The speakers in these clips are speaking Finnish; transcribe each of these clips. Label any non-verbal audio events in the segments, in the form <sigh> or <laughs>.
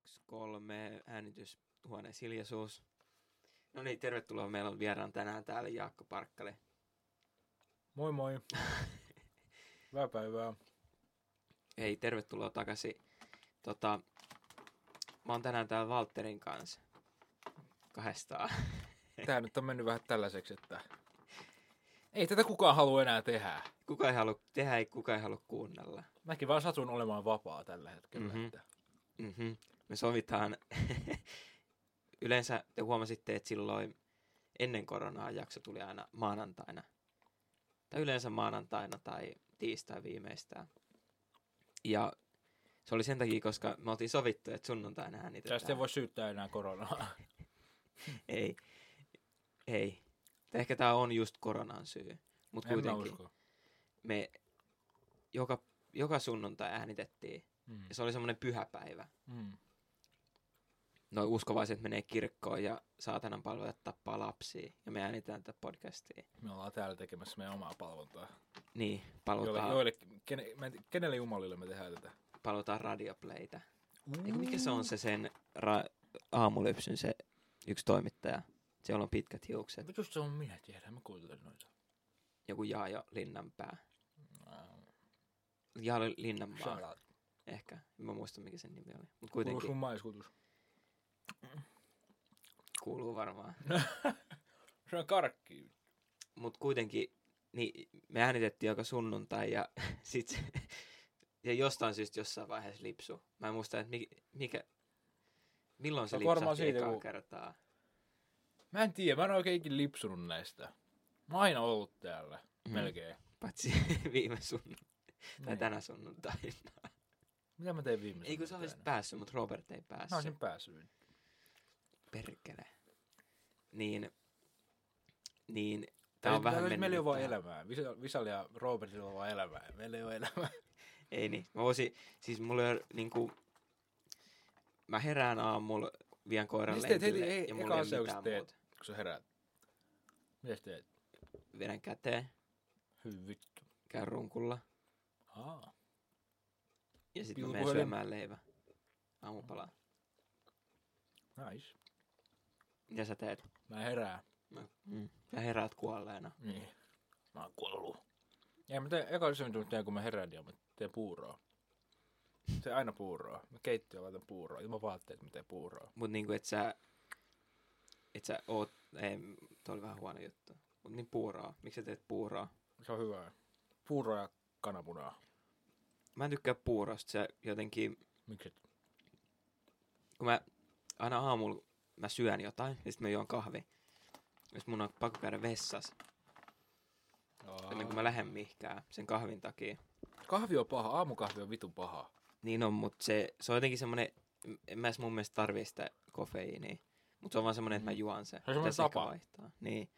Yksi, kolme, äänitys, huoneessa hiljaisuus. No niin, tervetuloa. Meillä on vieraan tänään täällä Jaakko Parkkale. <laughs> Moi moi. Hyvää päivää. Hei, tervetuloa takaisin. Tota, mä oon tänään täällä Walterin kanssa. Kahdestaan. Tää nyt on mennyt vähän tällaiseksi, että ei tätä kukaan halua enää tehdä. Kuka ei halua tehdä, ei kuka ei halua kuunnella. Mäkin vaan satun olemaan vapaa tällä hetkellä. Mhm. Mm-hmm. Että Mm-hmm. Me sovitaan. <laughs> Yleensä te huomasitte, että silloin ennen koronaa jakso tuli aina maanantaina. Tai yleensä maanantaina tai tiistai viimeistään. Ja se oli sen takia, koska me oltiin sovittu, että sunnuntaina äänitetään. tästä ei voi syyttää enää koronaa. Ei. Ei. Tai ehkä tämä on just koronan syy. Mutta en mä kuitenkin usko. me joka, joka sunnuntai äänitettiin. Mm. Ja se oli semmoinen pyhäpäivä. Mm. noin uskovaiset menee kirkkoon ja saatanan palvelijat tappaa lapsia ja me äänitään tätä podcastia. Me ollaan täällä tekemässä meidän omaa palvontaa. Niin, Joille, palvotaan, joille, kene, mä en tiedä, kenelle jumalille me tehdään tätä? palvotaan radiopleitä. Eikö mikä se on se sen ra- aamulypsyn se yksi toimittaja? Siellä on pitkät hiukset. Mitä se on minä tiedän? Mä kuuntelen noita. Joku Jaajo Linnanpää. Äh, Jaajo Linnanmaa ehkä. En mä muista mikä sen nimi oli. Mutta Kuuluu kuitenkin sun maiskutus. <laughs> kuuluu varmaan. Se on karkki. Mutta kuitenkin niin me äänitettiin joka sunnuntai ja <laughs> sit se, ja jostain syystä jossain vaiheessa lipsu. Mä en muista, että mikä, mikä milloin Se se on varmaan lipsahti siitä, ekaa kun- kertaa. Mä en tiedä, mä en oikein ikinä lipsunut näistä. Mä oon aina ollut täällä, Mm. mm. melkein. Paitsi <laughs> viime sunnuntai tai Niin. tänä sunnuntaina. Mitä mä tein viime Ei kun sä olisit päässyt, mutta Robert ei päässyt. Mä olisin päässyt. Perkele. Niin, niin tää Tää on vähän mennyt. Meillä ei ole vaan tähän. elämää. Visa- Visalla ja Robertilla on vaan elämää. Meillä ei ole elämää. Ei niin. Mä voisin, siis mulla ei ole niinku, mä herään aamulla, vien koiran Mistä teet heti lenkille e- ja eka mulla ei asia, ole kun mitään teet? muuta. Kun sä heräät. Mitäs teet? Vedän käteen, Hyvin vittu. käyn runkulla Aa. ja sitten mä Piuku menen hölyn. syömään leivä aamupalaa. Nice. Mitä sä teet? Mä herään. No, mm. Sä heräät kuolleena. Niin. Mä oon kuollut. Ei mä teen, eka asia, mitä mä teen, kun mä herään, niin mä teen puuroa. Se aina puuroa. Mä keittiöön laitan puuroa. Ilman vaatteet mä teen puuroa. Mut niinku et sä, et sä oot, ei, toi oli vähän huono juttu. Mut niin puuraa. Miksi sä teet puuraa? Se on hyvä. Puuroa ja kananmunaa. Mä en tykkää puurasta, se jotenkin, Miksi? kun mä aina aamulla mä syön jotain, ja sit mä juon kahvi. Jos mun on pakko käydä vessassa, ennen kuin mä lähden mihinkään sen kahvin takia. Kahvi on paha, aamukahvi on vitun paha. Niin on, mutta se, se on jotenkin semmonen, en mä edes mun mielestä tarvii sitä kofeiiniä. Mutta se on vaan semmonen, että mä juon sen. semmonen Pitäis ehkä tapa. Vaihtaa. Niin.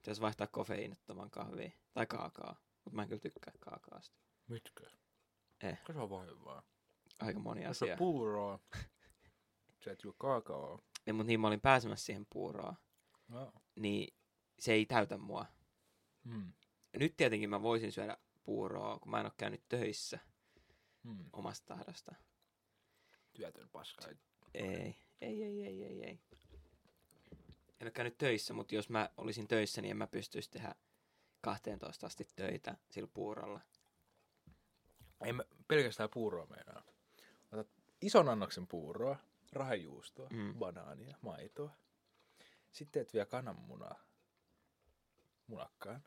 Pitäisi vaihtaa kofeiinittoman kahviin. Tai kaakaa. Mutta mä en kyllä tykkää kaakaasta. Mitkä? Eh. Se on vaivaa. Aika moni Jos on asia. puuroa, sä et juo kaakaoa. Ei, mutta niin mä olin pääsemässä siihen puuroon. No. Niin se ei täytä mua. Mm. Nyt tietenkin mä voisin syödä puuroa, kun mä en ole käynyt töissä Mm. omasta tahdosta. Työtön paska. ei- Ei, ei, ei, ei, ei, ei. En ole käynyt töissä, mutta jos mä olisin töissä, niin en mä pystyisi tehdä 12 asti töitä sillä puurolla. Ei mä pelkästään puuroa meinaa. Otat ison annoksen puuroa, rahajuustoa, Mm. mm. banaania, maitoa. Sitten teet vielä kananmunaa munakkaan.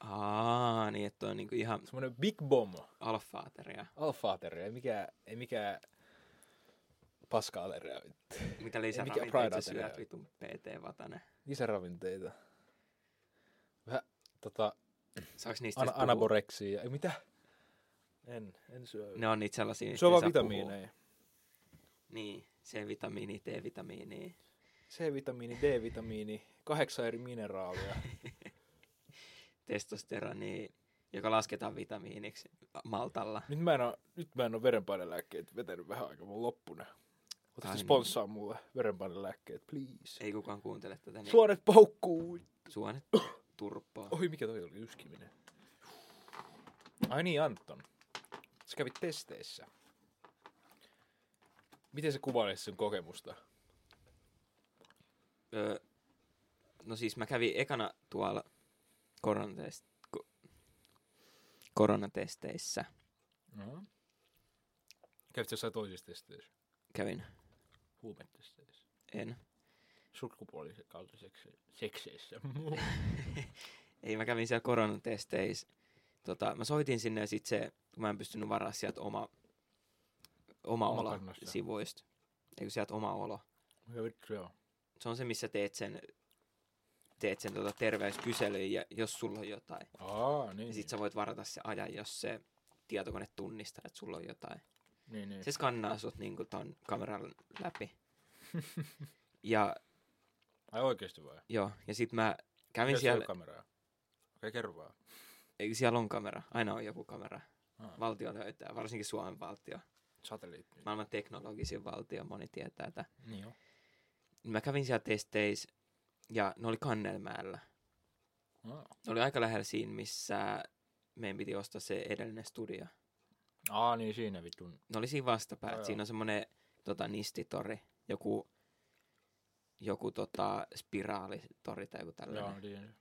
Aa, niin että on niinku ihan Semmoinen big bomb alfaateria, alfaateria, ei mikään, ei mikään paskaaleria. mitä mikä lisäravinteita Pride sä syöt ateria. vitun PT Vatanen. Lisäravinteita. Vähän tota, Saaks niistä An- edes puhua? anaboreksia. Ei, mitä? En, en syö. Ne on niitä sellaisia, Se on vaan No, mistä ei saa puhua. vitamiineja. Niin, C-vitamiini, D-vitamiini. C-vitamiini, D-vitamiini, kahdeksan eri mineraalia. testosteroni, joka lasketaan vitamiiniksi maltalla. Nyt mä en oo, nyt mä en oo verenpainelääkkeet vetänyt vähän aikaa, mä oon loppuna. Ai Otatko niin. sponssaa mulle verenpainelääkkeet, please? Ei kukaan kuuntele tätä, niin Suonet paukkuu! suonet turppaa. Oi, mikä toi oli yskiminen? Ai niin, Anton. Sä kävit testeissä. Miten se kuvailisi sun kokemusta? Öö, no siis mä kävin ekana tuolla koronatest, ko, koronatesteissä. No. Kävitkö jossain toisissa testeissä? Kävin, Huumetesteissä? en. Sukupuolisen kaltaisissa <laughs> sekseissä? Ei, mä kävin siellä koronatesteissä. Tota, mä soitin sinne ja sit se, kun mä en pystynyt varaa sieltä oma, oma olo Omakannasta. sivuista. Eikö sieltä oma olo? Mikä vittu se on? Se on se, missä teet sen, teet sen tota terveyskyselyn ja jos sulla on jotain. Aa, niin. Ja sit sä voit varata se ajan, jos se tietokone tunnistaa, että sulla on jotain. niin, niin. Se skannaa sut niinku ton kameran läpi. <laughs> ja Ai oikeesti vai? joo, ja sit mä kävin Mikä siellä, siellä... kameraa? Okei, kerro vaan. ei, siellä on kamera, aina on joku kamera. Ah, Valtio löytää, varsinkin Suomen valtio. satelliitti. nyt. Maailman teknologisin valtio, moni tietää tätä. Niin joo. Mä kävin siellä testeissä ja ne oli Kannelmäellä. Ah. Ne oli aika lähellä siinä, missä meidän piti ostaa se edellinen studio. Aa, niin siinä vitun. Ne oli siinä vastapäät. Joo, Siinä joo. on semmoinen tota, nistitori, joku, joku tota, spiraalitori tai joku tällainen. Joo, niin.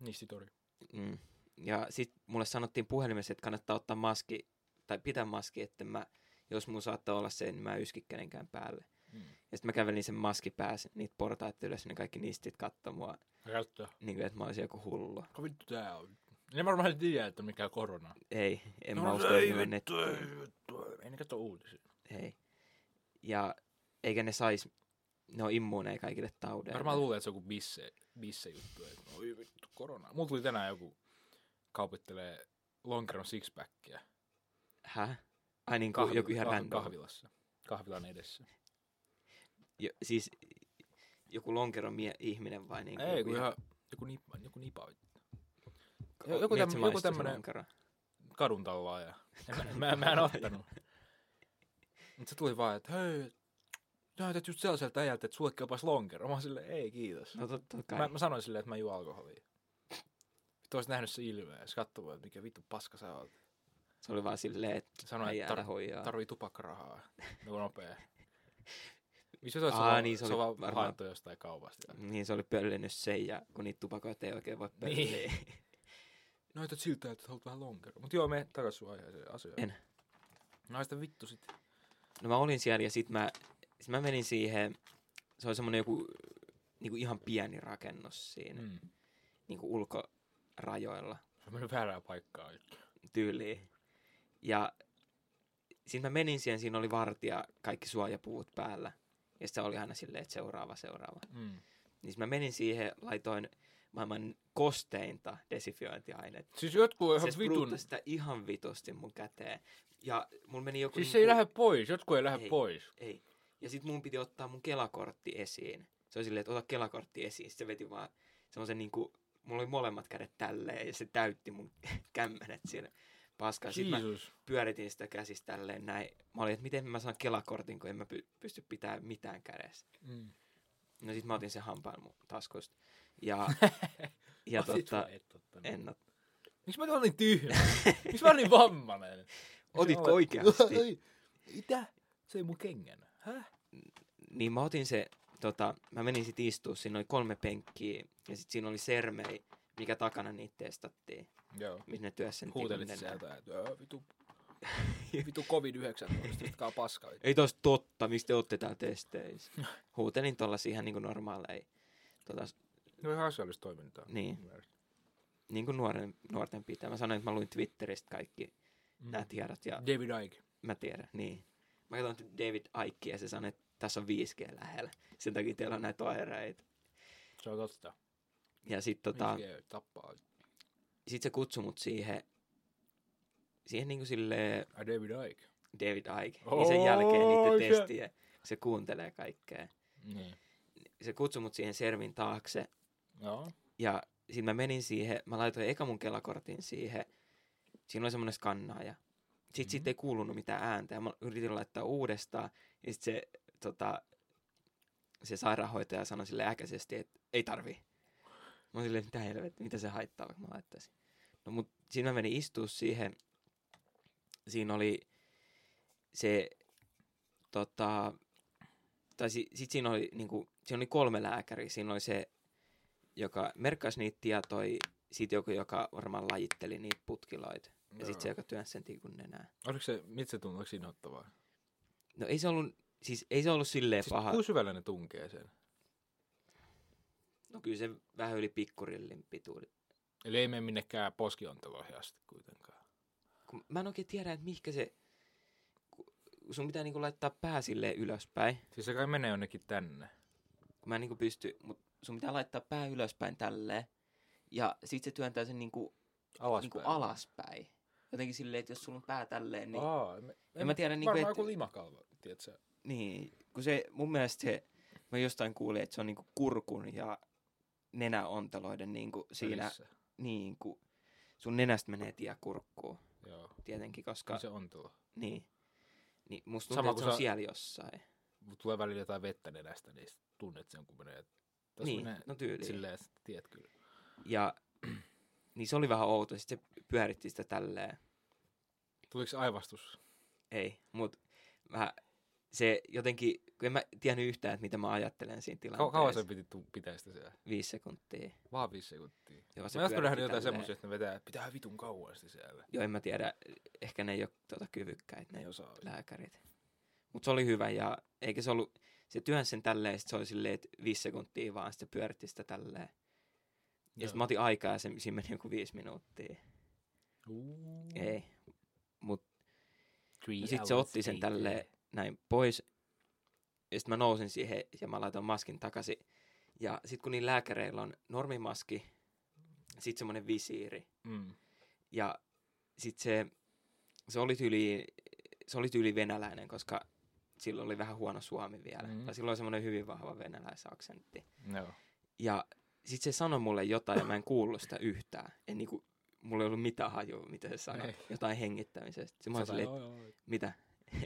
Nistitori. Mm. Ja sitten mulle sanottiin puhelimessa, että kannattaa ottaa maski, tai pitää maski, että mä, jos mun saattaa olla se, niin mä en yski kenenkään päälle. Mm. Ja sitten mä kävelin sen maski päässä, niitä portaita ylös, niin kaikki nistit katsoi mua, Käyttö. niin kuin, että mä olisin joku hullu. Kuka vittu tää on? Ne varmaan tiedä, että mikä on korona. Ei, en no, mä usko, ei että ne on vittu, nettiin. ei vittu. Ei ne kato uutisia. Ei. Ja eikä ne sais, ne on immuuneja kaikille taudeille. Varmaan luulee, että se on joku bisse, bisse juttu, että oi vittu korona. Mulla tuli tänään joku kaupittelee lonkeron sixpackia Häh? Ai niin kuin joku ihan kah- random. Niin kahvilassa, kahvilan edessä. Jo, siis joku lonkeron mie- ihminen vai niin Ei, kun ihan joku nipa, joku nipa Ko- joku niin, että tämmö- se joku maistuu se tämmönen- lonkero. kadun tallaaja. Ja mä, mä, <laughs> mä en ottanut. Mut se tuli vaan, että hei, näytät just sellaiselta äijältä, että sulle kelpaisi lonkero. Mä oon silleen, ei kiitos. No totta kai. Mä, mä sanoin silleen, että mä juon alkoholia. Vittu ois nähnyt se ilmeä, ja se kattoi, vaan, että mikä vittu paska sä oot. Se oli vaan silleen, että Sanoin, ei että älä tar- hoijaa. tarvii tupakkarahaa. Joku nopea. Missä se on, se Aa, on, niin, se se on oli vaan varmaan- haettu jostain kaupasta. niin se oli pöllinyt sen ja kun niitä tupakoita ei oikein voi pölliä. <laughs> Niin. No, Näytät siltä, että olet vähän lonkero. Mut joo, me takas sun aiheeseen asiaan. En. No sitä vittu sit. No mä olin siellä ja sit mä, sit mä menin siihen, se oli semmonen joku niinku ihan pieni rakennus siinä, mm. Mm. niinku ulkorajoilla. Se on mennyt väärään paikkaan. nyt. tyyliin. Ja sitten mä menin siihen, siinä oli vartija, kaikki suojapuut päällä. Ja sitten oli aina silleen, että seuraava, seuraava. Mm. Niin sit mä menin siihen, laitoin maailman kosteinta desinfiointiainetta. Siis jotkut on Se ihan vitun. spruuttasi sitä ihan vitusti mun käteen. Ja mulla meni joku... Siis niinku- se ei lähde pois, jotkut ei lähde Ei. pois. Ei. Ja sit mun piti ottaa mun kelakortti esiin. Se oli silleen, että ota kelakortti esiin. Sitten se veti vaan semmoisen niinku... Mulla oli molemmat kädet tälleen ja se täytti mun <laughs> kämmenet siinä paskaa. Sitten mä Jeesus. pyöritin sitä käsistä tälleen näin. Mä olin, että miten mä saan kelakortin, kun en mä py- pysty pitämään mitään kädessä. Mm. No sit mä otin sen hampaan mun taskusta. <laughs> Ja, ja Otit tota, vai et ottanut? en ot... Miksi mä oon niin tyhmä? Miksi mä oon niin <laughs> vammainen? Otitko Olet- oikeasti? <laughs> Ai, Mitä? Se ei mun kengän. Häh? Niin mä otin se, tota, mä menin sit istua, siinä oli kolme penkkiä, ja sit siinä oli sermei, mikä takana niitä testattiin, Joo. missä ne työssä nyt Huutelit niinku mennään. sieltä, että "Ää, <laughs> vitu, vitu covid-19, testakaa paskaa. Ei tos totta, miksi te ootte täällä <laughs> testeissä? Huutelin tollasia ihan niinku normaaleja, tota, No ihan asiallista toimintaa. Niin. niin kuin nuoren, nuorten pitää. Mä sanoin, että mä luin Twitteristä kaikki Mm. nämä tiedot ja David Icke. Mä tiedän, niin. Mä katson David Aikkiä ja se sanoi, että tässä on 5G lähellä. Sen takia teillä on näitä oireita. Se on totta. Ja sit, tota, Tota... tappaa. sit se kutsui mut siihen, siihen niinku sille Ai Äh, David Icke. David Aik. Niin sen jälkeen Oi, niiden se- testiä. Se kuuntelee kaikkea. Niin. Se kutsui mut siihen servin taakse. Joo. Ja sit mä menin siihen, mä laitoin eka mun kelakortin siihen. Siinä oli semmonen skannaaja. Sit mm-hmm. Mhm. siitä ei kuulunut mitään ääntä. Ja mä yritin laittaa uudestaan. Ja sit se, tota, se sairaanhoitaja sanoi sille äkäisesti, että ei tarvii. Mä oon silleen, mitä helvet, mitä se haittaa, vaikka mä laittaisin. No mut siinä mä menin istua siihen. Siinä oli se tota, tai si, sit siinä oli, niinku, siinä oli kolme lääkäriä. Siinä oli se, joka merkkasi niitä tietoja, sitten joku, joka varmaan lajitteli niitä putkiloita. Ja sitten se, joka työnsi sen tikun nenään. Oliko se, mitä se tuntuu, oliko se inhottavaa? No ei se ollut, siis ei se ollut silleen Siis paha. kuinka syvällä ne tunkee sen? No kyllä se vähän yli pikkurillin pituuden. Eli ei mene minnekään poskionteloihin asti kuitenkaan. kun mä en oikein tiedä, että mihinkä se... ku- Sun pitää niinku laittaa pää silleen ylöspäin, Siis se kai menee jonnekin tänne. kun mä en niinku pysty, mutta sun pitää laittaa pää ylöspäin tälleen. Ja sit se työntää sen niinku alaspäin. Alaspäin. Niinku alaspäin. Jotenkin silleen, että jos sulla on pää tälleen, niin... Oh. Aa, me, En mä tiedä, niinku, varmaan et- joku limakalvo, tiedätkö? Niin, kun se mun mielestä se... Mä jostain kuulin, että se on niinku kurkun ja nenäonteloiden niinku siinä... välissä. Niin, kun sun nenästä menee tie kurkkuun, Joo, tietenkin, koska... Ka- Niin se on tuo. Niin. Niin, musta tuntuu, Sama että kuin se on sä- siellä jossain. Mut Tulee välillä jotain vettä nenästä, niin sit tunnet sen, kun menee. Tässä Niin, menee no tyyliin. Silleen, että tiedät kyllä. Ja niin se oli vähän outo. Sitten se pyöritti sitä tälleen. Tuliko se aivastus? Ei, mutta mä, se jotenkin, kun en mä tiennyt yhtään, että mitä mä ajattelen siinä Kau- tilanteessa. kauan sen piti tu- pitää sitä siellä? Viisi sekuntia. Vaan viisi sekuntia. Joo, Mä joskus nähnyt pyöritti tälleen. jotain semmoisia, että ne vetää, pitää vitun kauan sitä siellä. Joo, en mä tiedä. Ehkä ne ei ole tuota, kyvykkäitä, ne Ne osaa. lääkärit. Mutta se oli hyvä ja eikä se ollut, se työns sen tälleen, sit se oli silleen, että viisi sekuntia vaan, sitten pyöritti sitä tälleen. Ja sitten mä otin aikaa ja se, siinä meni joku viisi minuuttia. Niin. Ei. Mut Ja sit se otti sen tälleen näin pois. Ja sit mä nousin siihen ja mä laitoin maskin takaisin. Ja sit kun niin lääkäreillä on normimaski, sit semmonen visiiri. Mm. Ja sit se, se oli tyyli, se oli tyyli venäläinen, koska silloin oli vähän huono suomi vielä. Mm. Mm. Tai silloin oli semmonen hyvin vahva venäläisaksentti. Joo. Ja sit se sanoi mulle jotain ja mä en kuullut sitä yhtään. En niinku, mulla ei ollut mitään hajua, mitä se sanoi. Ei. Jotain hengittämisestä. Sit mä oon Sata- silleen, joo, joo, joo. mitä?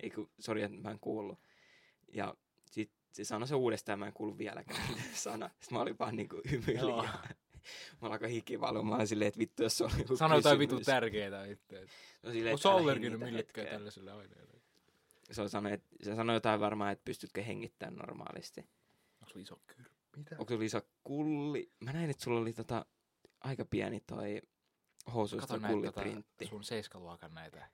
Ei kun, sori, että mä en kuullut. Ja sit se sanoi se uudestaan, mä en kuullut vieläkään mitä se sana. Sitten mä olin vaan niinku hymyilin Joo. ja <laughs> mulla alkoi hiki valumaan silleen, että vittu, jos se oli joku Sano jotain kysymys. vitun tärkeetä itse. No silleen, että Oletko älä allerginen hengitä millekään hetkeen. tällaiselle aineelle? Se, on sanonut, että, se sanoi jotain varmaan, että pystytkö hengittämään normaalisti. Onko se iso kyrpy? Mitä? Onko sulla iso kulli? Mä näin, että sulla oli tota, aika pieni toi housuista Kato näitä tota, kulliprintti. sun seiskaluokan näitä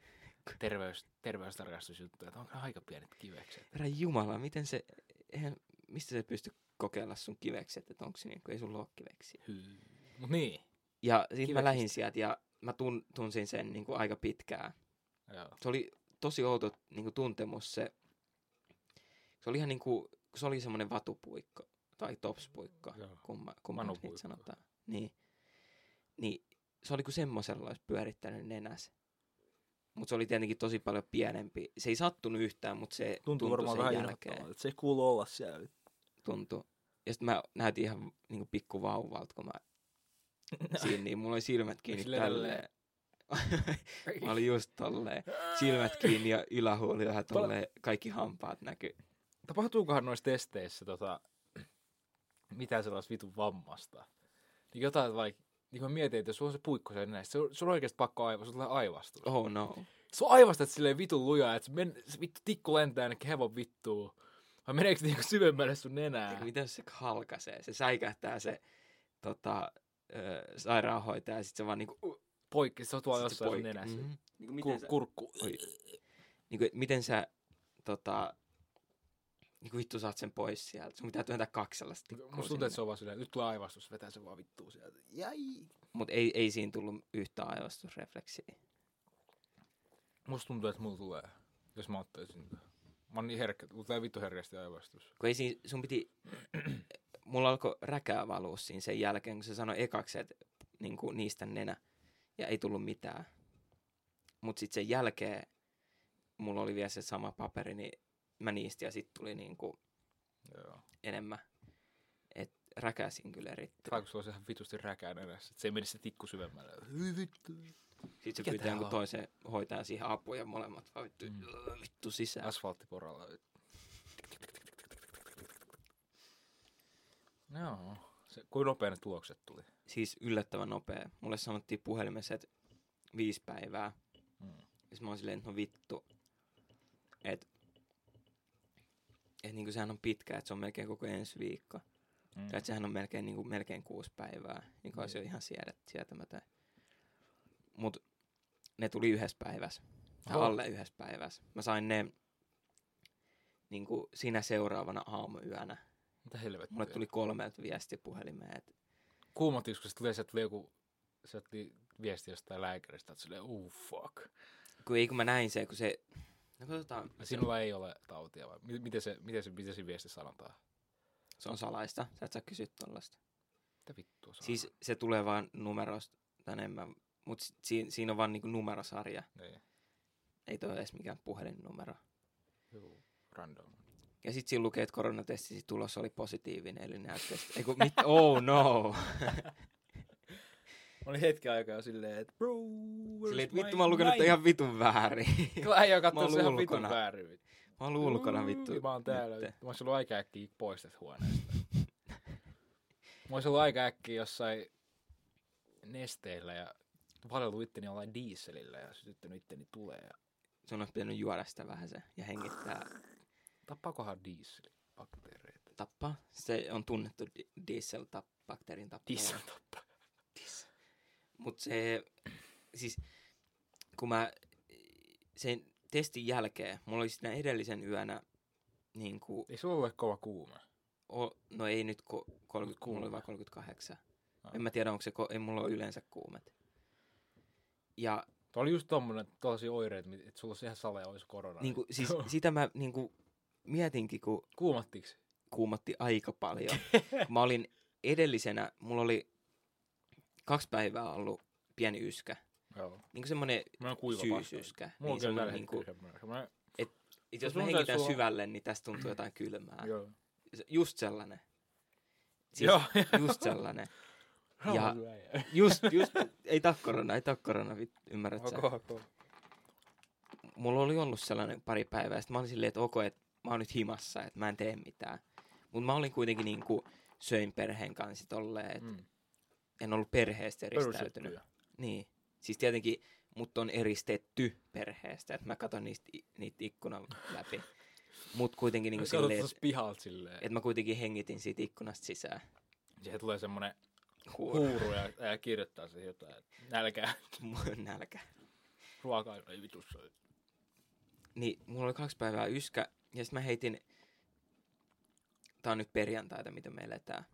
terveys, terveystarkastusjuttuja, että onko ne aika pienet kivekset. Herra Jumala, miten se, eihän, mistä se pysty kokeilla sun kivekset, että onko se niinku, ei sulla ole kiveksiä. Hyy. Mut niin. Ja sitten Kiveksistä. mä lähdin sieltä ja mä tun, tunsin sen niin kuin aika pitkään. Joo. Se oli tosi outo niin kuin tuntemus se. Se oli ihan niin kuin, kun se oli semmoinen vatupuikko tai topspuikko, Joo. kumma, kumma nyt Manupuikko. niitä sanotaan. Niin. niin se oli kuin semmoisella olisi pyörittänyt nenäs. Mutta se oli tietenkin tosi paljon pienempi. Se ei sattunut yhtään, mutta se tuntui, sen jälkeen. että se ei kuulu olla siellä. Tuntui. Ja sitten mä näytin ihan niin kuin pikku vauvalta, <laughs> kun mä siinä, niin mulla oli silmät kiinni Silleen tälleen. <laughs> Mä olin just tolleen, <laughs> silmät kiinni ja ylähuoli vähän Pala- tolleen, kaikki hampaat näkyy. Tapahtuukohan noissa testeissä tota, <clears throat> mitään sellaista vitun vammasta? Niin jotain vaikka, niin kun mä mietin, että jos sulla on se puikko sen näistä, se on, se on oikeasti pakko aivastua, sulla tulee aivastus. Oh no. Sä aivastat silleen vitun lujaa, että se, men, se vittu tikku lentää ainakin hevon vittuun. Vai meneekö se niinku syvemmälle sun nenää? Eiku, Mitä jos se halkaisee? Se säikähtää se tota, ö, sairaanhoitaja ja sit se vaan niinku... Uh, Poikki, se on tuolla sit jossain sun poikki. nenässä. Mhm. Niinku, miten, Kur, sä, kurkku. Oi. niinku, et miten sä tota, niinku vittu saat sen pois sieltä? Sun pitää työntää kaksella sitä tikkua Musta tuntuu, että se sinne. on vaan silleen, nyt tulee aivastus, vetää se vaan vittuun sieltä. Jäi. Mut ei, ei siinä tullut yhtään aivastusrefleksiä. Musta tuntuu, että mulla tulee, jos mä ottaisin. Mä oon niin herkkä, mulla tulee vittu herkästi aivastus. Kun ei siinä, sun piti, <clears throat> mulla alkoi räkää valua siinä sen jälkeen, kun se sanoi ekaksi, että niin kuin niistä nenä, ja ei tullut mitään. Mutta sitten sen jälkeen mulla oli vielä se sama paperi, niin mä niistä ja sitten tuli niin kuin Joo. enemmän. Et räkäsin kyllä erittäin. Vaikka sulla olisi ihan vitusti räkää nenässä, että se ei mene se tikku syvemmälle. Hyi vittu. Sitten mikä se pyytää tää jonkun on? toisen hoitajan siihen apua ja molemmat vaan vittu, Mm. vittu sisään. Asfalttiporalla. Joo. Se, kuin nopea ne tulokset tuli. Siis yllättävän nopea. Mulle sanottiin puhelimessa, että viisi päivää. Mm. Siis mä oon silleen, että no vittu. Et että niin kuin sehän on pitkä, että se on melkein koko ensi viikko. Mm. Mm. Tai että sehän on melkein, niin kuin, melkein kuusi päivää, niin kuin olisi jo ihan siedät, sietämätön. Mut ne tuli yhdessä päivässä. Tai Oho. alle yhdessä päivässä. Mä sain ne niin kuin sinä seuraavana aamuyönä. Mitä helvettiä? Mulle tuli kolmelta viesti puhelimeen, että Kuumottiko, kun se tulee, sieltä tuli joku, sieltä tuli viesti jostain lääkäristä, että silleen, oh fuck. kun ei kun mä näin se, kun se, no katsotaan, Ja Sinulla ei ole tautia vai? Mi- Miten se, miten se, miten se viesti sanotaan? se on salaista, sä et saa kysyä tollasta. Mitä vittua se on? Siis se tulee vaan numerosta, tai en mä, mut si- si- siinä on vaan niinku numerosarja, Niin. ei toi ole edes mikään puhelinnumero. Joku random. Ja sitten siinä lukee, että koronatesti tulos oli positiivinen, eli näytteestä. Eiku, mit? Oh no! Mä olin hetken aikaa silleen, että bro, Silleen, että vittu, mä oon lukenut tän ihan vitun väärin. <laughs> Äijä Mä oon on kattonut sen ihan vitun ulkona. väärin. mä oon ulkona vittu. Mm, niin Mä oon täällä. nytte. Mä ois ollut aika äkkiä pois tästä <laughs> huoneesta. mä ois ollut aika äkkiä jossain nesteillä ja valellut itteni jollain dieselillä ja sytyttänyt itteni tulee. Ja... Sun olisi pitänyt juoda sitä vähän se ja hengittää. Tappakohan diesel bakteereita? Tappaa. Se on tunnettu di- diesel tap- bakteerin tappaa. Diesel tappaa. Mutta se, siis kun mä sen testin jälkeen, mulla oli siinä edellisen yöllä, niin kuin, Ei se ole kova kuuma. o, no ei nyt ko, 30, mulla oli vaan 38. Ai. En mä tiedä, onko se, ko, ei mulla ole yleensä kuumet. Ja Tuo oli just tommonen, tollasia oireita, mit- että sulla olisi ihan salea, olisi korona. <laughs> niin kuin, siis sitä mä niin kuin, mietinkin, kun Kuumattiks? kuumotti aika <laughs> paljon. Kun mä olin edellisenä, mulla oli kaksi päivää ollut pieni yskä. Joo. Niin kuin semmoinen Mä oon kuiva paska. syysyskä. Mulla niin on kyllä semmonen tällä niinku- hetkellä semmoinen. Mä- Itse jos Sun mä täytyy hengitän olla- syvälle, niin tästä tuntuu jotain kylmää. Joo. Se- Just sellainen. Ah. Siis Joo. <laughs> <laughs> just sellainen. Ja... Ja- Just, just, ei tää oo korona, ei tää oo korona, vit, ymmärrät sä. Ok, ok. Mulla oli ollut sellainen pari päivää, sitten mä olin silleen, että ok, että mä oon nyt himassa, että mä en tee mitään. Mut mä olin kuitenkin niinku, söin perheen kanssa tolleen, että Mm. en ollut perheestä eristäytynyt. Perusjuttuja. Niin. Siis tietenkin mut on eristetty perheestä, että mä katon niistä, i- niitä ikkunan läpi. Mut kuitenkin niinku Katsot silleen, tuossa pihalta silleen. että mä kuitenkin hengitin siitä ikkunasta sisään. Siihen tulee semmonen Huur. huuru ja, ja kirjoittaa siihen jotain. että Nälkää. <laughs> <laughs> Mun nälkä. Ruokaa ei vitussa. Niin, mulla oli kaksi päivää yskä, ja sitten mä heitin, tää on nyt perjantaita, mitä me eletään.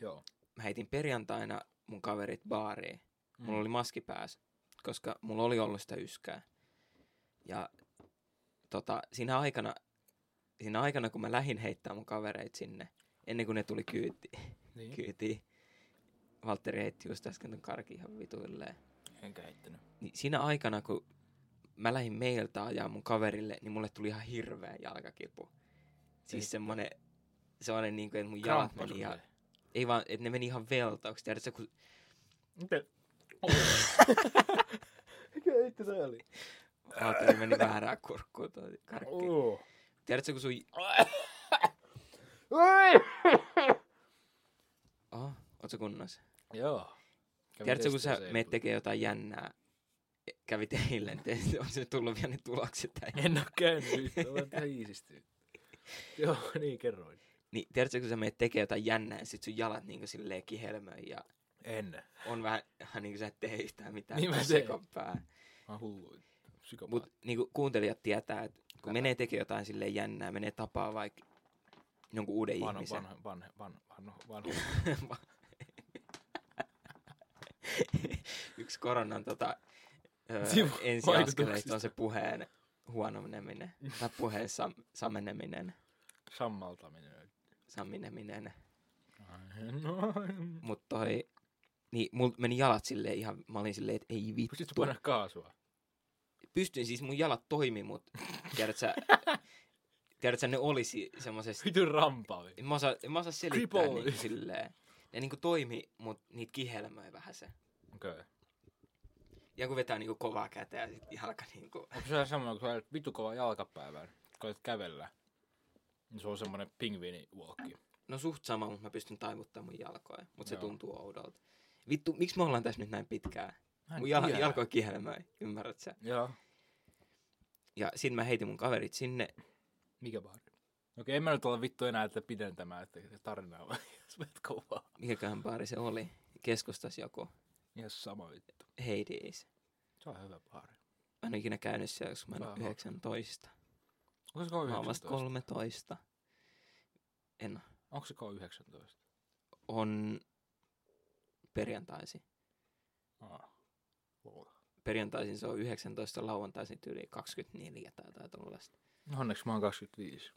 Joo. Mä heitin perjantaina mun kaverit baariin. Mm. Mulla oli maski päässä, koska mulla oli ollut sitä yskää. Ja tota, siinä aikana, siinä aikana, kun mä lähdin heittää mun kavereit sinne, ennen kuin ne tuli kyyti, Niin. kyytiin, Valtteri heitti just äsken ton karki ihan vituilleen. Enkä heittänyt. niin siinä aikana, kun mä lähdin meiltä ajaa mun kaverille, niin mulle tuli ihan hirveä jalkakipu. Ei. Siis semmonen, semmonen niin kuin, että mun jalat Kramppa meni sulle. ihan, ei vaan, että ne meni ihan veltauksi. Tiedätkö, kun <laughs> Miten? Mikä vittu se oli? Valtteri meni väärään kurkkuun toi karkki. <laughs> Oh. Tiedätkö, kun sun... Oh, oot sä kunnossa? Joo. Kävin Tiedätkö, kun testissä sä eilen. meet tekee jotain jännää, E- kävit eilen, testi- on se tullut vielä ne tulokset tai En oo käynyt. Olen ihan iisistynyt. Joo, niin kerroin. Niin, tiedätkö, kun sä meet tekee jotain jännää, ja sit sun jalat niinku silleen kihelmöi ja En. on vähän, <laughs> ihan niinku sä et tee yhtään mitään. Niin mä kun teen. sekon pää. Mä oon hullu. Psykopaatti. Mutta niinku kuuntelijat tietää, että kun Tätä. menee tekemään jotain silleen jännää, menee tapaa vaikka jonkun uuden Vanha, ihmisen. vanha, vanha, vanha, vanha, vanha. <laughs> Yksi koronan tota, ö, Sivu- ensiaskeleista vaikutuksista. on se puheen huonominen tai puheen sam, sameneminen, Sammaltaminen. sammineminen. No, Mutta toi, niin mulla meni jalat silleen ihan, mä olin silleen, että ei vittu. pystytkö painaa kaasua? Pystyin siis, mun jalat toimi, mutta <laughs> tiedätkö, tiedätkö, ne olisi semmoisessa Vitun rampali. En mä osaa, en mä osaa selittää Kripooli. niinku silleen. Ne niinku toimi, mut niitä kihelmöi vähän se. Okei. Okay. Ja kun vetää niinku kovaa kätä ja sit jalka niinku... Onko se semmoinen, kun sä olet vitu kova jalkapäivän, kun olet kävellä, niin se on semmoinen pingviini walkki. No suht sama, mut mä pystyn taivuttaa mun jalkoja. Mut se Joo. tuntuu oudolta. Vittu, miksi me ollaan tässä nyt näin pitkään? Mä en Mun jal- tiedä. jalkoja kihelmöi, ymmärrät sä? Joo. Ja sit mä heitin mun kaverit sinne. Mikä baari? Okei, en mä nyt ole vittu enää tätä pidentämään, että tarinaa vaan, <laughs> jos menet kovaa. Mikäköhän baari se oli? Keskustas joku. Ihan sama vittu. Hades. Se on hyvä baari. Mä en ole ikinä käynyt siellä, koska mä en ole Aha. 19. Onko se K19? Mä oon vasta 13. En oo. Onko se K19? on perjantaisin. Aa. Lol. Perjantaisin se on 19, lauantaisin tyyli 24 tai jotain tuollaista. No Onneksi mä oon 25.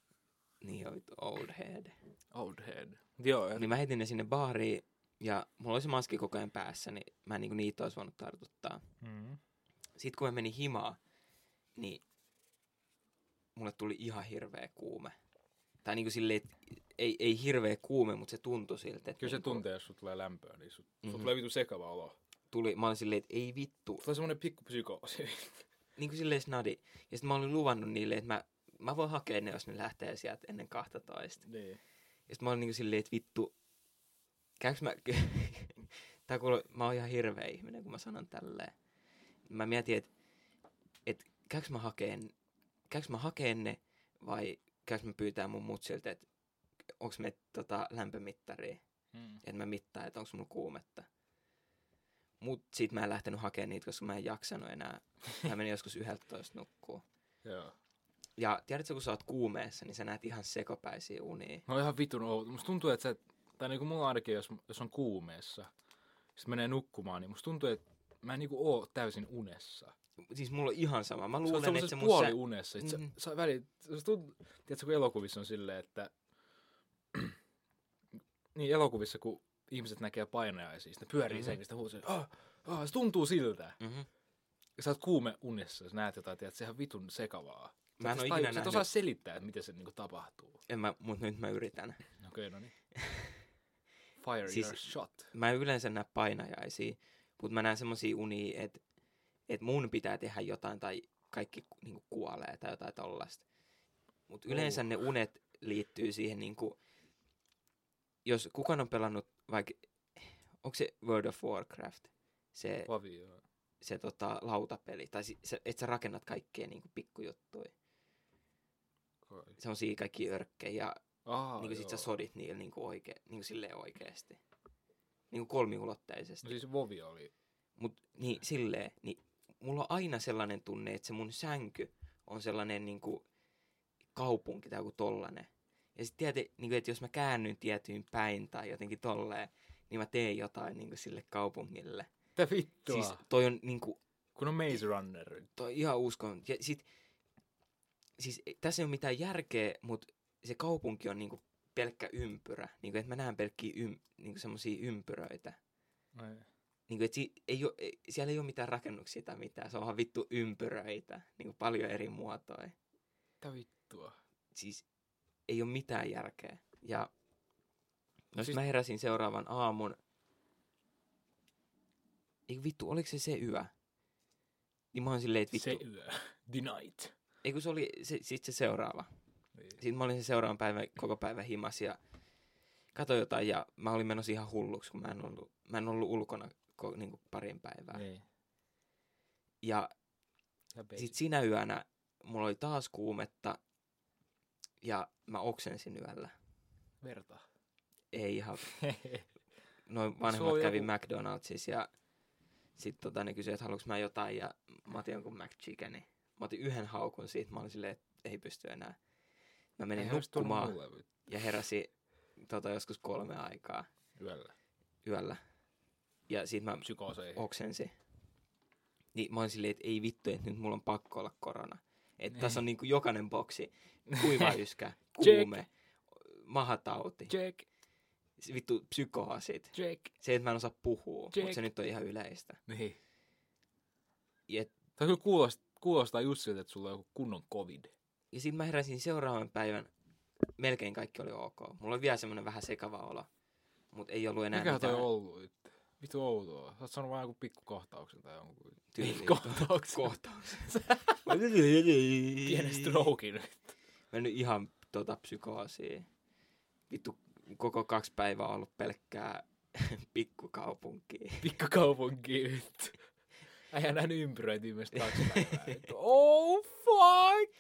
Niin on vittu old head. Old head. Joo, Niin mä heitin ne sinne baariin ja mulla oli se maski koko ajan päässä, niin mä en niinku niitä olisi voinut tartuttaa. Mm. Sitten kun mä menin himaan, niin mulle tuli ihan hirveä kuume. Tai niinku silleen, että ei, ei hirveä kuume, mutta se tuntui siltä. että Kyllä se niinku tuntee, jos sulla tulee lämpöä, niin sut, mm-hmm. Mhm. sulla tulee vitu sekava olo. Tuli, mä olin silleen, että ei vittu. Tulee semmonen pikku psykoosi. Niin kuin silleen snadi. Ja sitten mä olin luvannut niille, että mä, mä voin hakea ne, jos ne lähtee sieltä ennen 12. <laughs> niin. Ja sitten mä olin niinku silleen, että vittu, käykö mä... <laughs> Tää kuuluu, mä oon ihan hirveä ihminen, kun mä sanon tälleen. Mä mietin, että et, käykö mä hakeen, käykö mä hakeen ne vai käykö mä pyytää mun mutsilta, että onks me tota, lämpömittaria, Mm. että mä mittaan, että onks mulla kuumetta. Mut sit mä en lähtenyt hakemaan niitä, koska mä en jaksanut enää. Mä menin joskus 11 nukkuu. Joo. Ja tiedätkö, kun sä oot kuumeessa, niin sä näet ihan sekopäisiä unia. Mä oon ihan vitun outo. Musta tuntuu, että sä, et- tai niinku mulla ainakin, jos, jos on kuumeessa, sit menee nukkumaan, niin musta tuntuu, että mä en niinku oo täysin unessa. Siis mulla on ihan sama. Mä Luulen, se luulen, on että se semmoisessa mun sä... puoliunessa. Sä, Mhm. mm-hmm. sä väli, se tuntuu, tiedätkö, kun elokuvissa on silleen, että <clears throat> niin elokuvissa, kun ihmiset näkee painajaisia, sit ne pyörii Mhm. mm-hmm. sängystä huutaa, ah, ah, se tuntuu siltä. Mm-hmm. Ja sä oot kuume unessa, sä näet jotain, tiedät, sehän vitun sekavaa. Mä en Sä ole et ikinä sä et nähnyt, osaa selittää, että miten se niinku tapahtuu. en mä, mut nyt mä yritän. No Okei, <laughs> no niin. Fire Siis- siis... your shot. Mä en yleensä näe painajaisia, mutta mä näen semmosia unia, että et mun pitää tehdä jotain tai kaikki niinku, kuolee tai jotain tollasta. Mutta yleensä ne unet liittyy siihen, niinku, jos kukaan on pelannut vaikka, onko se World of Warcraft, se, Pavi, joo. se tota, lautapeli, tai si, se, et sä rakennat kaikkea niinku, pikkujuttuja. Kai. Se on siinä kaikki örkkejä ja Aa, niin kuin sit sä joo. sodit niillä niin kuin oike, niin kuin silleen oikeesti. Niin kuin kolmiulotteisesti. No siis Vovi oli. Mut niin silleen, niin mulla on aina sellainen tunne, että se mun sänky on sellainen niin kuin kaupunki tai joku tollanen. Ja sit tiety, niin kuin, että jos mä käännyn tietyin päin tai jotenkin tolleen, niin mä teen jotain niin kuin sille kaupungille. Mitä vittua? Siis toi on niin kuin, Kun on Maze Runner. toi on ihan uskon. Ja sit, siis ei- tässä ei ole mitään järkeä, mutta se kaupunki on niinku pelkkä ympyrä. Niinku, että mä näen pelkkiä ym, niinku semmosia ympyröitä. Ai. Niinku, et si, ei oo, ei, siellä ei ole mitään rakennuksia tai mitään. Se on vaan vittu ympyröitä. Niinku paljon eri muotoja. Mitä vittua? Siis ei ole mitään järkeä. Ja no siis... Siis- mä heräsin seuraavan aamun. Ei vittu, oliko se se yö? Niin mä oon silleen, että vittu. Se yö. The night. Ei kun se oli se, sit se seuraava. Niin. Sitten mä olin se seuraavan päivän koko päivän himas ja katsoin jotain ja mä olin menossa ihan hulluksi, kun mä en ollut, mä en ollut ulkona ko, niin kuin parin päivää. Niin. Ja Ja basic. sitten sinä yönä mulla oli taas kuumetta ja mä oksensin yöllä. Verta. Ei ihan, Hehe. noin Sulla vanhemmat oli kävi joku- McDonaldsissa ja sitten tota, ne kysyi, että haluanko mä jotain ja mä otin jonkun McChickeni. Mä otin yhden haukun siitä, mä olin silleen, että ei pysty enää. Mä menin Eihän olisi tullut nukkumaan mulle vittu. ja heräsin tota, joskus kolme aikaa. Yöllä. yöllä. Ja sit mä Psykooseihin. oksensin. Niin mä oon silleen, että ei vittu, että nyt mulla on pakko olla korona. Että Niin. tässä on niinku jokainen boksi. Kuiva yskä, kuume, mahatauti, Check, s- vittu psykoosit. check. Se, että mä en osaa puhua, mutta Check. se nyt on ihan yleistä. Niin. Ja, Tämä kyllä kuulostaa, kuulostaa just siltä, että sulla on joku kunnon covid. ja sit mä heräsin seuraavan päivän, melkein kaikki oli ok. Mulla oli vielä semmonen vähän sekava olo, mutta ei ollut enää Mikä toi mitään on ollut? vittu? Vitu outoa. Sä oot saanut vaan joku pikkukohtauksen tai jonkun. tyyliä. Kohtauksen. Kohtaus. Pienen strokein. mennyt ihan tota, psykoosiin. Vittu, koko kaksi päivää on ollut pelkkää <laughs> pikkukaupunkia. Pikkukaupunki vittu. Äijä on nähnyt ympyröitä viimeistä kaksi päivää. vittu. Oh fuck!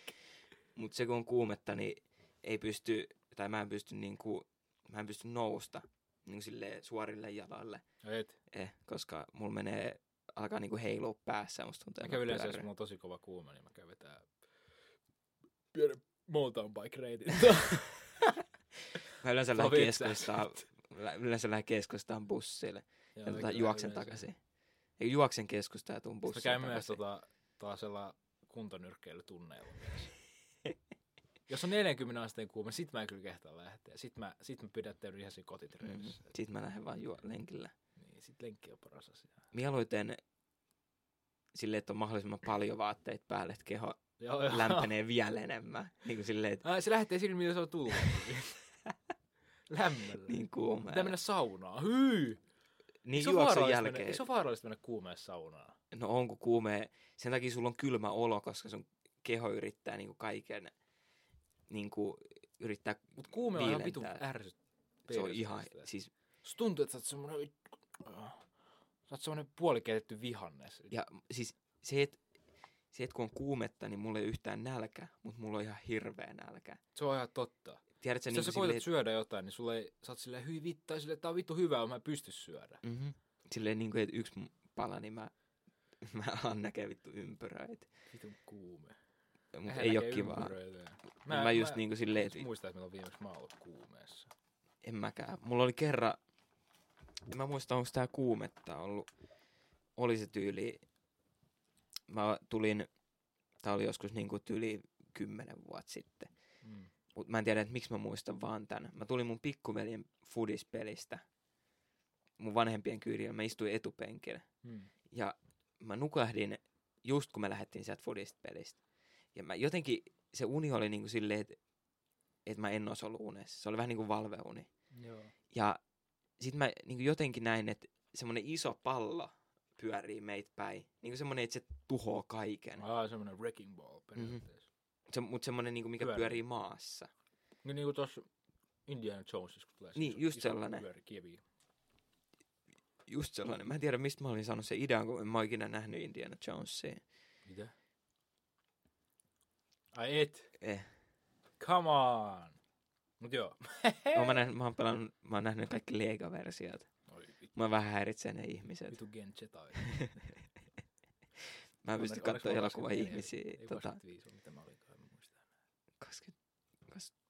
Mutta se kun on kuumetta, niin ei pysty, tai mä en pysty, niin kuin, mä en pysty nousta niin kuin silleen suorille jalalle, No Et. eh, koska mulla menee, alkaa niin kuin heilua päässä, musta tuntuu. Mä että käyn yleensä, jos pyörryn. mulla on tosi kova kuuma, niin mä käyn vetää pienen mountain bike reidin. <laughs> Mä yleensä lähden Savitsa. keskustaan, lä- yleensä lähden keskustaan bussille. Joo, Ja mä tota, käyn juoksen yleensä. takaisin. Ei, juoksen keskustaan ja tuun Sitten mä bussiin käyn myös takaisin. tota, taasella kuntonyrkkeilytunneilla myös. tota- <laughs> Jos on 40 asteen kuuma, sit mä en kyllä kehtaa lähteä. Sit mä, sit mä pidättäydyn ihan siinä Mhm. kotitreenissa. Sitten mä lähden vaan juo- lenkillä. Niin, sit lenkki on paras asia. Mieluiten silleen, että on mahdollisimman paljon vaatteet päälle, että keho Joo, joo. lämpenee vielä enemmän. Niin kuin silleen, että <laughs> Ai, se lähtee sillä, mitä se <laughs> on tullut. Lämmöllä. niin kuumaa. Pitää mennä saunaan. Hyy! Niin Eikö se juoksun ole vaarallista Mennä, jälkeen. eikö se on vaarallista mennä kuumeen saunaan. No onko kuumee. Sen takia sulla on kylmä olo, koska sun keho yrittää niinku kaiken niinku yrittää Mut kuume on ihan vitun Viilentää. ärsyt. se on ihan, siis, Susta tuntuu, että sä oot semmonen... Sä oot semmonen puolikeitetty vihannes. ja siis se, että se, et kun on kuumetta, niin mulla ei ole yhtään nälkä, mutta mulla on ihan hirveä nälkä. Se on ihan totta. Tiedätkö, Sitten niin jos sä kuin koetat silleen, syödä jotain, niin sulle ei, sä oot silleen hyi vittaa, silleen, tää on vittu hyvää, mä en pysty syödä. mm-hmm. silleen niin kuin, että yksi pala, niin mä, <laughs> mä alan näkee vittu ympyröitä. Vitun kuume. Mutta Eihän ei näkee ole kivaa. ympyröitä. Mä, mä just niin kuin silleen, just että muistan, että milloin viimeksi mä oon ollut kuumeessa. En mäkään. Mulla oli kerran, en mä muista onko tää kuumetta ollut. Oli se tyyli, mä tulin, tää oli joskus niinku tyyli kymmenen vuotta sitten. Mm. Mut mä en tiedä, että miksi mä muistan vaan tän. Mä tulin mun pikkuveljen fudispelistä mun vanhempien kyydillä. Mä istuin etupenkillä. Mm. Ja mä nukahdin just kun me lähdettiin sieltä fudispelistä. Ja mä jotenkin, se uni oli niinku silleen, että et mä en olisi ollut unessa. Se oli vähän niinku valveuni. Joo. Ja sitten mä niin jotenkin näin, että semmoinen iso pallo pyörii meitä päin. Niin kuin semmoinen, että se tuhoaa kaiken. Aa, semmonen wrecking ball Mhm. periaatteessa. Se, mutta semmoinen, niin mikä Pyörii. pyörii. pyörii maassa. Mm-hmm. Niin niinku tossa Indiana Jonesissa, kun tulee se Niin, iso- just iso sellainen. Pyörikivi. Just sellainen. Mä en tiedä, mistä mä olin saanut sen idean, kun en mä oon ikinä nähnyt Indiana Jonesia. Mitä? Ai et. Eh. Come on. Mut joo. Oon mä, nähnyt, mä, oon pelannut, mä oon nähnyt kaikki Lego-versiot. Oi vittu. Mä vähän häiritsee ne ihmiset. Vitu Gen Jedi. Mä en pysty Onneksi- katsoa onneksi mä elokuvaa oon 24, ihmisiä. Ei Tota, 25 ole, mitä mä olinkaan, en mä muista. 20,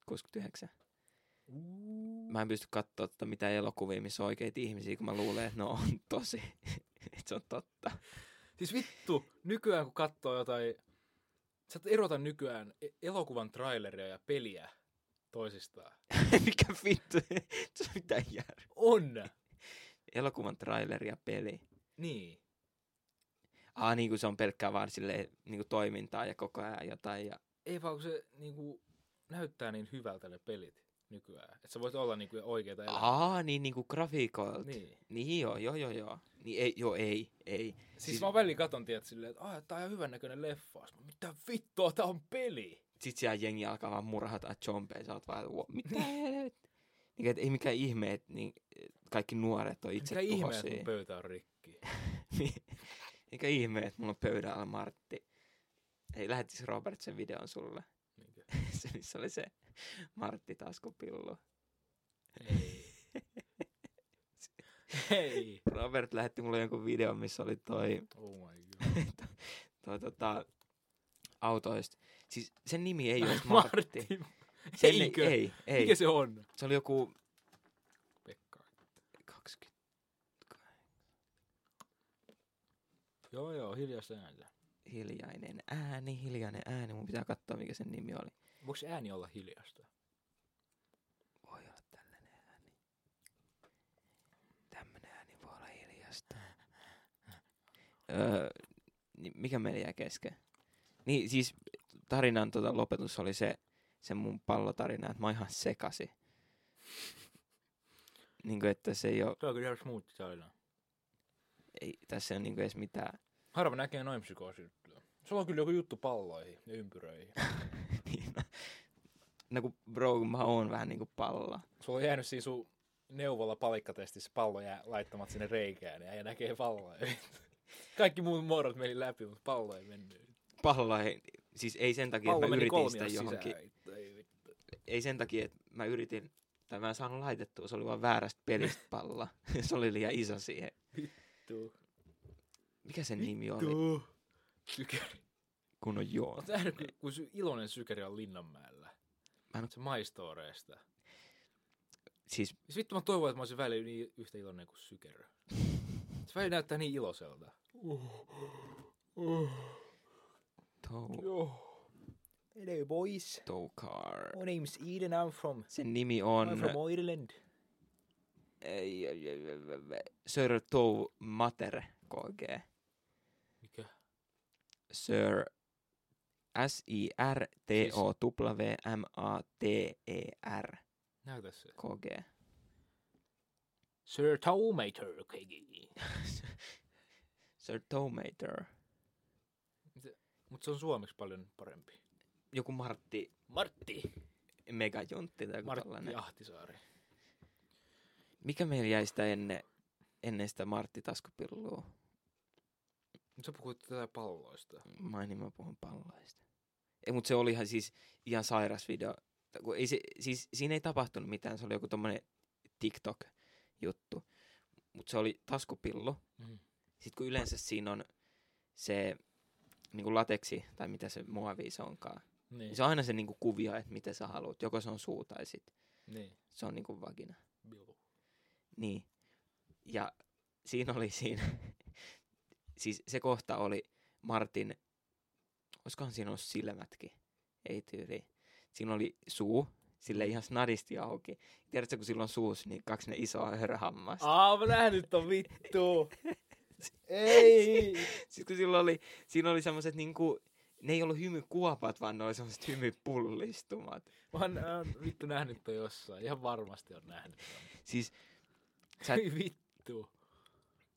69. Uuu. Mä en pysty katsoa tota mitään elokuvia, missä on oikeita ihmisiä, kun mä luulen, että ne on tosi. <laughs> että se on totta. <laughs> Siis vittu, nykyään kun katsoo jotain, sä et erota nykyään e- elokuvan traileria ja peliä toisistaan. Mikä vittu? <laughs> Se on mitään järkeä. On! Elokuvan traileri ja peli. Niin. Ah, niin kuin se on pelkkää vaan silleen, niin kuin toimintaa ja koko ajan jotain. Ja... Ei vaan kun se niinku, näyttää niin hyvältä ne pelit nykyään. Että sä voit olla niinku oikeita elämää. Ah, niin, niin kuin grafiikoilta. Niin. Niin. niin joo, joo, joo, joo. Niin ei, joo, ei, ei. Siis, siis mä välillä katon tiedät silleen, että aah, tää on ihan hyvännäköinen leffa. Sitten mä, Mitä vittua, tää on peli! Sit siellä jengi alkaa vaan murhata chompeja, sä oot vaan, "Wo- <laughs> mitä helvettiä?" niin, että ei mikään ihme, että niin, kaikki nuoret on itse Mitä ihme, että tuhoisia. mun pöytä on rikki. <laughs> Mikä ihme, että mulla on pöydällä Martti. Ei, lähetis Robert sen videon sulle. <laughs> Niinkö? se, missä oli se Martti taskupillu. <laughs> Ei. Ei. Robert lähetti mulle jonkun videon, missä oli toi, <laughs> Oh my god. toi tota, autoista. Siis sen nimi <laughs> ei ole Martti. Sen ei, Eikö? ei, ei. Mikä se on? Se oli joku Pekka. 20. Joo, joo, hiljaista ääntä. Hiljainen ääni, hiljainen ääni. Mun pitää katsoa, mikä sen nimi oli. Voiko se ääni olla hiljasta? Voi olla tällainen ääni. Tämmönen ääni voi olla hiljasta. Öö, niin mikä meillä jäi kesken? Niin siis tarinan tota, lopetus oli se, se mun pallotarina, että mä oon ihan sekasi. Niin kuin, että se ei ole, Tuo on kyllä ihan smooth tarina. ei, tässä ei ole niin edes mitään. <laughs> Harva näkee noin psykoosijuttuja. Sulla on kyllä joku juttu palloihin ja ympyröihin. Niin, no, no kun bro, kun mä oon vähän niinku palla. Sulla on jäänyt siis sun neuvolla palikkatestissä pallo jää laittamat sinne reikään ja äijä näkee palloja. <laughs> Kaikki muut muodot meni läpi, mutta pallo ei mennyt. Pallo ei, siis ei sen takia, Pallo että mä meni yritin sitä kolmios sisään. johonkin. Ei, ei vittu. ei sen takia, että mä yritin, tai mä en saanut laitettua, se oli vaan väärästä pelistä <laughs> palla. se oli liian iso siihen. Vittu. Mikä sen nimi oli, Sykeri. kun on joo. Oot nähnyt, kun, kun sy- iloinen sykeri on Linnanmäellä? Mä en oo- Se maistoreesta. Siis Siis vittu mä toivon, että mä olisin välillä niin yhtä iloinen kuin sykerö. Se välillä näyttää niin iloiselta. Tou- Joo. Hello boys. Toukar. name's Eden, I'm from, Sen nimi on Ireland. ei, ei, ei, ei, ei, ei, Sir Tou Mater KG. Mikä? Sir S I R T O W M A T E R Näytä se. KG. Sir Tomater <laughs> Sir Toumater. Mut se on suomeksi paljon parempi. Joku Martti Martti. Megajontti tai joku Martti tällainen. Ahtisaari. Mikä meillä jäi sitä ennen, ennen sitä Martti Taskupillua? Nyt sä puhut tätä palloista. Mä en niin mä puhun palloista. Ei, mutta se oli ihan siis ihan sairas video. Tai Kun ei se, siis siinä ei tapahtunut mitään, se oli joku tommonen TikTok-juttu. Mutta se oli taskupillo. Mm. Sitten kun yleensä siinä on se niin kuin lateksi, tai mitä se muovi se onkaan. Niin Niin. se on aina se niin kuin kuvio, että mitä sä haluat. Joko se on suu tai sit Niin. se on niin kuin vagina. Joo. Niin. Ja siinä oli siinä, <laughs> siis se kohta oli Martin, olisikohan siinä ollut silmätkin, ei tyyli. Siinä oli suu, sille ihan snadisti auki. Tiedätkö, kun silloin suus, niin kaksi ne isoa hörhammasta. Aa, mä nähnyt ton vittu. Ei. Sitten Siis kun silloin oli, siinä oli semmoset niinku, ne ei ollut hymykuopat, vaan ne oli semmoset hymypullistumat. Mä oon, mä oon vittu nähnyt ton jossain. Ihan varmasti on nähnyt ton. Siis, Sä- Sä... vittu.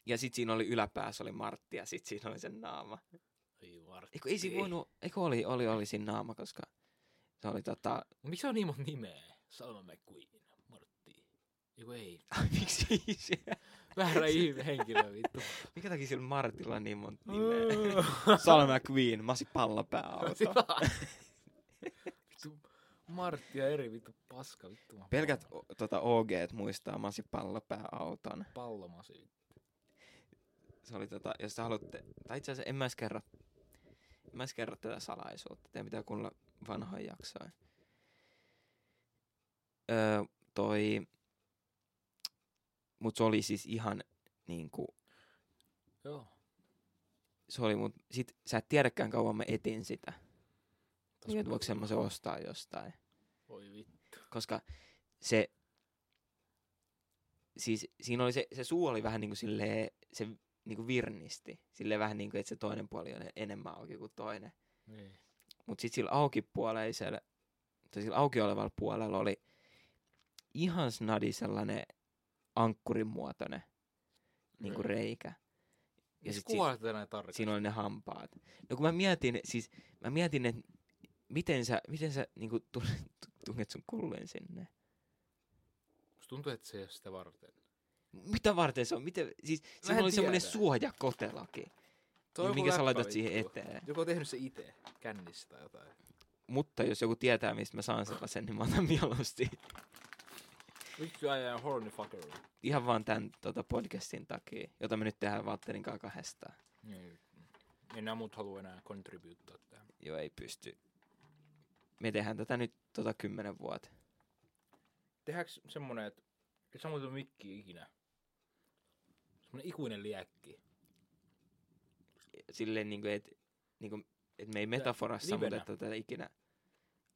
ja sit siinä oli yläpäässä oli Martti ja sit siinä oli sen naama. Ei Martti. Eikö, ei siinä voinut, eikö oli, oli, oli siinä naama, koska se oli tota, Miksi se on niin monta nimeä? Salma McQueen, Martti. Joku ei. miksi se? <laughs> Väärä ihme henkilö vittu. Mikä takia sillä Martilla on niin monta <laughs> nimeä? Mm. Salma Queen, Masi pallapääauto. Vittu, Martti ja eri vittu paska vittu. mä Pelkät pallo- o- tota OG muistaa Masi pallapääauton. pallomasi. Se oli tota, jos te haluatte, tai itse asiassa en mä edes kerro, en mä edes kerro tätä salaisuutta. Teidän pitää kuulla vanhoja jaksoja. Öö, toi, mut se oli siis ihan niinku, Joo. se oli, mut sit sä et tiedäkään kauan mä etin sitä. Niin, että voiko semmoisen ostaa jostain. Voi vittu. koska se, siis siinä oli se, se suu oli vähän niin kuin silleen, se niin kuin virnisti. Silleen vähän niin kuin, että se toinen puoli on enemmän auki kuin toinen. Niin. Mutta sitten sillä aukipuoleisella, tai sillä auki olevalla puolella oli ihan snadi sellainen ankkurin muotoinen niin kuin reikä. Ja sit sit si- kuvaat tätä näin tarkasti. Siinä oli ne hampaat. No kun mä mietin, siis mä mietin, että miten sä, miten sä niin kuin tunget sun kullen sinne. Musta tuntuu, että se ei ole sitä varten. Mitä varten se on? Miten, siis en siinä oli semmoinen tiedä. suojakotelokin, on niin joku minkä sä läppä laitat siihen vittu. eteen. Joku on tehnyt se itse kännissä tai jotain. Mutta jos joku tietää, mistä mä saan sellaisen, niin mä otan mieluusti. Miksi ajan horny fucker? Ihan vaan tämän tota, podcastin takia, jota me nyt tehdään Valtterin kanssa kahdestaan. Niin. Enää muut halua enää contribuuttaa tähän. Joo, ei pysty. Me tehdään tätä nyt tota kymmenen vuotta. Tehdäänkö semmonen, että et sä muuta mikkiä ikinä? Semmonen ikuinen liäkki. Silleen, niin kuin, et, niin kuin, et me ei metaforassa livenä. samuteta tätä ikinä.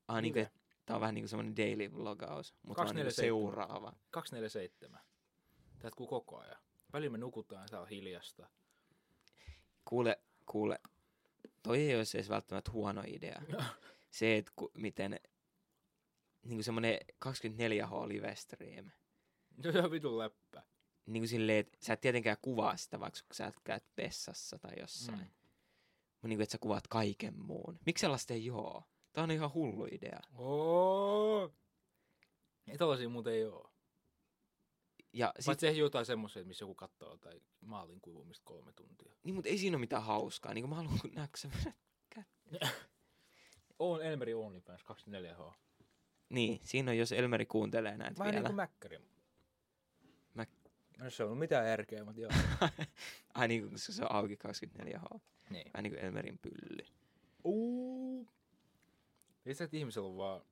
Ah, niin kuin, Livenä. et, tää on vähän niin kuin semmoinen daily vlogaus, mutta on niin kuin 247. seuraava. 247. Tää jatkuu koko ajan. Välillä me nukutaan, tää on hiljasta. <laughs> Kuule, kuule, toi ei olisi edes välttämättä huono idea. se, että ku, miten niinku semmonen 24H live stream, Se on vitun läppä. niinku silleen, että sä et tietenkään kuvaa sitä, vaikka sä et käyt vessassa tai jossain. Mm. Mm. Mutta niinku, että sä kuvaat kaiken muun. Miksi sellaista ei oo? Tää on ihan hullu idea. Oo. Ei tollasia muuten ei oo. Ja Sit... sit, Paitsi ehkä jotain semmoisia, missä joku katsoo tai maalin kuivumista kolme tuntia. niin, mut ei siinä ole mitään hauskaa. Niinku mä haluan kun nähdä, kun sä vedät On Elmeri OnlyFans 24H. <laughs> Niin, siinä on, jos Elmeri kuuntelee näitä Vähän vielä. niin kuin mäkkäri. Mäk- No se on ollut mitään järkeä, mutta <laughs> joo. <laughs> Ai niin, kuin, koska se on auki 24H. niin. Vähän niin kuin Elmerin pylly. Uu. Ei sä, että ihmisellä on vaan...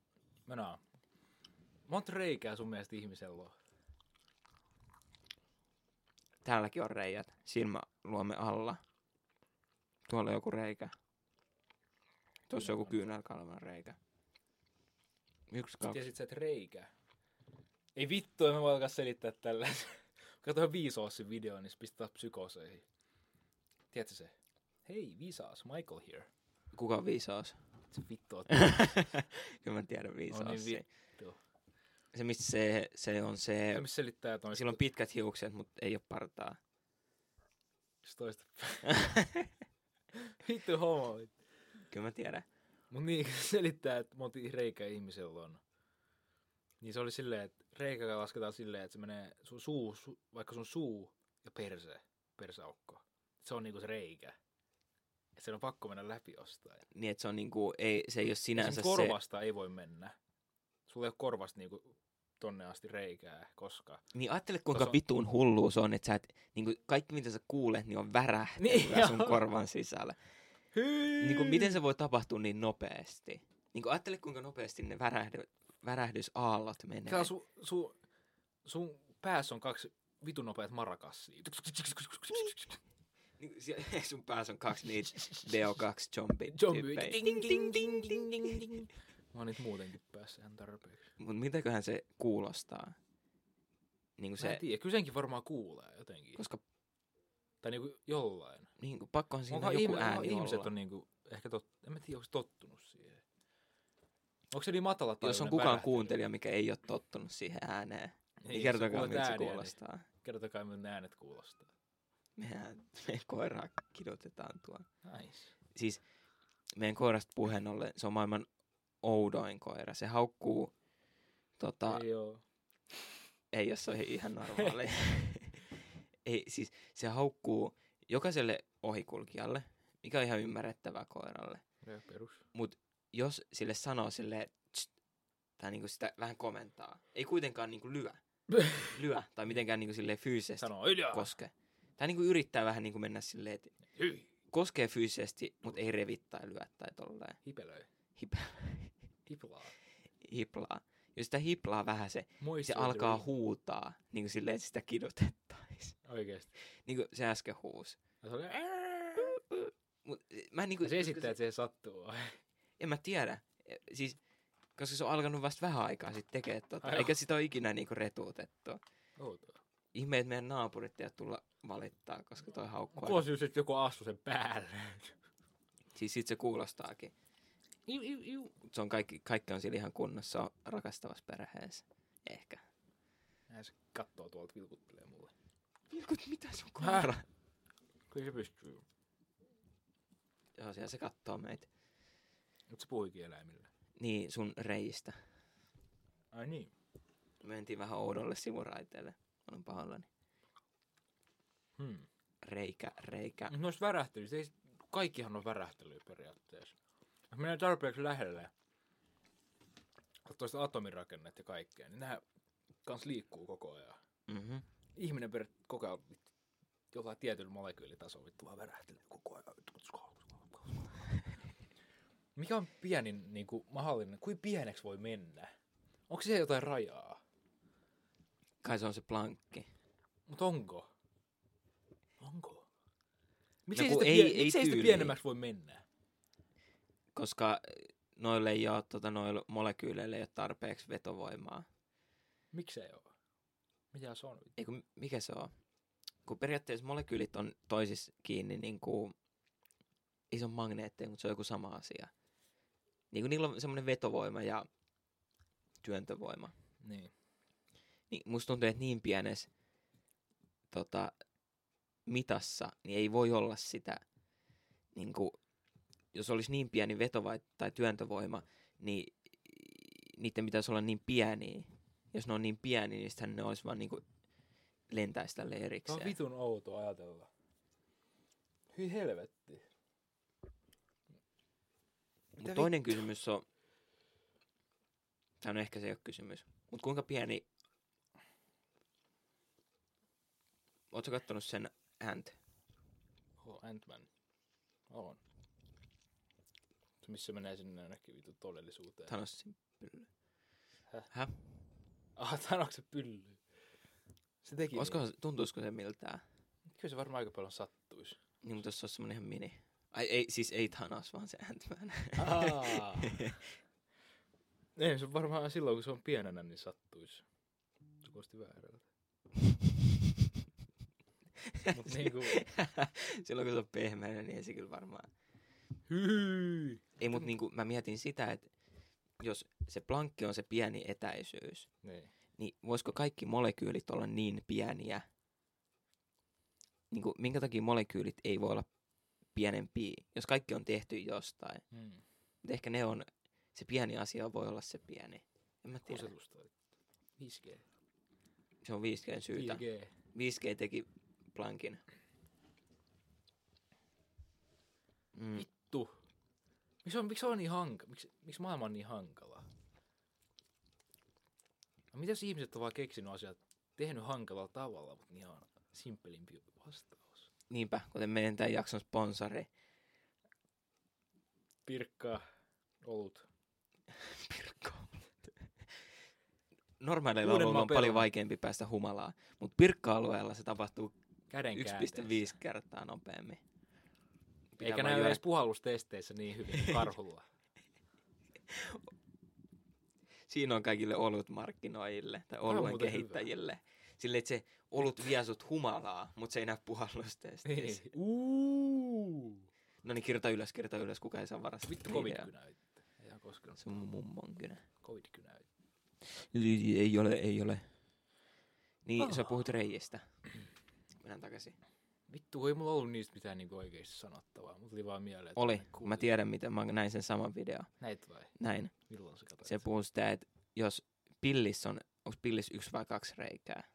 Mä naan. Monta reikää sun mielestä ihmisellä on? Täälläkin on reijät. Silmäluomme alla. Tuolla on joku reikä. Tuossa on joku kyynärkalman reikä. Yksi, Sä kaksi. tiesit sä, että reikä. Ei vittu, en mä voi alkaa selittää tällä. <laughs> Katoin Viisaassin videon, niin se pistää psykooseihin. Tiedätkö se? Hei, Viisaas, Michael here. Kuka on viisaus? <laughs> Se vittu on Kyllä mä tiedän viisaus. On niin niin vi- se, mistä se, se on se... se, missä selittää toista. Sillä on pitkät hiukset, mutta ei ole partaa. <laughs> toista. <laughs> vittu homo. Kyllä mä tiedän. Mut niin, kun se selittää, että monti reikä ihmisellä on. Niin se oli silleen, että reikä lasketaan silleen, että se menee sun suu, su, vaikka sun suu ja perse, perseaukko. Se on niinku se reikä. Et sen on pakko mennä läpi jostain. Niin, että se on niinku, ei, se ei ole sinänsä Sinänsä se... korvasta ei voi mennä. Sulla ei ole korvasta niinku tonne asti reikää koska. Niin ajattele, kuinka Tuossa on- vitun hullu se on, että sä et, niin kuin kaikki mitä sä kuulet, niin on värähtelyä Niin, sun joo. korvan sisällä. Niin Mm. kuin, miten se voi tapahtua niin nopeasti? Niin kuin, ajattele, kuinka nopeasti ne värähdy, värähdysaallot menee. Tää sun, sun, sun päässä on kaksi vitun nopeat marakassia. <laughs> Niin, kuin sie- sun päässä on kaksi niitä DO2 zombie Zombie. tyyppejä. Ding, ding, ding, ding, ding, ding. Mä oon niitä muutenkin päässä ihan tarpeeksi. Mut mitäköhän se kuulostaa? Niin kuin Se... Mä en se, tiedä, kyllä senkin varmaan kuulee jotenkin. Koska... koska Tai niinku jollain. niin kuin, pakkohan siinä Onko joku ihme, ääni ihmiset olla. on niinku, ehkä tot, en mä tiedä, onko tottunut siihen. Onko se niin matala Jos on kukaan kuuntelija, mikä ei ole tottunut siihen ääneen, niin, niin kertokaa, miltä se kuulostaa. Kertokaa, miltä ne äänet kuulostaa. mehän me koiraa kidotetaan tuolla. Nice. Siis meidän koirasta puheen ollen, se on maailman oudoin koira. Se haukkuu, tota, ei, Ei oo. ei jos se on ihan normaali. <laughs> ei, siis se haukkuu jokaiselle ohikulkijalle, mikä on ihan ymmärrettävää koiralle. Joo, <laughs> perus. Jos sille sanoo sille tai niinku sitä vähän komentaa. Ei kuitenkaan niinku lyö, lyö tai mitenkään niinku sille fyysisesti Sanoo hiljaa. koske. Tai niinku yrittää vähän niinku mennä silleen, että Hyi. koskee fyysisesti, mutta ei revi tai lyö tai tolleen. Hipelöi. Hip, Hiplaa. hiplaa. Jos sitä hiplaa vähän se, Moi se alkaa huutaa, niin kuin silleen, että sitä kidotettaisiin. Oikeesti. <laughs> Niin kuin se äsken huusi. Ja Se, oli... Mut, mä en, niin Ja kuin, se esittää, että siihen sattuu. en mä tiedä. Siis, koska se on alkanut vasta vähän aikaa sitten tekee tota. Ai joo. Eikä sitä ole ikinä niinku retuutettu. Outoa. Ihme, että meidän naapurit ei tulla valittaa, koska toi haukkuu. aika- Kuosi just, että joku astu sen päälle. Siis sit se kuulostaakin. Iu, iu, iu. Se on kaikki, kaikki on siellä ihan kunnossa, on rakastavassa perheessä. Ehkä. Näin se kattoo tuolta vilkuttelee mulle. Vilkut, mitä sun koira? Kyllä se pystyy. Joo, siellä se kattoo meitä. Mut se puhuikin eläimille. Niin, sun reistä. Ai niin. Me mentiin vähän oudolle sivuraiteelle. Olen pahoillani. Hmm. Reikä, reikä. Mut noista värähtelyistä, ei, kaikkihan on värähtelyä periaatteessa. Jos menee tarpeeksi lähelle, tuosta atomirakennetta ja kaikkea, niin nämä kans liikkuu koko ajan. Mm-hmm. ihminen per koko ajan vittu jollain tietyllä molekyylitasolla vittu vaan värähtelee koko ajan. Mikä on pienin niin kuin, mahdollinen, kuin pieneksi voi mennä? Onko siellä jotain rajaa? Kai se on se plankki. Mutta onko? Onko? Miksi No kun sitä, ei- ei, ei pie- miksei sitä tyyliin. pienemmäksi voi mennä? Koska eh, noille ei ole, tota, noille molekyyleille ei ole tarpeeksi vetovoimaa. Miksei ole? Mitä se on? Ei kun, mikä se on? Kun periaatteessa molekyylit on toisissa kiinni, niin kuin, ei se on magneetteja, mutta se on joku sama asia. Niin kuin niillä on semmoinen vetovoima ja työntövoima. Niin. niin musta tuntuu, että niin pienessä tota, mitassa niin ei voi olla sitä, niin kuin, jos olisi niin pieni veto vai, tai työntövoima, niin niiden pitäisi olla niin pieniä. Jos ne on niin pieniä, niin sitten ne olisi vaan niin kuin, lentäisi tälle Tämä on erikseen. vitun outo ajatella. Hyi helvetti. Mut toinen kysymys on, Tai no ehkä se ei ole kysymys. Mutta kuinka pieni... Oletko kattonut sen Ant? Oh, Ant-Man. On. Se, Missä menee sinne jonnekin vitu todellisuuteen. Thanosin pylly. Häh? Häh? Ah, Tanoksen se pylly? Se teki Olisiko, se- tuntuisiko se miltään? niin. Kyllä se varmaan aika paljon sattuisi. Niin, mutta jos se olisi semmonen ihan mini. Ai ei, siis ei Thanos, vaan se Ant-Man. Aa. Ei, se varmaan silloin, kun se on pienenä, niin sattuisi. Se kuulosti väärältä. <laughs> Mut niinku... <laughs> Silloin kun se on pehmeänä, niin ei se kyllä varmaan. Hyi. Ei, mutta niinku, mä mietin sitä, että jos se plankki on se pieni etäisyys, Niin. niin voisiko kaikki molekyylit olla niin pieniä? Niinku, minkä takia molekyylit ei voi olla pienempiä, jos kaikki on tehty jostain? Mm. Mutta ehkä ne on, se pieni asia voi olla se pieni. En mä tiedä. Kusetusta. 5G. Se on 5G syytä. 5G. 5G teki plankin. Mm. Vittu. Miksi on, miksi on niin hankala? Miksi, miksi maailma on niin hankala? No, mitäs ihmiset on vaan keksinyt asiat, tehnyt hankalalla tavalla, mutta niin on simppelimpi vastaus. Niinpä, kuten meidän tämän jakson sponsori. Pirkkaa, olut. Pirkko. Normaaleilla Uudenmaan alueilla on pelaa. paljon vaikeampi päästä humalaan, mutta Pirkka-alueella se tapahtuu 1,5 Käden käänteessä. kertaa nopeammin. Pitää Eikä vaan näy juoda- edes puhallustesteissä niin hyvin kuin <laughs> karhulla. Siinä on kaikille olutmarkkinoijille tai on oluen muuten hyvä. kehittäjille. Silleen, että se olut vie sut humalaa, mutta se ei näy puhallustesteissä. Niin. Uuu. No niin, kirjoita ylös, kirjoita ylös, kuka ei saa varastaa. Vittu niitä. covidkynä. yrittää. Ei ihan koskenut. Se on mun mummon kynä. Covidkynä. yrittää. Ei ei ole, ei ole. Niin, Ah. sä puhut reijistä. Mennään takaisin. Vittu, ei mulla ollut niistä mitään niinku oikeasti sanottavaa. Mulla tuli vaan mieleen, että Oli, kuulin. mä tiedän miten, mä näin sen saman video. Näit vai? Näin. Milloin sä katsoit? Se puhuu sitä, että jos pillissä on, onko pillissä yksi vai kaksi reikää?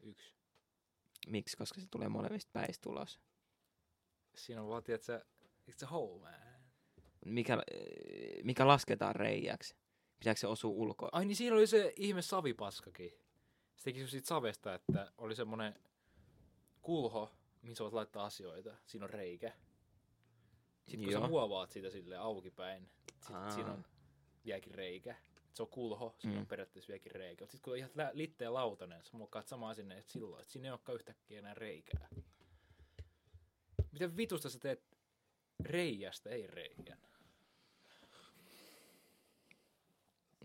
Yksi. Miksi? Koska se tulee molemmista päistä ulos. Siinä on vaan, tiedätkö, it's a hole, man. Mikä, äh, mikä lasketaan reijäksi? Pitääkö se osua ulkoa? Ai niin siinä oli se ihme savipaskakin. Se teki just siitä savesta, että oli semmonen kulho, mihin sä voit laittaa asioita. Siinä on reikä. Sitten kun sä Joo. muovaat sitä sille auki päin, Aa. sit siinä on vieläkin reikä. Se on kulho, siinä on Mm. periaatteessa vieläkin reikä. Sitten kun on ihan lä- litteen lautanen, sä muokkaat samaa sinne, että silloin, että siinä ei olekaan yhtäkkiä enää reikää. Miten vitusta sä teet reijästä, ei reikän? <laughs>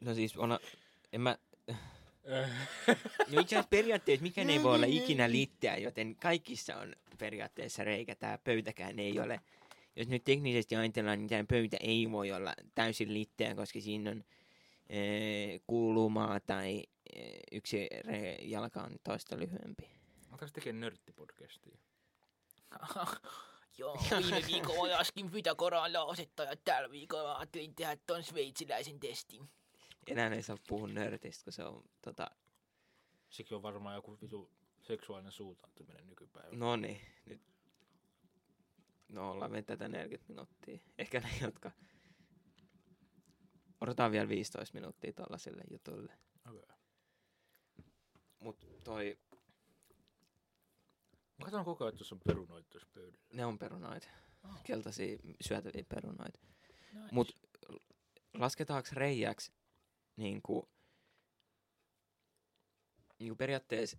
No siis on... En mä... No itse asiassa periaatteessa mikään ei voi olla ikinä litteä, joten kaikissa on periaatteessa reikä. Tämä pöytäkään ei ole. Jos nyt teknisesti ajatellaan, niin tämä pöytä ei voi olla täysin litteä, koska siinä on ee, kulmaa tai ee, yksi re- jalka on toista lyhyempi. Alkaisi tekemään nörttipodcastia. Joo, viime viikolla laskin Pythagoran lausetta ja tällä viikolla ajattelin tehdä ton sveitsiläisen testin. Enää ei saa puhua nörtistä, kun se on tota... Sekin on varmaan joku vitu seksuaalinen suuntautuminen nykypäivänä. No niin, nyt... No ollaan me tätä 40 minuuttia. Ehkä ne, jotka... Odotetaan vielä 15 minuuttia tollaselle jutulle. Okay. Mut toi, Mä katson koko ajan, että tuossa on perunoita tuossa pöydällä. ne on perunoita. Oh. Keltaisia syötäviä perunoita. Nice. Mut lasketaanko reijäksi niinku... Niinku periaatteessa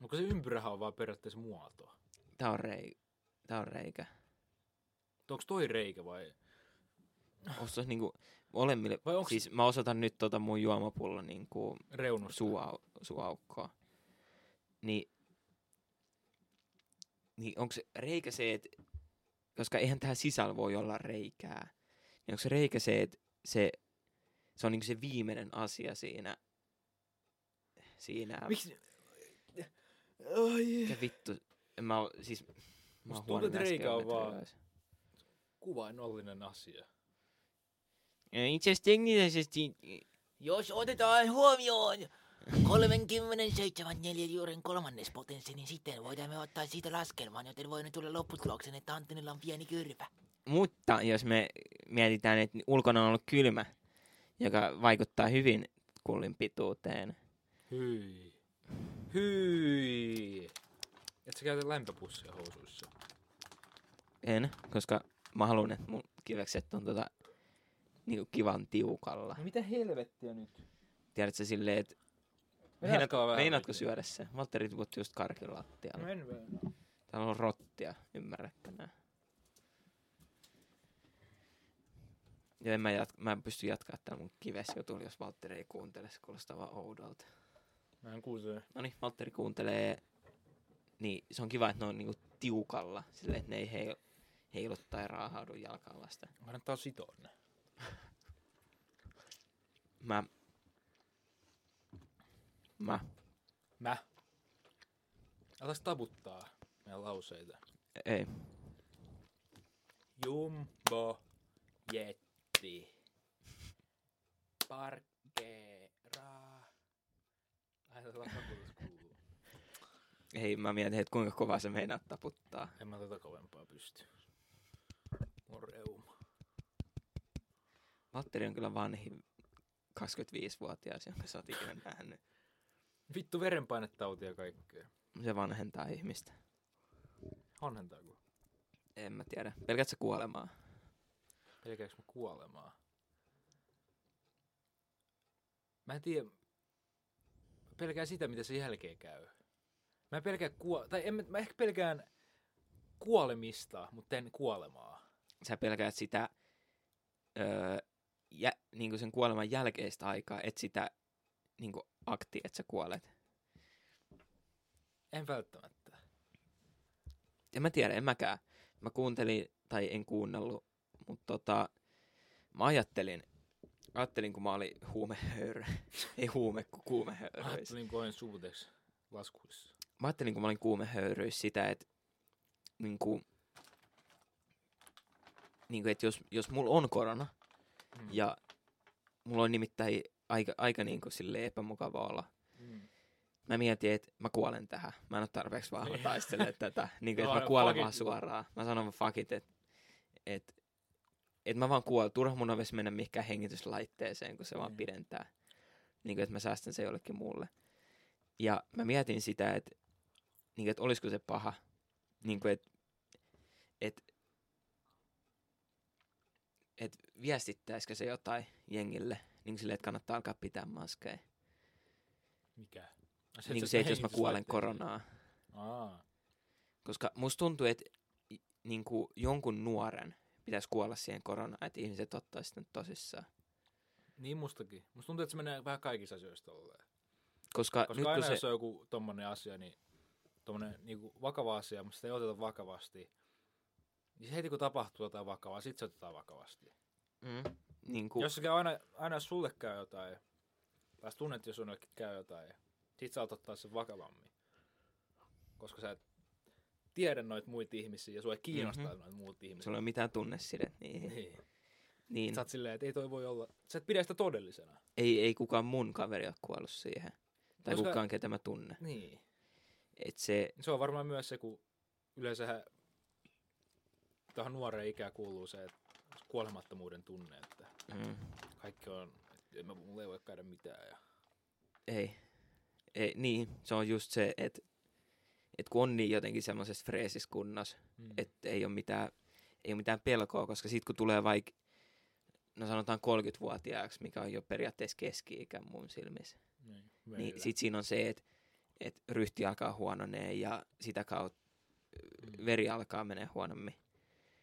No kun se ympyrähän on vaan periaatteessa muotoa. tää on, rei, tää on reikä. Onko toi reikä vai? Ostos niinku molemmille... Oh. Vai onks- Siis mä osoitan nyt tota mun juomapullon niinku... Reunus. suau, suaukkoa. Niin, niin onko reikä se, että, koska eihän tähän sisällä voi olla reikää, niin onko se reikä se, että se, se on niinku se viimeinen asia siinä, siinä, Miksi? Ai. mikä vittu, en mä oo, siis, mä Musta oon tuntuu, huono että näissä reikä on vaan- geometrioissa. Kuvainnollinen asia. Ja Itse asiassa teknisesti, Jos otetaan huomioon 37 neliöjuuren kolmannes potenssi, niin sitten voidaan me ottaa siitä laskelman, joten voin tulla lopputuloksen, että Antonilla on pieni kyrpä. Mutta jos me mietitään, että ulkona on ollut kylmä, joka vaikuttaa hyvin kullin pituuteen. Hyi. Hyi. Et sä käytä lämpöpussia housuissa. En, koska mä haluan, että mun kivekset on tota, niinku kivan tiukalla. No mitä helvettiä nyt? Tiedätkö silleen, että Meinaatko vähän meinaatko oikein? syödä se? Valtteri tiputti just karkin lattialle. No en meinaa. Täällä on rottia, ymmärrätkö nää? Ja en mä, jat- mä en pysty jatkaa täällä mun kivesjutulla, jos Valtteri ei kuuntele, se kuulostaa vaan oudolta. Mä en kuuntele. No niin, Valtteri kuuntelee, niin se on kiva, että ne on niinku tiukalla, silleen, että ne ei heil- heilu tai raahaudu jalkaan vasta. Kannattaa sitoa ne. Mä, mä, Mä. Älä tabuttaa meidän lauseita. ei, Jumbo Jetti. Parkkeeraa. Ai, tätä taputus kuuluu. ei, mä mietin, että kuinka kovaa se meinaa taputtaa. En mä tätä kovempaa pysty. Mun reuma. Valtteri on kyllä vanhin 25-vuotias, jonka sä oot ikinä nähnyt. Vittu verenpainetautia ja kaikkea. se vanhentaa ihmistä. Hanhentaako? En mä tiedä. Pelkät sä kuolemaa? Pelkääks mä kuolemaa? Mä en tiedä. Mä pelkään sitä, mitä se jälkeen käy. Mä en pelkää kuo... Tai en, mä- mä ehkä pelkään kuolemista, mutta en kuolemaa. Sä pelkäät sitä öö, jä, niin sen kuoleman jälkeistä aikaa, et sitä niin akti, että sä kuolet. En välttämättä. En mä tiedä, en mäkään. Mä kuuntelin, tai en kuunnellut, mutta tota, mä ajattelin, ajattelin, kun mä olin huumehöyrä. <laughs> Ei huume, kun Mä kuumehöyryissä. ajattelin, kun olin suuteksi laskuissa. Mä ajattelin, kun mä olin kuumehöyryissä sitä, että niin kuin, niin kuin, että jos, jos mulla on korona, Mm. Ja mulla on nimittäin aika, aika niin kuin silleen epämukava olla. Mm. Mä mietin, että mä kuolen tähän. Mä en ole tarpeeksi vahva Niin. taistelemaan tätä. <laughs> Niin kuin, että Joo, mä no, kuolen fuck it. vaan suoraan. Mä sanon vaan fuck it, että et, et mä vaan kuolen. Turha mun olisi mennä mihinkään hengityslaitteeseen, kun se vaan Niin. pidentää. Niin kuin, että mä säästän se jollekin muulle. Ja mä mietin sitä, että niin kuin, että olisiko se paha. Niin kuin, että et, et viestittäisikö se jotain jengille, niin kuin silleen, että kannattaa alkaa pitää maskeja. Mikä? Ai Se, niin kuin se, että jos mä kuolen hengityslaitteeseen. koronaa. Aa. Koska musta tuntuu, että i- niin kuin jonkun nuoren pitäisi kuolla siihen koronaan, että ihmiset ottaa sitä nyt tosissaan. Niin mustakin. Musta tuntuu, että se menee vähän kaikissa asioissa tolleen. Koska, Koska nyt aina kun se... se... jos on joku tommonen asia, niin tommonen niinku vakava asia, mutta sitä ei oteta vakavasti. Niin heti kun tapahtuu jotain vakavaa, sit se otetaan vakavasti. Mm, niin Ku... kuin, Jos se käy aina, aina jos sulle käy jotain, tai sä tunnet, jos jonnekin käy jotain, sit sä oot ottaa sen vakavammin. Koska sä et tiedä noita muita ihmisiä ja sua ei kiinnostaa Mhm. mm-hmm. noita muita ihmisiä. sulla ei ole mitään tunnesidettä niihin. Niin. Niin, Sä oot silleen, että ei toi voi olla. Sä et pidä sitä todellisena. ei, ei kukaan mun kaveri ole kuollut siihen. Tai Koska- kukaan, ketä mä tunnen. Niin. Et se, Se on varmaan myös se, kun yleensähän tuohon nuoreen ikään kuuluu se että kuolemattomuuden tunne, että mm, kaikki on, että en mä, mulla ei voi käydä mitään. Ja... ei. ei. Niin, se on just se, että et kun on niin jotenkin semmoisessa freesissä kunnossa, Mm. että ei ole mitään, ei ole mitään pelkoa, koska sitten kun tulee vaikka, no sanotaan 30-vuotiaaksi, mikä on jo periaatteessa keski-ikä mun silmissä, niin, niin meillä. sitten siinä on se, että et ryhti alkaa huononee ja sitä kautta Mm. veri alkaa menee huonommin.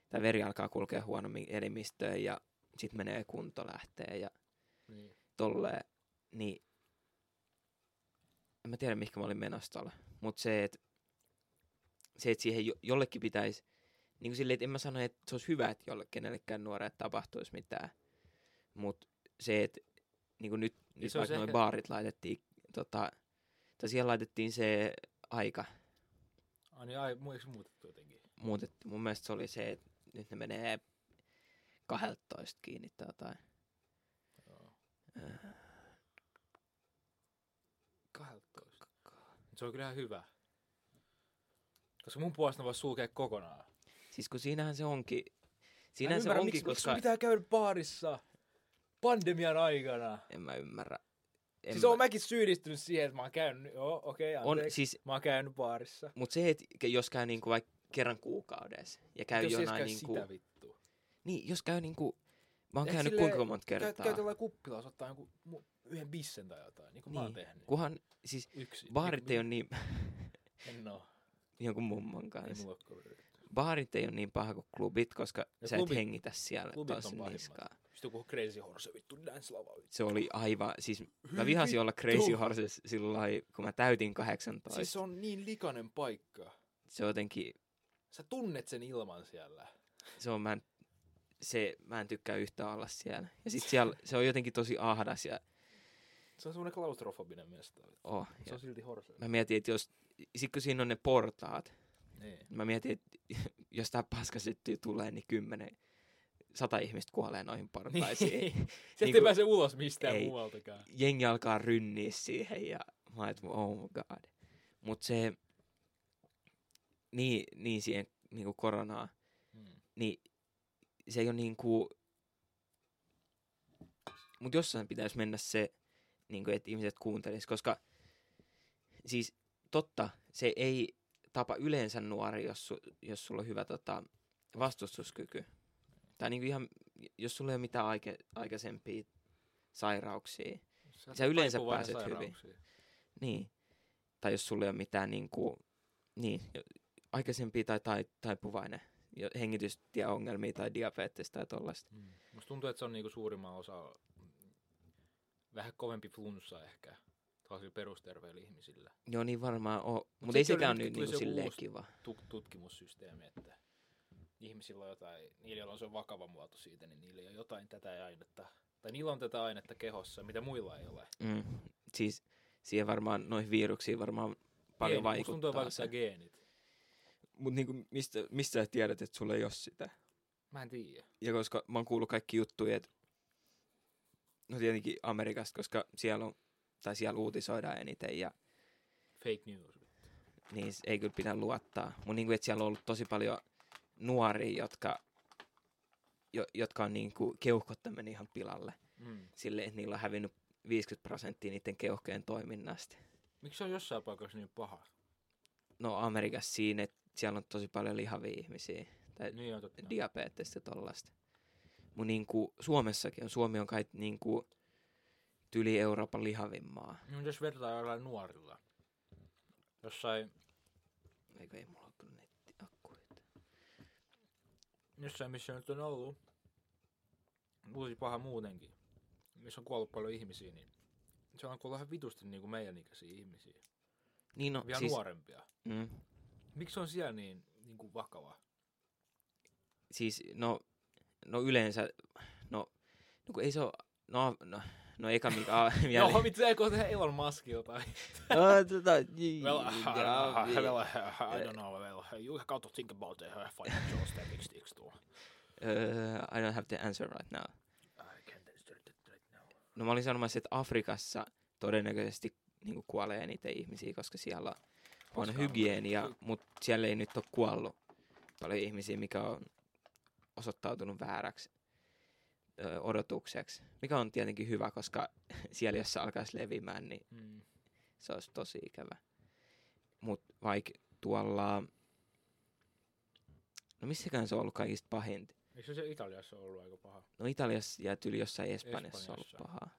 Tai veri alkaa kulkea huonommin elimistöön ja sitten menee kunto lähtee ja niin. tolleen. Niin en mä tiedä, mihinkä mä olin menossa tolla. Mutta se, että se, et siihen jo, jollekin pitäisi, niin kuin silleen, että en mä sano, että se olisi hyvä, että jolle kenellekään nuorelle tapahtuisi mitään. Mutta se, että niin kuin nyt, nyt se olisi vaikka noin ehkä- baarit laitettiin, tota, tai siellä laitettiin se aika, Ai, niin, ai, mu- eikö se muutettu jotenkin? muutettiin. Mun mielestä se oli se, että nyt ne menee 12 kiinni tai jotain. Joo. Äh, 12. Se on kyllähän hyvä. Koska mun puolesta ne vois sulkea kokonaan. Siis kun siinähän se onkin, Sinänsä ymmärrä, onkin, miksi, koska... Miksi pitää käydä baarissa pandemian aikana? En mä ymmärrä. En En siis mä... oon mäkin syyllistynyt siihen, että mä oon käynyt, joo, okei, okay, on, anteeksi. siis, Mä oon käynyt baarissa. mut se, että jos käy niinku vaikka kerran kuukaudessa ja käy Jos ei edes jonain käy niinku... sitä vittua. Niin, jos käy niinku... Mä oon Eikö käynyt silleen- kuinka monta Käy, kertaa. käy jollain kuppilassa ottaa jonkun mu- yhden bissen tai jotain, niin kuin niin. mä oon Niin. tehnyt. Kunhan, siis Yksi. baarit ei ole niin, <laughs> En oo. jonkun mummon Ei kanssa. mulla oo kavereita. Baarit ei ole niin paha kuin klubit, koska Ja sä klubit- et hengitä siellä klubit on taas pahimmat. niskaa. Sitten joku crazy horse vittu danslavaa vittu. Se oli aivan, siis mä Hyi vihasin olla Crazy vittu. Horses silloin, kun mä täytin 18. Siis se on niin likainen paikka. se on jotenkin, Sä tunnet sen ilman siellä. se on, mä en, se, mä en tykkää yhtään olla siellä. Ja sit siellä, se on jotenkin tosi ahdas ja, Se on semmonen klaustrofobinen mesta. vittu. oh, Se ja on silti horse. mä mietin, että jos, sit kun siinä on ne portaat, Niin. mä mietin, että <laughs> jos tää paska syttyy tulee, niin kymmenen, sata ihmistä kuolee noihin portaisiin. Niin. Sieltä Niinku- ei pääse ulos mistään ei. muualtakaan. <laughs> jengi alkaa rynniä siihen ja mä oon, että oh my god. Mut se, niin, niin siihen niinku koronaan, Mm. niin se ei ole niinku, mut jossain pitäisi mennä se, niinku, että ihmiset kuuntelis, koska siis totta, se ei tapa yleensä nuori, jos, su, jos sulla on hyvä tota, vastustuskyky. Tai niinku ihan, jos sulla ei ole mitään aike, aikaisempia sairauksia, Sä, Sä yleensä taipuvainen pääset hyvin. sairauksiin. Niin. Tai jos sulla ei ole mitään niin kuin, niin, jo- aikaisempia tai, tai taipuvainen jo- hengitystieongelmia tai diabetes tai tollaista. Mm. Musta tuntuu, että se on niinku suurimman osa vähän kovempi flunssa ehkä. Tosi perusterveillä ihmisillä. Joo, niin varmaan on. Mutta Mut ei sekin oli sekään nyt, nyt kun niin tuli se silleen uusi- kiva. Tut- tutkimussysteemi, että ihmisillä on jotain, niillä joilla on se vakava muoto siitä, niin niillä on jotain tätä ainetta. Tai niillä on tätä ainetta kehossa, mitä muilla ei ole. Mm. Siis siihen varmaan, noihin viruksiin varmaan paljon Geenit. Musta tuntuu, vaikuttaa. että vaikuttaa geenit. Mutta niin mistä, mistä sä tiedät, että sulla ei ole sitä? Mä en tiedä. Ja koska mä oon kuullut kaikki juttuja, että no tietenkin Amerikasta, koska siellä on, tai siellä uutisoidaan eniten ja Fake news. niin s- ei kyllä pidä luottaa. Mutta niin kuin, siellä on ollut tosi paljon nuoria, jotka, jo, jotka on niin kuin keuhkottaminen ihan pilalle. Mm. Sille, että niillä on hävinnyt 50 prosenttia niiden keuhkojen toiminnasta. Miksi se on jossain paikassa niin paha? No Amerikassa siinä, että siellä on tosi paljon lihavia ihmisiä. Tai Niin on totta. diabetesta ja tollaista. Mutta niin kuin Suomessakin on, Suomi on kai niin kuin tyli Euroopan lihavin maa. Niin, jos vertaa jollain nuorilla. Jossain, Eikö ei mulla ole kyllä nettiakkuita. jossain missä nyt on ollut. Uusi paha muutenkin. Missä on kuollut paljon ihmisiä, niin se on kuollut ihan vitusti niin kuin meidän ikäisiä ihmisiä. Niin no, Vielä siis... siis, nuorempia. mm, Miksi se on siellä niin, niin kuin vakava? siis no, no yleensä, no, no kun ei se ole, no, no, no eka mikä on vielä. Joo, vitsi, eikö tehdä Elon Musk jotain? Ah, tota, Well, <laughs> jaa, vi- eh. well, I don't know, well, you got to think about the uh, financial statistics next door. Öö, I don't have the answer right now. Ah, I can't answer that right now. No mä olin sanomassa, että Afrikassa todennäköisesti niin kuolee niitä ihmisiä, koska siellä on Koska on- hygienia, mutta siellä ei nyt ole kuollut paljon ihmisiä, mikä on osoittautunut vääräksi öö, odotukseksi, mikä on tietenkin hyvä, koska <laughs> siellä jos se alkaisi levimään, niin Mm. se olisi tosi ikävä. Mutta vaikka tuolla... No missäkään se on ollut kaikista pahinta? Eikö se Italiassa ollut aika paha? No Italiassa ja tyli jossain Espanjassa, on Espanjassa. ollut pahaa.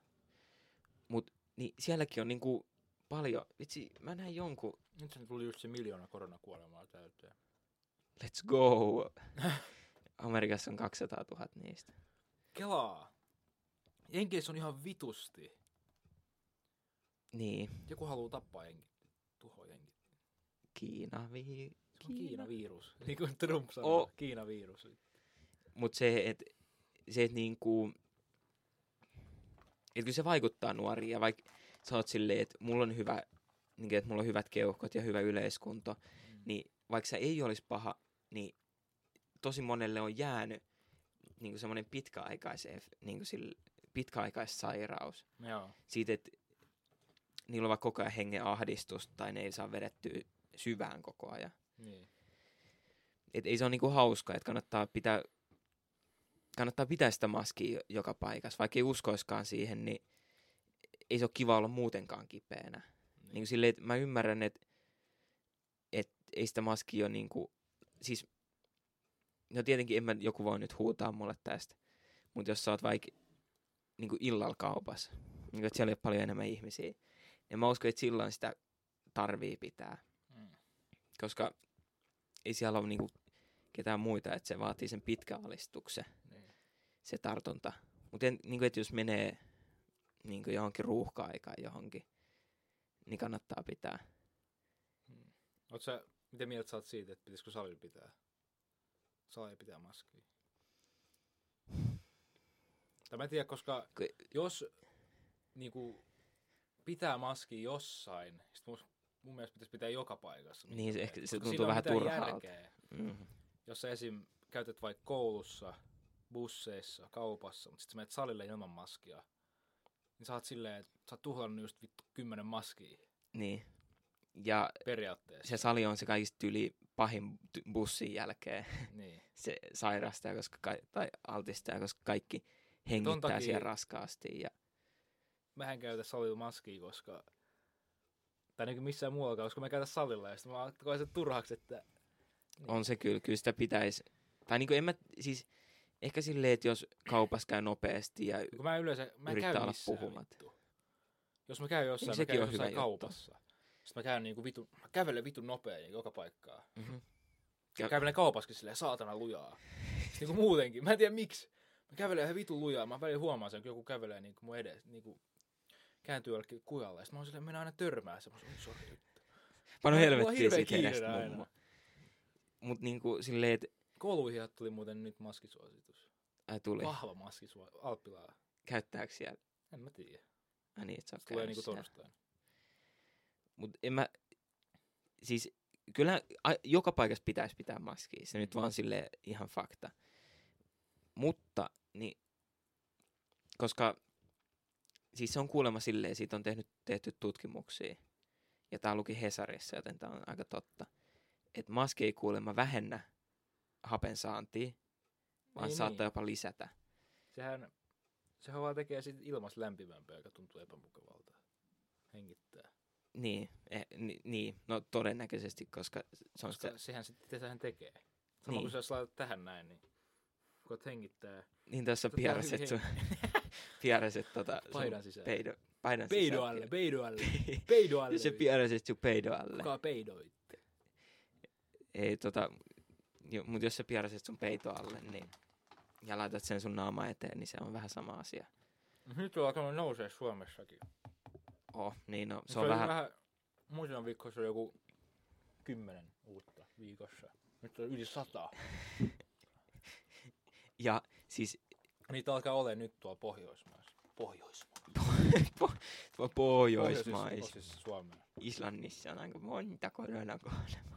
Mut niin sielläkin on niinku paljon... Vitsi, mä näin jonkun... Nyt sen tuli just se miljoona koronakuolemaa täyteen. Let's go! Amerikassa on 200 000 niistä. Kelaa! Jenkeissä on ihan vitusti. Niin, Joku haluaa tappaa jenkit. Tuhoa jenkit. Kiina vii... Se on Kiina. Kiina-virus. <laughs> Niin kuin Trump sanoo. Oh. Kiina-virus. Mut se, et... Se, et niinku... Et kyllä se vaikuttaa nuoriin ja vaikka sä oot silleen, että mulla on hyvä... Niinku, että mulla on hyvät keuhkot ja hyvä yleiskunto, Mm. niin vaikka se ei olisi paha, niin tosi monelle on jäänyt niin kuin semmoinen pitkäaikais, niin kuin sille, pitkäaikaissairaus. Mm. Joo. Siitä, että niillä on vaikka koko ajan hengen ahdistusta tai ne ei saa vedettyä syvään koko ajan. Niin. niinku Et ei se ole niin kuin hauskaa, että kannattaa pitää kannattaa pitää sitä maskia jo- joka paikassa, vaikka ei uskoiskaan siihen, niin ei se ole kiva olla muutenkaan kipeänä. Niin kuin silleen, että mä ymmärrän, että, että ei sitä maskia ole niin kuin, siis, no tietenkin en mä, joku voi nyt huutaa mulle tästä, mutta jos sä oot vaikka niin kuin illalla kaupassa, niin kuin, että siellä ei ole paljon enemmän ihmisiä, niin mä uskon, että silloin sitä tarvii pitää, Mm. koska ei siellä ole niin kuin ketään muita, että se vaatii sen pitkäalistuksen Niin. se tartunta. Mutta niin että jos menee niin kuin johonkin ruuhka-aikaan johonkin, niin kannattaa pitää. Hmm. Oot sä, mitä mieltä sä oot siitä, että pitäisikö salilla pitää? Salilla pitää maskia. Tai mä en tiedä, koska Ku- jos niinku, pitää maski jossain, sit mun, mun mielestä pitäisi pitää joka paikassa. Niin, se ehkä- se Koska tuntuu sillä on vähän mitään turhalta. järkeä. Mm. Jos sä esim. käytät vaikka koulussa, busseissa, kaupassa, mutta sitten sä menet salille ilman maskia, niin sä oot silleen, että sä oot tuhlannut just vittu kymmenen maskia Niin. Ja periaatteessa. se sali on se kaikista yli pahin ty- bussin jälkeen. <laughs> Niin. Se sairastaa koska ka- tai altistaa, koska kaikki hengittää takia- takia... siellä raskaasti. Ja... mä en käytä salilla maskia, koska... Tai niin missään muuallakaan, koska mä en käytä salilla. Ja sitten mä koen sen turhaksi, että... Niin. On se kyllä, kyllä sitä pitäisi. Tai niin kuin en mä, siis ehkä silleen, että jos kaupassa käy nopeasti ja Kun mä en yleensä... Mä en Yrittää käy olla missään puhumatta. vittu. Jos mä käyn jossain, Niin, niin, sekin mä käyn on hyvä jossain juttu. kaupassa. Sitten mä käyn niinku vitu... Mä kävelen vitun nopea niin joka paikkaa. Mhm. Mä Ja- kävelen kaupaskin silleen saatana lujaa. Sitten niinku muutenkin. Mä en tiedä miksi. Mä kävelen ihan vitun lujaa. Mä välillä huomaan sen, kun joku kävelee niinku mun edes. Niinku kääntyy jollekin kujalle. Sitten mä oon silleen, mennään aina törmää semmoisen. Sori, pano Mulla on helvettiin hirveä siitä kiire edestä aina. mummo. Mut niinku silleen, että Kouluihin tuli muuten nyt maskisuositus. äh, tuli, Vah. Vahva maskisuositus. Alppilaa. käyttääkö siellä? En mä tiedä. Ai niin, et sä Se tulee niinku niinku torstaina. Mut en mä, siis kyllä a, joka paikassa pitäisi pitää maskia, se Mm. nyt vaan sille ihan fakta. Mutta, niin, koska siis se on kuulemma silleen, siitä on tehnyt, tehty tutkimuksia, ja tää luki Hesarissa, joten tää on aika totta, että maski ei kuulemma vähennä hapen saantia, vaan Niin, saattaa niin. jopa lisätä. Sehän, sehän vaan tekee sit ilmas lämpimämpää, joka tuntuu epämukavalta. Hengittää. Niin, eh, ni, niin, no todennäköisesti, koska se on Koska sitä, sehän sitten sehän tekee. Sama niin. Niin. kuin sä jos laitat tähän näin, niin kun oot hengittää niin tässä Tätä on pieraset hyvin sun, <laughs> pieraset tota, sun paidan sisään. peido, paidan peido sisään. <laughs> alle, peido alle, peido alle. Jos sä pieraset sun peido alle. Kuka peidoitte? Ei tota, jo, mut jos sä pieraset sun peito alle, niin ja laitat sen sun naama eteen, niin se on vähän sama asia. Nyt on alkanut nousee Suomessakin. Oh, niin no, se, Se on oli vähän, vähän... vähän... vähän muutama viikko se oli joku kymmenen uutta viikossa. Nyt on yli sata. ja siis <laughs> Niitä alkaa olla nyt tuolla Pohjoismaissa. Pohjoismaissa. po, po, Pohjoismaissa, Pohjoisissa Suomea. Islannissa on aika monta koronakohdetta.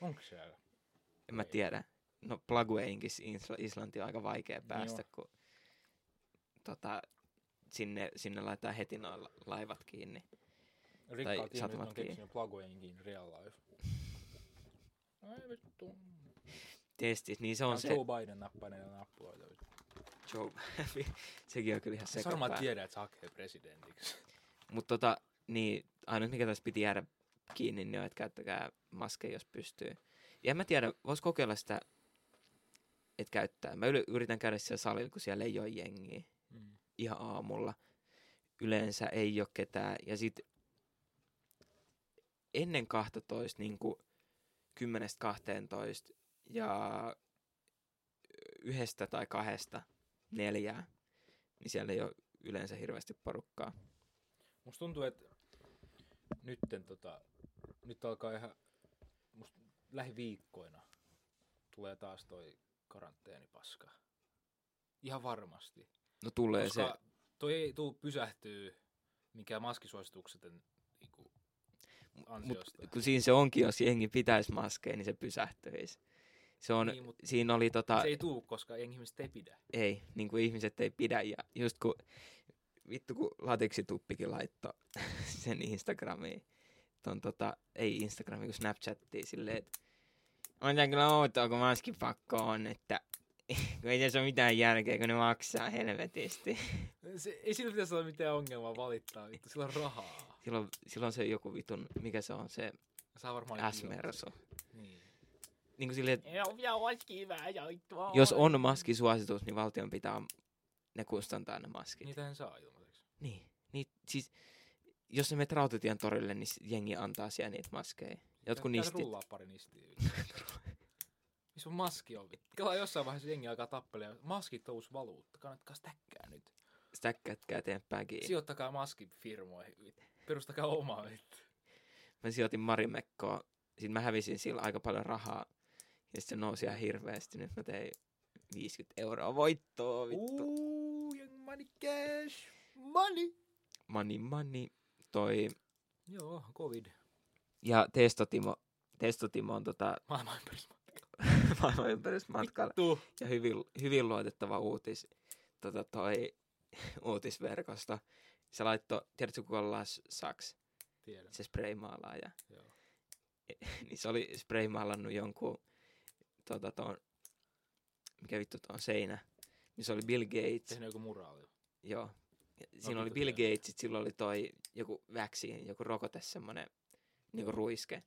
Onko siellä? En mä Ei. tiedä. No Plagueinkin Isla- Islanti on aika vaikea päästä, on. kun tota, sinne, sinne laitetaan heti noin la- laivat kiinni. Rikkaat ihmiset on satumatkin. keksinyt plagojenkin real life. Ai vittu. Testis, niin se on On se Joe Biden nappaa näitä nappuloita. Joe. <laughs> Sekin on kyllä ihan Se varmaan sekapää. tiedä, että se hakee presidentiksi. Mutta tota, niin, ainut mikä tässä piti jäädä kiinni, niin on, että käyttäkää maskeja, jos pystyy. Ja en mä tiedä, vois kokeilla sitä, että käyttää. Mä yl- yritän käydä siellä salilla, kun siellä ei ole jengiä. Mm. ihan aamulla. Yleensä ei ole ketään. Ja sitten ennen 12, niin kuin 10-12 ja yhdestä tai kahdesta neljää, niin siellä ei ole yleensä hirveästi porukkaa. Musta tuntuu, että nytten tota, nyt alkaa ihan musta lähiviikkoina tulee taas toi karanteenipaska. Ihan varmasti. No tulee koska se. toi ei tuu pysähtyy mikä maskisuositukset niinku, ansiosta. Kun siinä se onkin, jos jengi pitäisi maskeja, niin se pysähtyisi. Se on, Niin, niin, mut- siinä oli tota... Se ei tuu, koska jengi ihmiset ei pidä. ei, niin kuin ihmiset ei pidä. Ja just kun, vittu kun lateksituppikin laittoi <laughs> sen Instagramiin, ton tota, ei Instagramiin, kun Snapchattiin silleen, että <laughs> on tää kyllä outoa, kun maski pakko on, että kun kun ei tässä ole mitään järkeä, kun ne maksaa helvetisti. Se, ei sillä pitäisi olla mitään ongelmaa valittaa, vittu. Sillä on rahaa. Silloin, silloin se joku vitun, mikä se on, se Saa varmaan... S-merso. Niin. Niin kuin silleen, Ja ja maski vähän ja vittua. jos on maskisuositus, niin valtion pitää ne kustantaa ne maskit. Niitähän saa ilmaiseksi. Niin. niin siis, jos sä menet Rautatien torille, niin s- jengi antaa siellä niitä maskeja. Jotkut Pitää nistit. rullaa <laughs> pari nistiä. vittu. Missä mun maski on? vittu? Kela jossain vaiheessa jengi alkaa tappelemaan. Maskit on uusi valuutta. Kannattakaa stäkkää nyt. Stäkkätkää eteenpäin kiinni. Sijoittakaa maskit firmoihin. vittu. Perustakaa omaa vittu. Mä sijoitin Marimekkoa. Sitten mä hävisin sillä aika paljon rahaa. Ja sitten se nousi ihan hirveästi. Nyt mä tein 50 euroa voittoa, vittu. Ooh, young money cash. Money. Mani, mani. Toi. Joo, covid. Ja Testotimo. Testotimo on tota <laughs> Maailman ympäristömatka. maailman ympärysmatkalla. Vittu. Ja hyvin, hyvin luotettava uutis, tota toi, <laughs> uutisverkosta. Se laittoi, tiedätkö kuka on Lars Saks? Tiedän. se spraymaalaaja. Joo. <laughs> Niin se oli spraymaalannut jonkun, tota ton, mikä vittu tuo on seinä. Niin se oli Bill Gates. Tehnyt joku muraali. Joo. Ja siinä No, oli vittu, Bill joo. Gates, sit sillä oli toi joku vaccine, joku rokote, semmonen niinku ruiske.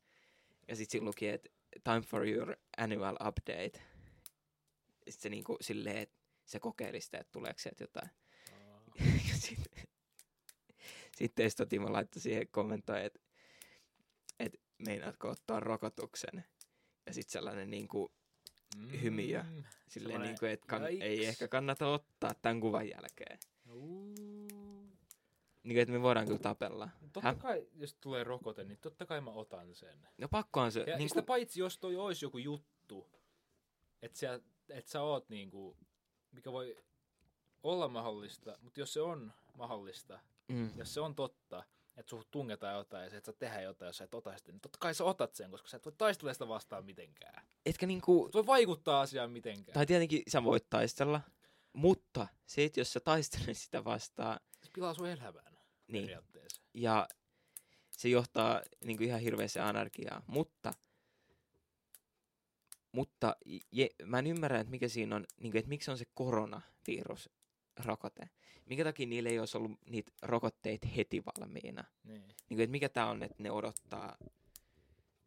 Ja sit siinä luki, että time for your annual update. Ja sit se niinku silleen, että se kokeili sitä, että tuleeko sieltä jotain. Aa. Ja sitten sit Testo Timo laittoi siihen kommentoin, että et, meinaatko ottaa rokotuksen. Ja sitten sellainen niin kuin, Mm. hymiö. silleen, Sellainen, niin kuin, että kann, ei "Yikes." ehkä kannata ottaa tämän kuvan jälkeen. Ooh. Niin kuin, että me voidaan kyllä tapella. No Totta Häh? kai, jos tulee rokote, niin totta kai mä otan sen. No pakkohan se. Ja niin niin sitä kuin, paitsi, jos toi olisi joku juttu, että sä, et sä oot niinku, mikä voi olla mahdollista, mutta jos se on mahdollista, mm, jos se on totta, että sun tungetaan jotain ja sä et saa tehdä jotain, jos sä et ota sitä, niin totta kai sä otat sen, koska sä et voi taistella sitä vastaan mitenkään. etkä niin kuin, Sä voi vaikuttaa asiaan mitenkään. Tai... tai tietenkin sä voit taistella, mutta se, että jos sä taistelet sitä vastaan, Se pilaa sun elämän niin. niin, periaatteessa. ja se johtaa niin kuin ihan hirveäseen anarkiaan, mutta mutta je, mä en ymmärrä, että mikä siinä on, niin kuin, että miksi on se koronavirusrokote. Minkä takia niillä ei olisi ollut niitä rokotteita heti valmiina? Niin. Niin kuin, että mikä tämä on, että ne odottaa,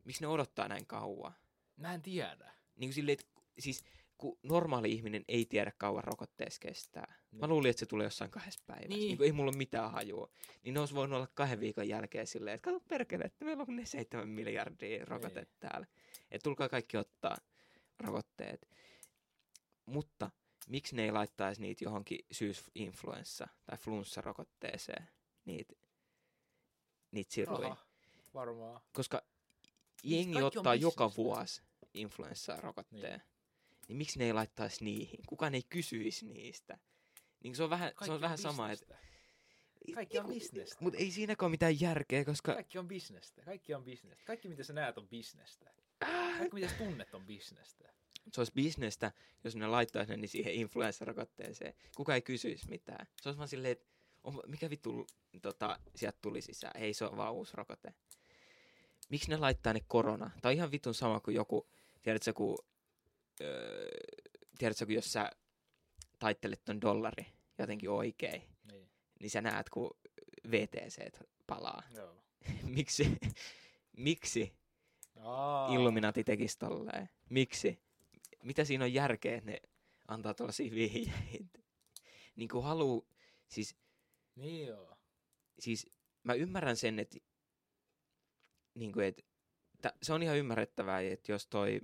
miksi ne odottaa näin kauan? Mä en tiedä. Niin kuin silleen, että, siis kun normaali ihminen ei tiedä kauan rokotteessa kestää. Niin. Mä Niin. luulin, että se tulee jossain kahdessa päivässä. Niin. Niin. Niin kuin, ei mulla ole mitään hajua. Niin ne olisi voinut olla kahden viikon jälkeen silleen, että kato perkele, että meillä on ne seitsemän miljardia rokote Niin. täällä. Että tulkaa kaikki ottaa rokotteet. Mutta miksi ne ei laittaisi niitä johonkin syysinfluenssa- tai flunssarokotteeseen, niitä, niitä siruja? Raha. Varmaan. koska Niin, jengi kaikki on ottaa joka bisnestä. vuosi influenssarokotteen, niin. niin miksi ne ei laittaisi niihin? Kukaan ei kysyisi niistä. Niin se on vähän, se on vähän sama, että... bisnestä. Kaikki on bisnestä. Mutta ei siinäkään ole mitään järkeä, koska... Kaikki on bisnestä. Kaikki on bisnestä. Kaikki mitä sä näet on bisnestä. Kaikki mitä sä tunnet on bisnestä. se olisi bisnestä, jos ne laittaisi ne niin siihen influenssarokotteeseen. Kuka ei kysyisi mitään. Se olisi vaan silleen, että on, mikä vittu tota, sieltä tuli sisään. Ei, se on vaan uusi rokote. Miksi ne laittaa ne korona? Tämä on ihan vitun sama kuin joku, tiedätkö, kun, öö, tiedätkö, kun jos sä taittelet ton dollari jotenkin oikein, Niin. niin sä näet, kun VTC palaa. <laughs> Joo. miksi, miksi Aa, Illuminati tekisi tolleen. Miksi? Mitä siinä on järkeä, että ne antaa tuollaisia <laughs> vihjeitä? Niin kuin haluu, siis, Niin joo. siis mä ymmärrän sen, että niin kuin, et, tä, se on ihan ymmärrettävää, että jos toi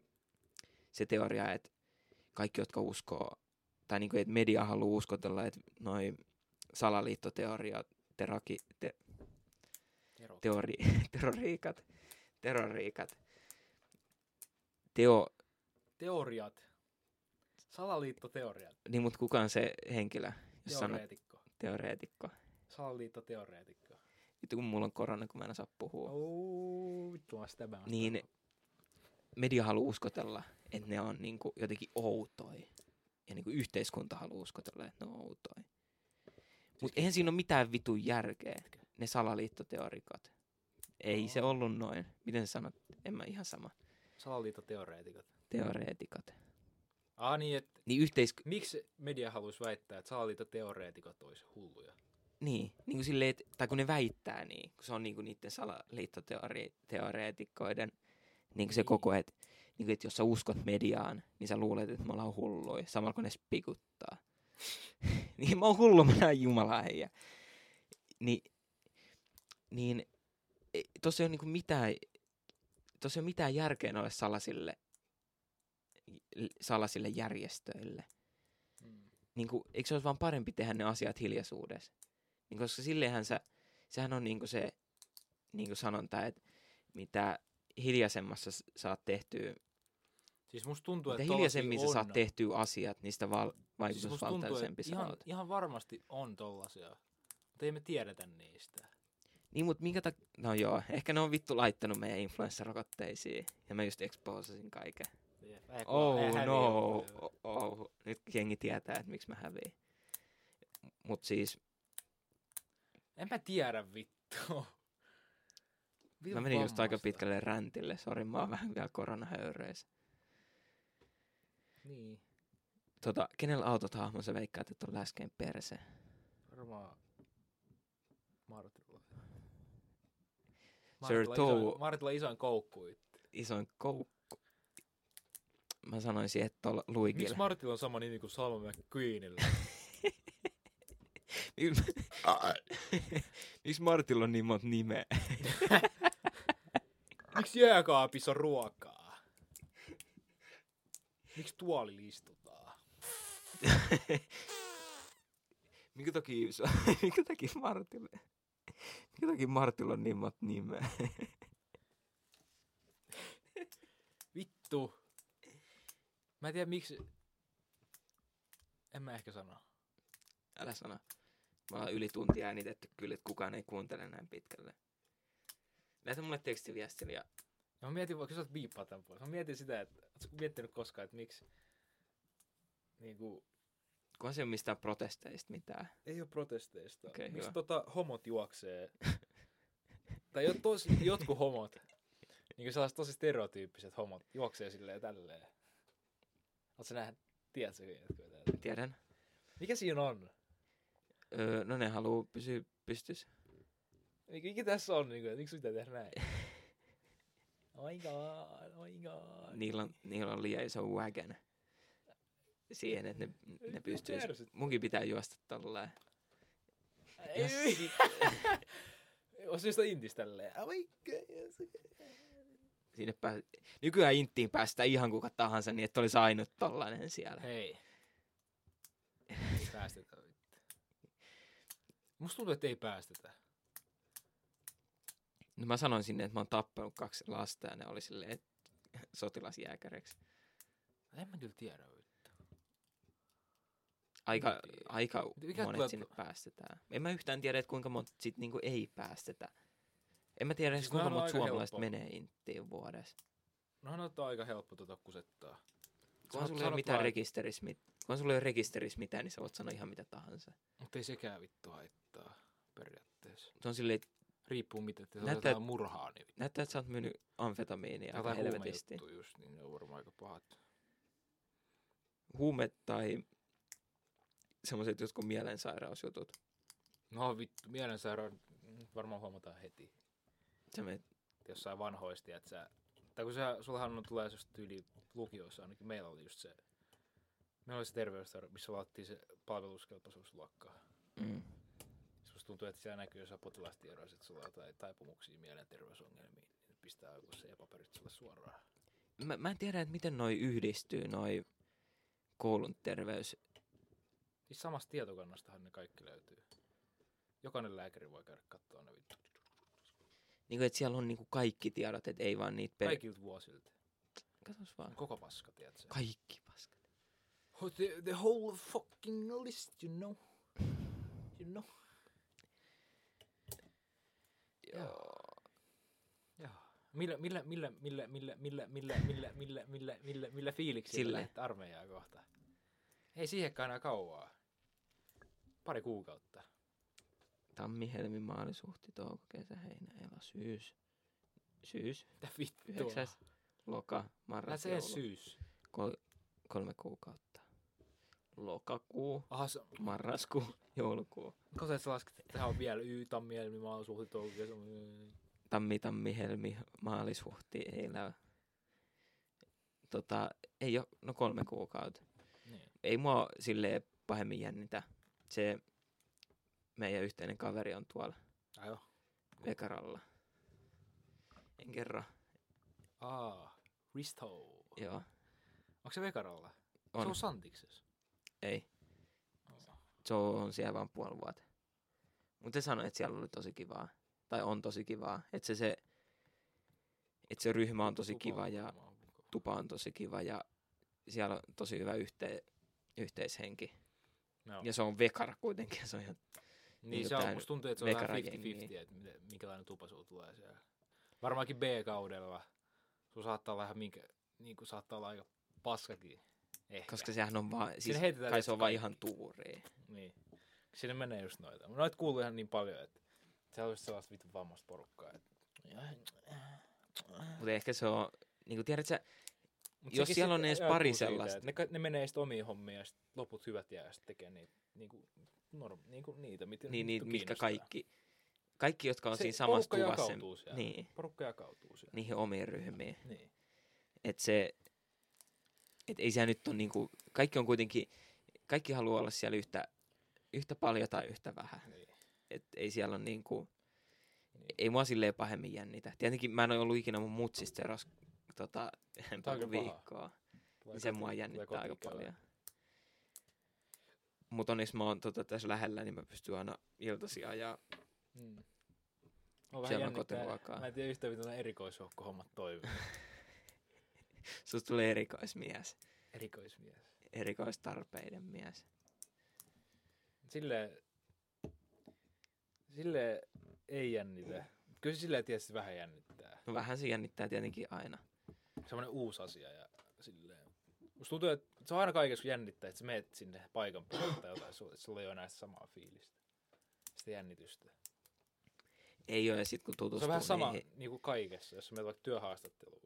se teoria, että kaikki, jotka uskoo, tai niin kuin, että media haluaa uskotella, että noi salaliittoteoriat, teraki, te, Tero. teori, <laughs> terroriikat, terroriikat, teo, Teoriat. Salaliittoteoriat. Niin, mutta kuka on se henkilö, jos sanoo Teoreetikko. teoreetikko? Salaliittoteoreetikko. Vittu, kun mulla on korona, kun mä en osaa Oh, puhua. Ouh, vittu mä sitä mä oon Niin. sanonut. Media haluaa uskotella, että ne on niinku jotenkin outoja. Ja niinku yhteiskunta haluaa uskotella, että ne on outoja. Mutta eihän siinä ole mitään vitun järkeä, ne salaliittoteorikot. Ei se ollut noin. Miten sä sanot? En mä ihan sama. Salaliittoteoreetikot. Teoreetikot. Ah niin, että Niin yhteis... miksi media haluaisi väittää, että salaliittoteoreetikot olisi hulluja? Niin, niin kuin silleen, et, tai kun ne väittää niin, kun se on niin kuin niiden salaliittoteoreetikoiden niin kuin se Niin. koko, että niin kuin, et jos sä uskot mediaan, niin sä luulet, että me ollaan hulluja, samalla kun ne spikuttaa. <laughs> niin mä oon hullu, mä näen Jumalaa heijä. Ni, niin e, tossa ei ole niin kuin mitään, tossa ei ole mitään järkeä noille salasille, salasille järjestöille Mm. niin kuin, eikö se olisi vaan parempi tehdä ne asiat hiljaisuudessa? Niin, koska silleenhän sä, sehän on niin kuin se niin kuin sanonta, että mitä hiljaisemmassa s- saat tehtyä, Siis musta tuntuu, mitä että tollasia hiljaisemmin sä on. saat tehtyä asiat, niin sitä val- Siis musta tuntuu, että vaikutusvaltaisempi sä ihan, oot. ihan varmasti on tollasia. Mutta ei me tiedetä niistä. Niin, mutta minkä takia, no joo, ehkä ne on vittu laittanut meidän influenssarokotteisiin, ja mä just exposasin kaiken. Ei, kun- ei Oh häviä no, paljon. oh, oh. nyt jengi tietää, että miksi mä häviin. Mut siis, En mä tiedä vittu. mä menin just aika pitkälle räntille, sori, mä oon vähän vielä koronahöyreissä. Niin, Tota, kenellä autotahmo sä veikkaat, että on läskein perse? varmaan Martilla. Sir Martilla Tou- isoin- Martilla isoin koukku itse. Isoin koukku. Mä sanoisin, että tuolla Luigilla. Miksi Martilla on sama nimi kuin Salma <laughs> McQueenilla? <laughs> Miksi Martilla on niin monta nimeä? Miksi jääkaapissa on ruokaa? Miksi tuolilla istutaan? <laughs> Minkä takia, se- <laughs> minkä takia Martilla? Minkä takia Martilla on niin monta nimeä? Vittu. Mä en tiedä miksi... En mä ehkä sano. Älä sano. Mä oon yli tuntia äänitetty kyllä, että kukaan ei kuuntele näin pitkälle. Lähetä mulle tekstiviestillä ja Ja mä mietin, voiko sä oot biippaa tämän pois. Mä mietin sitä, että ootko miettinyt koskaan, että miksi... Niinku... kun se ei ole mistään protesteista mitään. Ei ole protesteista. Okei, miksi hyvä. tota homot juoksee? <laughs> tai jo, tos, jotkut homot. Niinku sellaiset tosi stereotyyppiset homot juoksee silleen tälleen. Oot sä nähnyt? Tiedätkö, jätköä täällä? Tiedän. Mikä siinä on? Öö, no ne haluu pysyä pystyssä. Mikä, mikä tässä on? Niin kuin, miksi pitää tehdä <laughs> näin? Oh my god, oh my god. Niillä on, niillä on liian iso wagon siihen, että ne, ne Vittu pystyis. perset. Munkin pitää juosta tolleen. Ei, ei. <laughs> Olisi jostain intistä tälleen. Oh my god. yes. Sinne pääs... Nykyään Inttiin päästä ihan kuka tahansa, niin että olisi ainut tollanen siellä. Hei. Ei päästetä vittu. Musta tuntuu, että ei päästetä. No mä sanoin sinne, että mä oon tappanut kaksi lasta ja ne oli silleen et, sotilasjääkäriksi. En mä kyllä tiedä. vittu. Aika, Niin. aika Mut mikä monet tulee- sinne päästetään. En mä yhtään tiedä, että kuinka monta sit niinku ei päästetä. En mä tiedä, siis Siis nää kuinka on monta aika suomalaiset helppoa. menee Inttiin vuodessa. Nohan on aika helppo tota kusettaa. Kun sulla ei ole sanot mitään vaan- rekisterissä, mit... kun sulla ei ole rekisterissä mitään, niin sä voit sanoa ihan mitä tahansa. Mutta ei sekään vittu haittaa periaatteessa. Se on silleen, että Riippuu miten, että Näyttää- otetaan murhaa, niin näyttää, että sä oot myynyt amfetamiinia aika Jotain helvetisti. huumejuttuja just, niin ne on varmaan aika pahat. Huume tai semmoiset jotkut mielensairausjutut. No vittu, mielensairaan varmaan huomataan heti. Sä menet, Et Jossain vanhoista, että sä... Tai kun sä, sullahan on tulee just tyyli lukioissa, ainakin meillä oli just se... Meillä oli se terveystarve, missä vaattiin se palveluskelpoisuusluokka. mm. Sitten Siis musta tuntuu, että siellä näkyy jossain potilastiedoissa, että sulla on jotain taipumuksia mielenterveysongelmiin. Niin ne pistää joku se paperit sulle suoraan. mä, mä en tiedä, että miten noi yhdistyy, noi koulun terveys. Siis samasta tietokannastahan ne kaikki löytyy. Jokainen lääkäri voi käydä katsoa ne vittu. Niin kuin, että siellä on niin kuin kaikki tiedot, että ei vaan niitä per... Kaikilta vuosilta. Katos vaan. Koko paska, tiedätkö? Kaikki paskat. Oh, The, the whole fucking list, you know. You know. Joo. Joo. Millä, millä, millä, millä, millä, millä, millä, millä, millä, millä, millä, millä Sillä. fiiliksillä lähdet armeijaa kohta? Ei siihenkään enää kauaa. Pari kuukautta. Tammi, helmi, maalis, huhti, touko, kesä, heinä, elo, syys. Syys. Mitä vittua? Yhdeksäs. Loka, marras, Lähdet se joulu. syys. Kol- kolme kuukautta. Lokakuu, Aha, se, marraskuu, <laughs> joulukuu. kun sä et sä lasket, että tähän on vielä y, tammi, helmi, maalishuhti, touko, kesä. Tammi, tammi, helmi, maalis, huhti, eilä. Tota, ei ole, no kolme kuukautta. Niin. Ei mua silleen pahemmin jännitä. Se meidän yhteinen kaveri on tuolla Aivan. Vekaralla. En kerro, Aa, Risto. joo, Onko se Vekaralla? on, Se on siis. Santiksessa. ei. Se on siellä vaan puoli vuotta. Mutta se sanoi, että siellä oli tosi kivaa. Tai on tosi kivaa. Että se, se, että se ryhmä on tosi kiva ja tupa on tosi kiva ja siellä on tosi hyvä yhte, yhteishenki. No. Ja se on vekara kuitenkin, se on ihan Niin niinku se on, tää niin- musta tuntuu, että se on vähän vekarajengi. 50-50, että miten- minkälainen tupa sulla tulee siellä. Varmaankin B-kaudella. Sun saattaa olla ihan minkä, niin kuin saattaa olla aika paskakin. Ehkä. Koska sehän on vaan, siis Siinä heitetään kai tietysti se on vaan kaikki. ihan tuuri. Niin. Sinne menee just noita. Mä noit kuuluu ihan niin paljon, että se on just sellaista vitun vammasta porukkaa. Että... Mutta ehkä se on, niin kuin tiedät sä, Mut Jos sekin siellä sit on edes ajoittuu pari siitä, sellaista. että Ne, ka- ne menee sitten omiin hommiin ja sit loput hyvät jää ja sitten tekee niitä, niinku, norm, niinku niitä, mitä niin, niin vittu mitkä kiinnostaa. kaikki, kaikki, jotka on Se siinä samassa porukka kuvassa, jakautuu siellä. niin, Porukka jakautuu siellä. niihin omiin ryhmiin. Niin. Että se, et ei se nyt on niinku, kaikki on kuitenkin, kaikki haluaa olla siellä yhtä, yhtä paljon tai yhtä vähän. niin. Et ei siellä on niinku, Niin. ei mua silleen pahemmin jännitä. Tietenkin mä en ole ollut ikinä mun mutsista eros tota, kyllä paha. viikkoa. Tulee Niin se koti- mua tulee jännittää aika kotiikävä. paljon. Mutta onneksi mä oon tota, tässä lähellä, niin mä pystyn aina iltasi ajaa. Mm. On Syömään vähän jännittää. kotiruokaa. Mä en tiedä yhtään, miten erikoisjoukko hommat <laughs> toimii. Susta tulee erikoismies, Erikoismies. erikoistarpeiden mies. Sille, sille ei jännitä. Kyllä se silleen tietysti vähän jännittää. No vähän se jännittää tietenkin aina. Semmoinen uusi asia ja silleen. Musta tuntuu, että se on aina kaikessa, kun jännittää, että sä meet sinne paikan päälle tai jotain, sulla, sulla ei ole enää sitä samaa fiilistä. Sitä jännitystä. Ei ole, ja sit kun tutustuu Se on vähän sama niihin, niin kuin kaikessa, jos sä menet vaikka työhaastatteluun.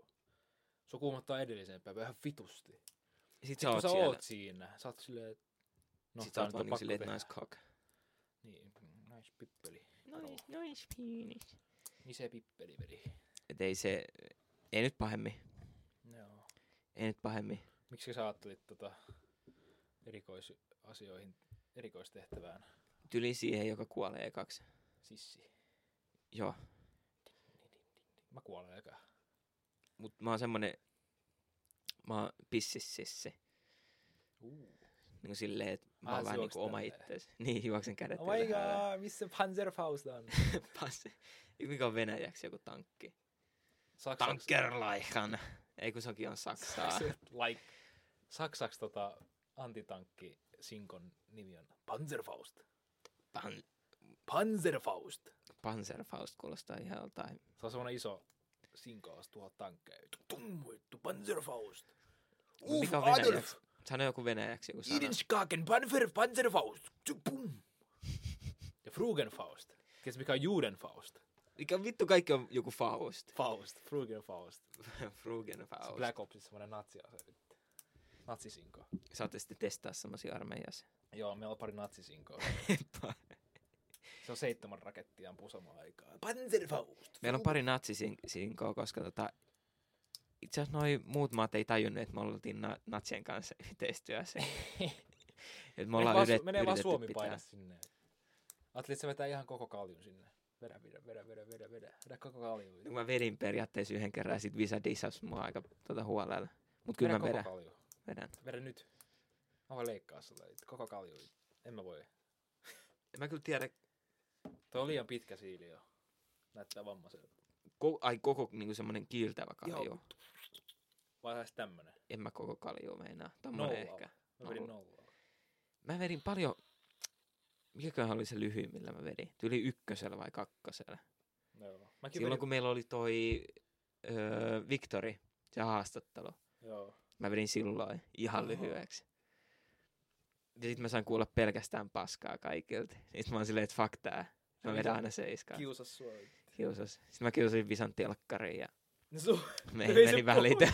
Se kuumottaa edelliseen päivään ihan vitusti. sit sä Sitten kun oot sä siellä. oot siinä, sä oot silleen, että No, no, sit sä tää oot nyt vaan on niin pakko silleen, että tehdä. nice cock. Niin, nice pippeli. Nice, nice penis. Niin se pippeli veri. Et ei se, ei nyt pahemmin, Joo. ei nyt pahemmin. Miksi sä ajattelit tota erikoisasioihin, erikoistehtävään Tyli siihen, joka kuolee ekaksi. sissi? Joo, Mä kuolen eka. mut mä oon semmonen, mä oon pissississi. Uh. Niin silleen, että mä Ah, oon sä vähän niinku juokset oma tälleen. itsesi. <laughs> Niin, juoksen kädet Oh my ylhäällä. god, missä Panzerfaust on? <laughs> Pass. Mikä on venäjäksi joku tankki? Saksaksi, Tankerlaichan. Ei kun sekin on saksaa. like, saksaksi tota antitankki Sinkon nimi on Panzerfaust. Pan- Panzerfaust. Panzerfaust kuulostaa ihan joltain. Se on semmonen iso sinkaus tuhat tankkeja. No Tum, vittu, Panzerfaust. Uff, Mikä on Adolf, venäjäksi? Sano joku venäjäksi joku sana. Idenskaken, Panzer, Panzerfaust. Tsu, pum. Ja Frugenfaust. Tiedätkö mikä on Judenfaust? Mikä vittu kaikki on joku Faust? Faust, Frugenfaust. Se <laughs> Frugenfaust. Black. Black Opsissa semmonen natsiase. vittu. Natsisinko. Saatte sitten testaa semmosia armeijassa. Joo, meillä on pari natsisinkoa. Se on seitsemän rakettia ampuu samaan aikaan. Panzerfaust. <laughs> Meillä on pari natsisinkoa, koska tota, itse asiassa noi muut maat ei tajunnut, että me oltiin na- natsien kanssa <laughs> <laughs> yhteistyössä. Et me ollaan Menee vaan yritet, Su- menee vaan yritetty Suomi pitää. paina sinne. Ajattelin, että se vetää ihan koko kaljun sinne. Vedä, vedä, vedä, vedä, vedä, vedä. Vedä koko kaljun. No mä vedin periaatteessa yhden kerran ja sit Visa dissas mua aika tota huolella. Mut kyllä vedä mä koko vedän, kalju. vedän. Vedä nyt. Mä voin leikkaa sulle. Koko kalju. En mä voi. En mä kyllä tiedä, Toi on liian pitkä siili jo. Näyttää vammaiselta. ko- ai koko niinku semmonen kiiltävä kalju. Joo. Vai saisi tämmönen? En mä koko kalju meinaa. Tommonen Nolla. ehkä. Mä vedin Nolla. nollaa. Mä vedin paljon, mikäköhän oli se lyhyin, millä mä vedin? Tyyli ykkösellä vai kakkosella? No joo. Mäkin Silloin vedin. kun meillä oli toi öö, Victori, se haastattelu, Joo. mä vedin silloin ihan Oho. lyhyeksi. Ja sit mä sain kuulla pelkästään paskaa kaikilta. Sit mä oon silleen, että fuck tää. Mä Se vedän Visa aina seiskaan. Kiusas sua. Kiusas. Sitten mä kiusasin Visan <laughs> telkkariin ja No su- me Ei se meni välitä.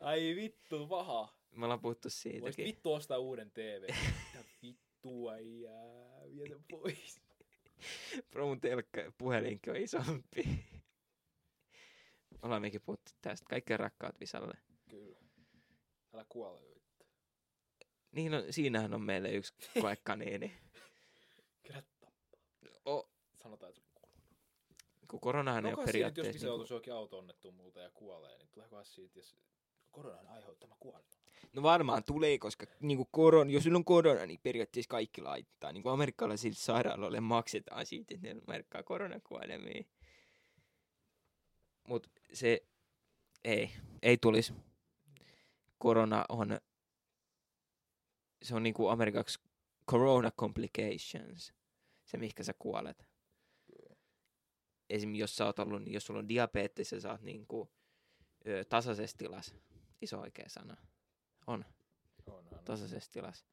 Ai vittu, paha. <laughs> Me ollaan puhuttu Voisit siitäkin. vittu ostaa uuden <laughs> TV. Mitä vittua jää, vie se pois. Pro mun telkkä, puhelinkin on isompi. Ollaan mekin puhuttu tästä. Kaikkea rakkaat Visalle. Kyllä. Älä kuole. vittu. Niin on, siinähän on meille <laughs> yksi koekaniini. Kyllä tappaa. O, Sanotaan, että se kuolee. kun koronahan ei No ole kai siitä, jos periaatteessa... se Niin kuin, joutuisi johonkin auto-onnettuun muuta ja kuolee, niin tuleeko siitä, jos koronan aiheuttama kuolema? no varmaan tulee, koska niin kuin koron, jos sulla on korona, niin periaatteessa kaikki laittaa. Niin kuin amerikkalaisille sairaaloille maksetaan siitä, että ne merkkaa koronakuolemia. Mutta se ei, ei tulisi. Korona on, se on niin kuin amerikaksi corona complications, se mihinkä sä kuolet. Esimerkiksi jos sä oot ollut, jos sulla on diabetes ja sä oot niin kuin, ö, tasaisessa tilassa, iso oikea sana, Onhan. tasaisessa tilassa,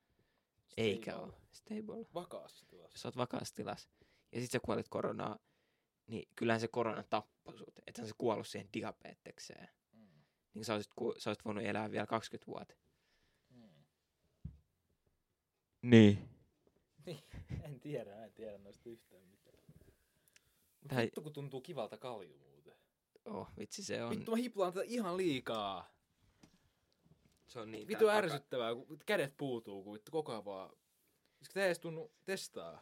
Stable. eikä ole stable Vakaassa tilassa. jos sä oot vakaassa tilassa, ja sit sä kuolet koronaa, niin kyllähän se korona tappoi sut. Ethän sä kuollut siihen diabetekseen. Mm. Niin sä olisit, ku, sä olisit voinut elää vielä 20 vuotta. Mm. <laughs> Niin. En tiedä, en tiedä noista yhtään mitään. Mut Tai- Vittu kun tuntuu kivalta kalju muuten. Oh, vitsi se on. Vittu mä hiplaan tätä ihan liikaa. Se on niin Vittu tää ärsyttävää, kun kädet puutuu, kun vittu koko ajan vaan... Eikö tää edes tunnu testaa?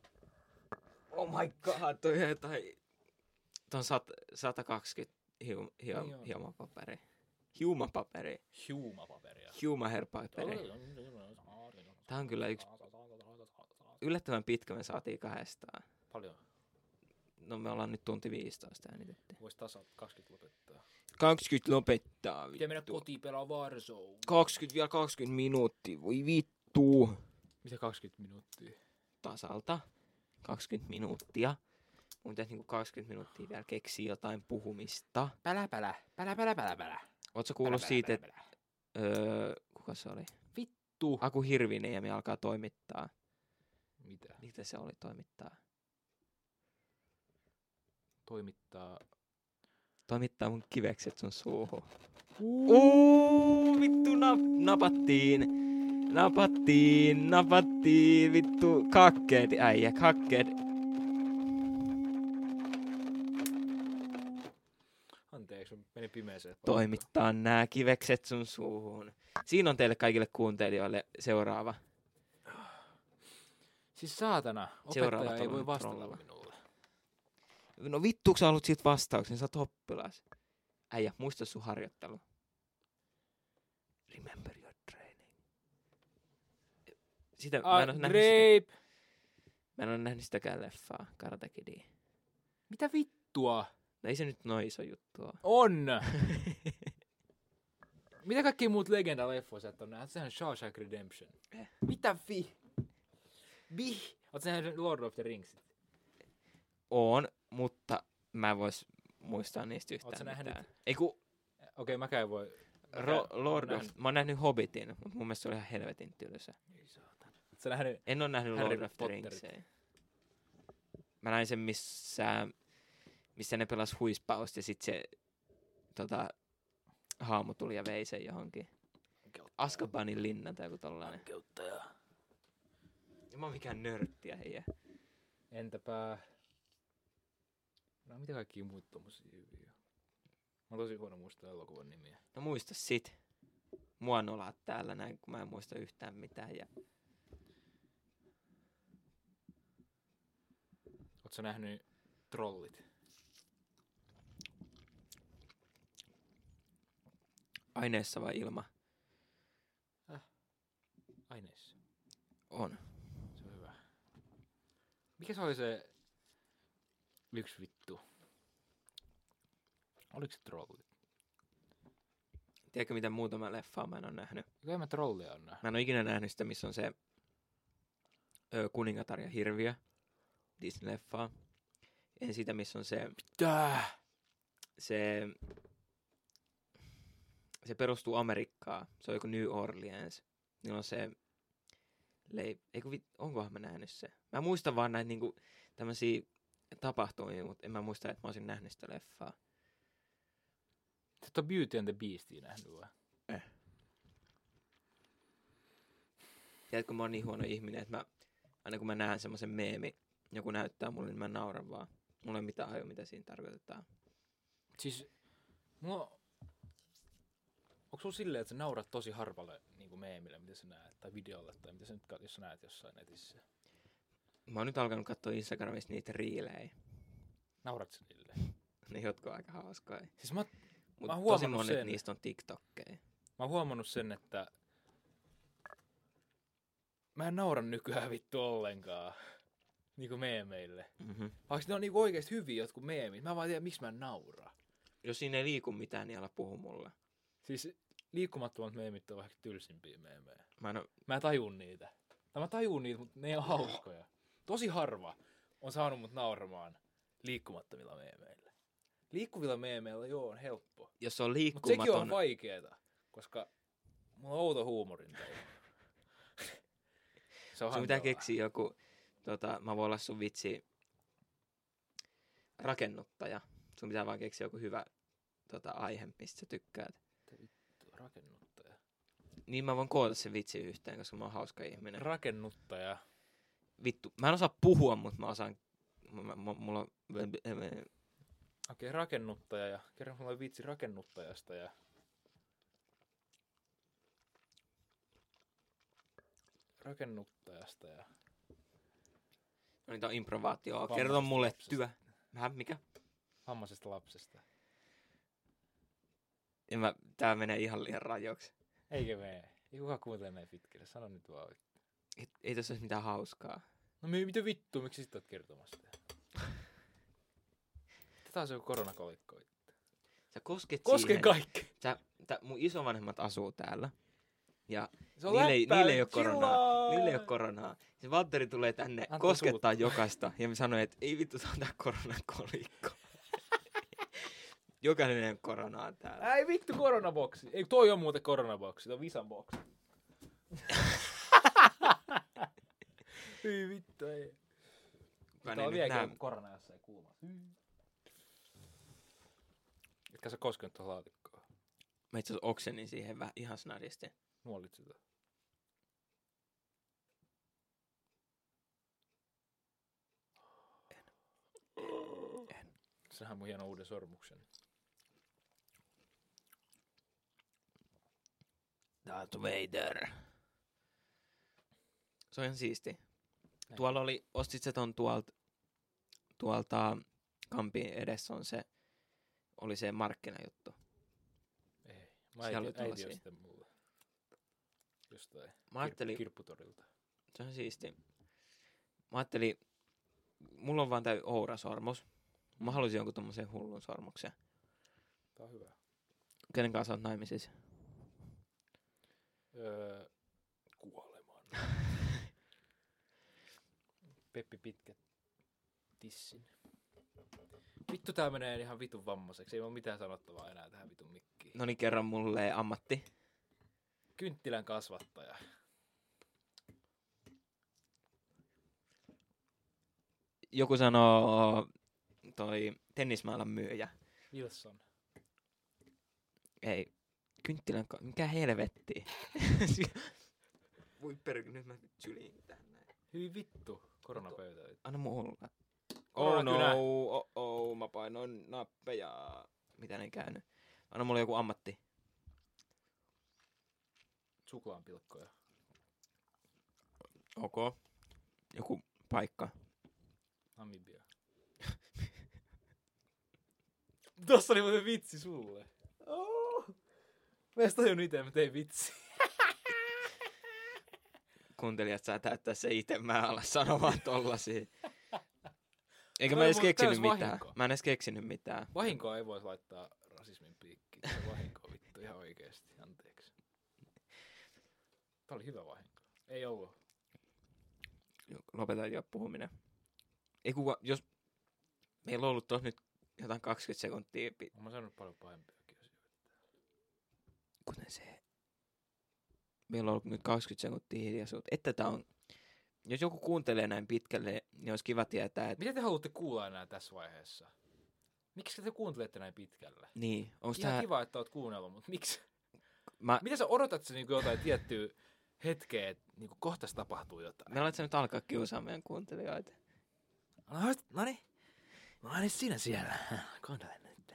taka- Oh my god, toi on jotain... Toi on sat, 120 hium, hium, Niin on. hiumapaperi. Hiumapaperi. Huumapaperia. Hiumaherpaperi. Tää on kyllä yksi- Yllättävän pitkä me saatiin kahdestaan. Paljon. No me ollaan nyt tunti 15 äänitetty. Voisi tasa 20 lopettaa. 20 lopettaa Pitää mennä kotiin pelaa Warzone. 20 vielä 20 minuuttia, voi vittu. Mitä 20 minuuttia? Tasalta 20 minuuttia. Mun pitäisi niinku 20 minuuttia vielä keksiä jotain puhumista. Pälä pälä, pälä pälä pälä pälä. Ootko kuullut siitä, että öö, kuka se oli? Vittu. Aku Hirviniemi alkaa toimittaa. Mitä? Mitä se oli toimittaa? Toimittaa. Toimittaa mun kivekset sun suuhun. Uuu, vittu nap, napattiin. Napattiin, napattiin, vittu kakkeet äijä, kakkeet. Anteeksi, mä menin pimeeseen. toimittaa nämä kivekset sun suuhun. Siinä on teille kaikille kuuntelijoille seuraava. Siis saatana, Seuraava opettaja ei voi talouden vastata trollalla. minulle. No vittu, kun sä haluat siitä vastauksen, sä oot oppilas. Äijä, muista sun harjoittelu. Remember your training. Sitä, Ah, mä en, oo nähnyt sitä, Grape! mä en ole nähnyt sitäkään leffaa, Karate Kidia. Mitä vittua? No ei se nyt noin iso juttu oo. <laughs> On! Mitä kaikki muut legendaleffoja sä et ole nähnyt? Sehän Shawshank Redemption. Eh. Mitä vi? Vi? Oot sä nähnyt Lord of the Rings? Oon, mutta mä en vois muistaa niistä Oot sä yhtään nähnyt- mitään. Ei kun Eh, Okei, okay, mäkään en voi. Ro- Lord oon of... Mä oon nähnyt Hobbitin, mutta mun mielestä se oli ihan helvetin tylsä. Oot sä nähnyt? En ole nähnyt Harry Lord of the Potterit. Ringsia. Mä näin sen, missä, missä ne pelas huispausta ja sit se tota, haamu tuli ja vei sen johonkin. Askabanin linna tai joku tollanen. Keuttaja. En mä oon mikään nörttiä heijä. Entäpä... No mitä kaikki muut tommosia hyviä? Mä oon tosi huono muistaa elokuvan nimiä. No muista sit. Mua nolaa täällä näin, kun mä en muista yhtään mitään. Ja Oot sä nähnyt Trollit? aineessa vai ilma? Aineissa. On. Se on hyvä. Mikä se oli se yksi vittu? Oliko se trolli? Tiedätkö mitä muutama leffaa mä en ole nähnyt? Kyllä mä trollia on nähnyt. Mä en ole ikinä nähnyt sitä, missä on se ö, kuningatar ja hirviö. Disney-leffaa. En sitä, missä on se, Tää! se, se perustuu Amerikkaan. Se on joku New Orleans. Niillä on se, leip, eiku, vit- onkohan mä nähnyt se? Mä muistan vaan näitä niinku, tämmöisiä tapahtumia, mutta en mä muista, että mä olisin nähnyt sitä leffaa. Tätä on Beauty and the Beastia nähnyt vai? Tiedätkö, mä oon niin huono ihminen, että mä, aina kun mä näen semmoisen meemi, joku näyttää mulle, niin mä nauran vaan. Mulla ei ole mitään haju, mitä siinä tarkoitetaan. Siis, mulla... Onko sulla silleen, että sä naurat tosi harvalle niin kuin meemille, mitä sä näet, tai videolle, tai mitä sä nyt, kat- jos sä näet jossain netissä? Mä oon nyt alkanut katsoa Instagramissa niitä riilejä. Naurat sä niille? Ne jotkut on aika hauskoja. Siis mä, Mä Mutta oon tosi huomannut monet sen. niistä on TikTokkeja. mä oon huomannut sen, että mä en naura nykyään vittu ollenkaan. Niin kuin meemeille. Mm-hmm. Vaikka ne on niin oikeasti hyviä jotkut meemit. Mä vaan tiedän, miksi mä en naura. Jos siinä ei liiku mitään, niin älä puhu mulle. Siis liikkumattomat meemit on ehkä tylsimpiä meemejä. Mä en oo, Mä tajun niitä. Tai mä tajun niitä, mutta ne ei ole hauskoja. Tosi harva on saanut mut nauramaan liikkumattomilla meemeillä. Liikkuvilla meemeillä joo on helppo. jos on Mutta sekin liikkumaton, on vaikeeta, koska mulla on outo huumorintaju. Se on sun pitää hankalaa. keksiä joku, tota, mä voin olla sun vitsi rakennuttaja. Sun pitää vaan keksiä joku hyvä tota, aihe, mistä sä tykkäät. Rakennuttaja. Niin mä voin koota sen vitsi yhteen, koska mä oon hauska ihminen. Rakennuttaja. Vittu, mä en osaa puhua, mutta mä osaan... Mä, mä, mulla on... Okei, rakennuttaja ja kerran mulla oli vitsi rakennuttajasta ja rakennuttajasta ja No niin, tää on improvaatio. Vammaisesta Kerro mulle lapsesta. työ. Mä, mikä? hammasesta lapsesta. En mä, tää menee ihan liian rajoiksi. Eikö mene? Ei kukaan kuuntele näin pitkälle, sano nyt vaan. Ei, ei tässä ole mitään hauskaa. No mi- mitä vittu, miksi sit oot kertomassa sitä? Tätä on se koronakolikko. Sä kosket Koske siihen. kaikki! Sä, tä, mun isovanhemmat asuu täällä. Ja Se niille, ei- läppää, niille ei ole koronaa. chillaa! Niille ei ole koronaa. Se Valtteri tulee tänne, Antaa koskettaa jokaista. Ja me sanoo, että ei vittu, se on tää <laughs> koronakolikko. Jokainen ei ole koronaa täällä. Ei vittu koronaboksi. Ei toi on muuten koronaboksi, toi on Visan <laughs> boksi. ei vittu, ei. Kukaan Tää ei on nyt vieläkin näe. joku korona jossain kuuma. Etkä sä koskenut tuohon laatikkoon. Mä itse asiassa oksenin siihen vähän ihan snadisti. Nuolit sitä. En. Sehän on mun hieno uuden sormuksen. Darth Vader. Se on ihan siisti. Tuolla oli, ostit se ton tuolta, tuolta kampin edessä on se, oli se markkinajuttu. Ei. Mä Siellä oli äiti, äiti tuollaisia. osti tän mulle. Jostain. Mä ajattelin, Kir- kirpputorilta. se on siisti. Mä ajattelin, mulla on vaan tää ourasormus. Mä halusin jonkun tommosen hullun sormuksen. Tää on hyvä. Kenen kanssa oot naimisissa? Öö, kuoleman. <laughs> Peppi Pitkä tissin. Vittu tää menee ihan vitun vammaseksi. Ei oo mitään sanottavaa enää tähän vitun mikkiin. No niin, kerran mulle ammatti. Kynttilän kasvattaja. Joku sanoo toi tennismailan myyjä. Wilson. Ei. Kynttilän ka- Mikä helvetti? <laughs> Voi perkele, nyt mä syliin tähän näin. Hyi vittu. Koronapöytä. Anna mun olla. Oh Koronakynä. no, oh oh, mä painoin nappeja. Mitä ne käynyt? Anna mulle joku ammatti. Suklaanpilkkoja. Ok. Joku paikka. Namibia. <laughs> Tossa oli muuten vitsi sulle. Oh. Mä en tajunnut itse, mä tein vitsi. Kuuntelijat saa täyttää se itse, mä en ala sanoa vaan <laughs> tollasia. Eikä mä Toi edes on keksinyt täys mitään. vahinko. Mä en edes keksinyt mitään. Vahinkoa ei voi laittaa rasismin piikkiin. Tämä on vahinkoa vittu ihan oikeesti. Anteeksi. Tämä oli hyvä vahinko. Ei ollut. Lopeta jo puhuminen. Ei kuka, jos... Meillä on ollut tuossa nyt jotain 20 sekuntia pi- Mä sanonut paljon pahempiakin asioita. kuten se, meillä on ollut nyt 20 sekuntia hiljaisuutta, että tämä on, jos joku kuuntelee näin pitkälle, niin olisi kiva tietää, että Mitä te haluatte kuulla enää tässä vaiheessa? Miksi te kuuntelette näin pitkälle? Niin, onko Ihan tää... kiva, että oot kuunnellut, mutta miksi? Mä... Mitä sä odotat sä niin jotain tiettyä hetkeä, että niin kohta se tapahtuu jotain? Me aletko nyt alkaa kiusaa meidän kuuntelijoita? No niin. No niin, sinä siellä. Kuuntele nyt.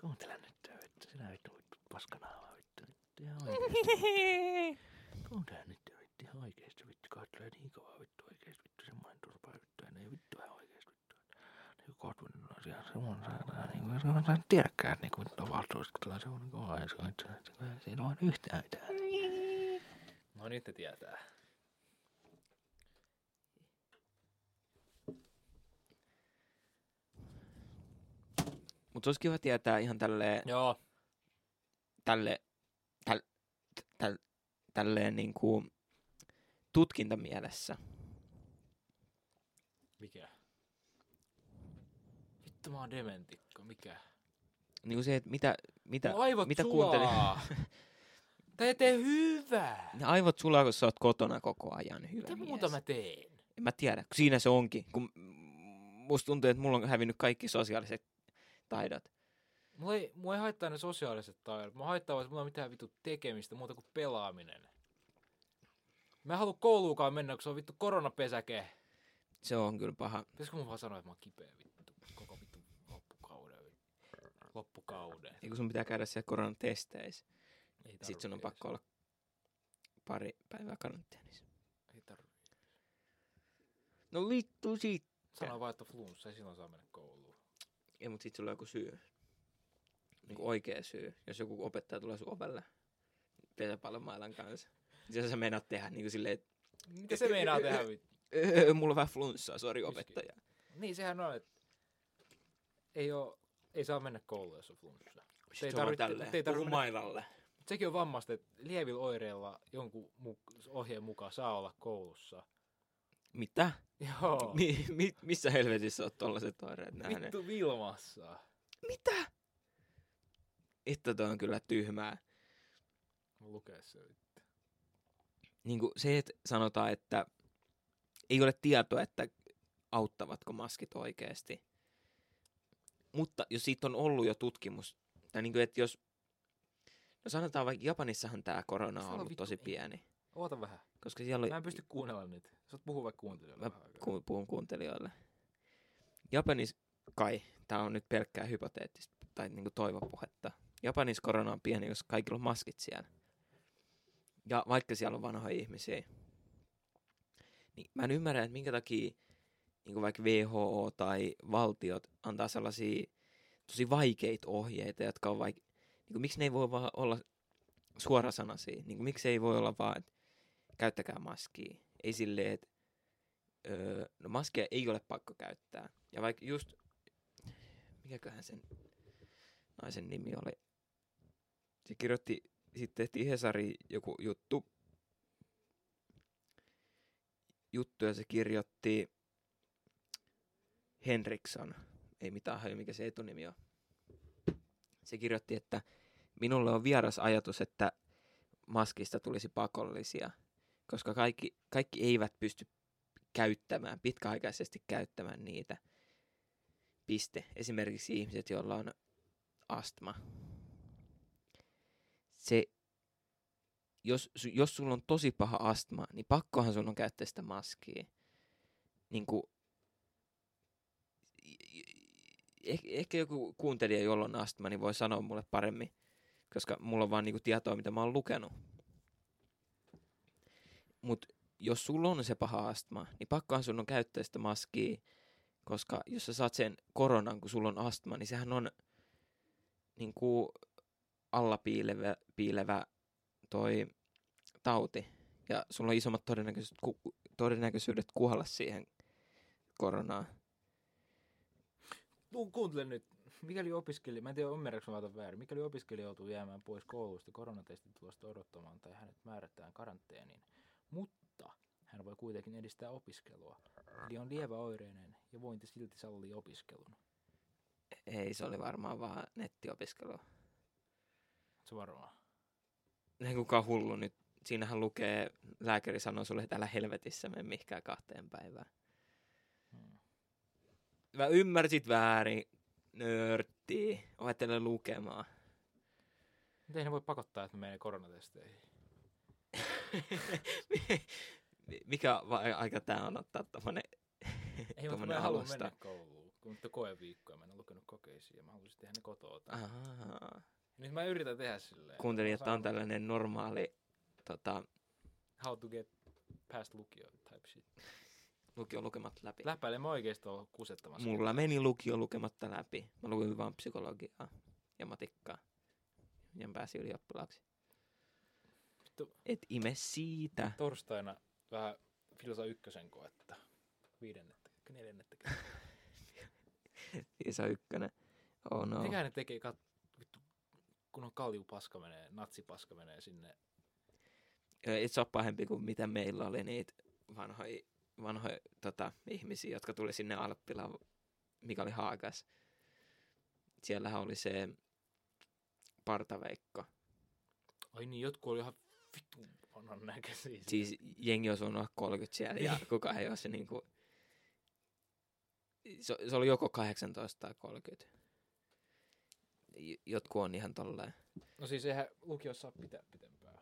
Kuuntele nyt. vittu. Sinä vittu vittu paskanaa. Vittu. vittu, Ihan oikeesti. Kuuntele nyt vittu. Ihan oikeesti vittu. Kaattelee niin kovaa vittu. Oikeesti vittu. Semmoinen turpaa vittu. Ja ne vittu ihan oikeesti vittu. Niin kuin kohtuun on siellä semmoinen sairaan. Niin kuin semmoinen sairaan tiedäkään. että Niin kuin tapahtuu. Kun tulee semmoinen kova. Ja se on itse asiassa. kun ei Siinä on yhtään mitään. No nyt te tietää. Mutta se olisi kiva tietää ihan tälleen, Joo. tälle, täl, täl, tälleen niin kuin tutkintamielessä. Mikä? Vittu mä oon dementikko, mikä? Niin kuin se, että mitä, mitä, Mun aivot mitä sulaa. kuuntelin. <laughs> Tää ei tee hyvää. Ne aivot sulaa, kun sä oot kotona koko ajan. Hyvä Mitä mies. muuta mä teen? En mä tiedä, kun siinä se onkin. Kun musta tuntuu, että mulla on hävinnyt kaikki sosiaaliset taidot. Mulla ei, mua ei haittaa ne sosiaaliset taidot. Mua haittaa, vaan, että mulla ei ole mitään vittu tekemistä muuta kuin pelaaminen. Mä en halua kouluukaan mennä, kun se on vittu koronapesäke. Se on kyllä paha. Pitäisikö mun vaan sanoa, että mä oon kipeä vittu koko vittu loppukauden. Loppukauden. Ja kun sun pitää käydä siellä koronatesteissä, Ei sit sun on tarvii pakko olla pari päivää karanteenissa. edes. Ei tarvii. No vittu sit. Sano vaan, että flunssa ei silloin saa mennä kouluun. Ei, mut sit sulla on joku syy. Niin. oikea syy. Jos joku opettaja tulee sun ovelle pesäpallomailan kanssa. Niin se sä meinaat tehdä niin kuin silleen, että Mitä se meinaa tehdä vittu? öö, mulla on vähän flunssaa, sori opettaja. Niin, sehän on, että ei, oo, ei saa mennä kouluun, jos on flunssa. Sitten ei se on vaan tarvitse- tälleen, te ei tarvitse puhu mennä- mailalle. Sekin on vammasta, että lievillä oireilla jonkun mu- ohjeen mukaan saa olla koulussa. Mitä? Joo. Mi- mi- missä helvetissä oot tollaset oireet nähnyt? Oh. Vittu Vilmassa. Mitä? Että toi on kyllä tyhmää. Mä lukee se vittu. Niin kuin se, että sanotaan, että ei ole tietoa, että auttavatko maskit oikeasti. Mutta jos siitä on ollut jo tutkimus, tai niin kuin, että jos, no sanotaan vaikka Japanissahan tämä korona Se on on ollut vittu tosi ei. pieni. Oota vähän. Koska siellä oli, Mä en pysty kuunnella nyt. Sä oot puhu vaikka kuuntelijoille. Niin. Mä vähän aikaa. ku- puhun kuuntelijoille. Japanis, kai, tämä on nyt pelkkää hypoteettista tai niinku toivopuhetta. Japanis korona on pieni, koska kaikilla on maskit siellä. Ja vaikka siellä on vanhoja ihmisiä, niin mä en ymmärrä, että minkä takia niinku vaikka WHO tai valtiot antaa sellaisia tosi vaikeita ohjeita, jotka on vaik- niinku, miksi ne ei voi vaan olla suorasanaisia? Niinku, miksi ei voi olla vaan, että käyttäkää maskia? Ei silleen, että öö, no maskeja ei ole pakko käyttää. Ja vaikka just, mikäköhän sen naisen nimi oli, se kirjoitti, sitten tehtiin Hesari joku juttu, juttu ja se kirjoitti Henriksson, ei mitään haju, mikä se etunimi on. Se kirjoitti, että minulle on vieras ajatus, että maskista tulisi pakollisia, koska kaikki, kaikki eivät pysty käyttämään, pitkäaikaisesti käyttämään niitä. Piste. Esimerkiksi ihmiset, joilla on astma. Se, jos, su- jos sulla on tosi paha astma, niin pakkohan sun on käyttää sitä maskia. Niin kuin, eh, ehkä joku kuuntelija, jolla on astma, niin voi sanoa mulle paremmin, koska mulla on vaan niinku tietoa, mitä mä oon lukenut. Mut jos sulla on se paha astma, niin pakkohan sun on käyttää sitä maskia, koska jos sä saat sen koronan, kun sulla on astma, niin sehän on niin kuin alla piilevä, piilevä toi tauti. Ja sulla on isommat todennäköisyydet, ku, todennäköisyydet kuolla siihen koronaan. Tuu, kuuntele nyt. Mikäli opiskelija, mä en tiedä ymmärrätkö mä otan väärin, mikäli opiskelija joutuu jäämään pois koulusta koronatestin tulosta odottamaan tai hänet määrätään karanteeniin, mutta hän voi kuitenkin edistää opiskelua. Eli on lievä oireinen ja vointi silti sallii opiskelun. Ei, se oli varmaan vaan nettiopiskelua. Se varmaan. Ei kukaan hullu nyt. Siinähän lukee, lääkäri sanoo sulle, että älä helvetissä mene mihinkään kahteen päivään. Hmm. Mä ymmärsit väärin. Nörtti. Opettele lukemaan. Miten ne voi pakottaa, että me menee koronatesteihin? Mikä va- aika tää on ottaa tommonen, Ei, mutta mä tommonen en halua alusta? mennä kouluun. Kun nyt on koeviikkoja, mä en ole lukenut kokeisiin ja mä haluaisin tehdä ne kotoa. Ahaa. Nyt mä yritän tehdä silleen. Kuuntelin, että on Saanut tällainen normaali tota, How to get past lukio type shit. lukion lukemat läpi. Läpäile mä oikeesti oon kusettamassa. Mulla meni lukio lukematta läpi. Mä luin vaan psykologiaa ja matikkaa. Ja mä pääsin ylioppilaaksi. Vittu. Et ime siitä. Torstaina vähän Filsa ykkösen koetta. Viidennettä, neljännettä. Isä ykkönen. Oh no. Mikä ne tekee, kat... vittu, kun on kaljupaska menee, natsipaska menee sinne. Ei se ole pahempi kuin mitä meillä oli niitä vanhoja vanhoi, tota, ihmisiä, jotka tuli sinne Alppilaan, mikä oli Haagas. Siellähän oli se partaveikko. Ai niin, jotkut oli ihan vittu vanhan näköisiä. Siis jengi on olla 30 siellä ja kukaan ei ole se niinku... Se, se oli joko 18 tai 30. J- Jotkut on ihan tolleen. No siis eihän lukiossa saa pitää pitempää.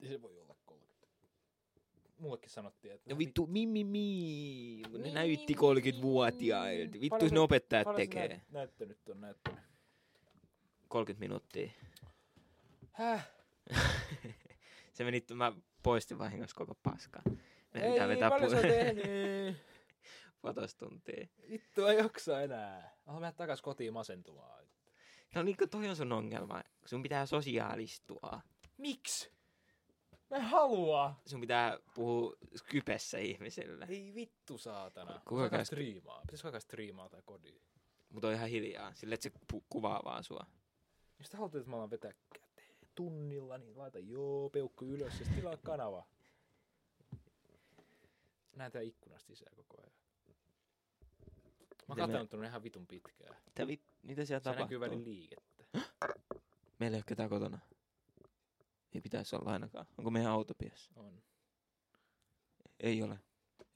Ei se voi olla 30. Mullekin sanottiin, että... No vittu, mi, mi, mi. Ne Mi, näytti mi, 30-vuotiailta. Vittu, ne opettajat paljon se tekee. Näyt, näyttö nyt on näyttänyt. 30 minuuttia. Häh? Se meni, mä poistin vahingossa koko paskaa. Meidän Ei, pitää vetää paljon se on pu- tehnyt. <laughs> puolitoista tuntia. Vittu, ei jaksa enää. Mä mennä takas kotiin masentumaan. No niin, kun toi on sun ongelma. Sun pitää sosiaalistua. Miksi? Mä en halua. Sun pitää puhua skypessä ihmisille. Ei vittu saatana. Kuka Kuka käy- striimaa? Pitäisikö alkaa striimaa tai kodiin? Mutta on ihan hiljaa, silleen, että se pu- kuvaa vaan sua. Jos te haluatte, että mä alan vetää käteen tunnilla, niin laita joo, peukku ylös ja sit tilaa kanava. Näen tää ikkunasta sisään koko ajan. Mä oon Miten katsonut tonne ihan vitun pitkään. Mitä, vi- mitä siellä Se näkyy tapahtuu? välin liikettä. Meillä ei ole ketään kotona. Ei pitäisi olla ainakaan. Onko meidän auto piassa? On. Ei ole.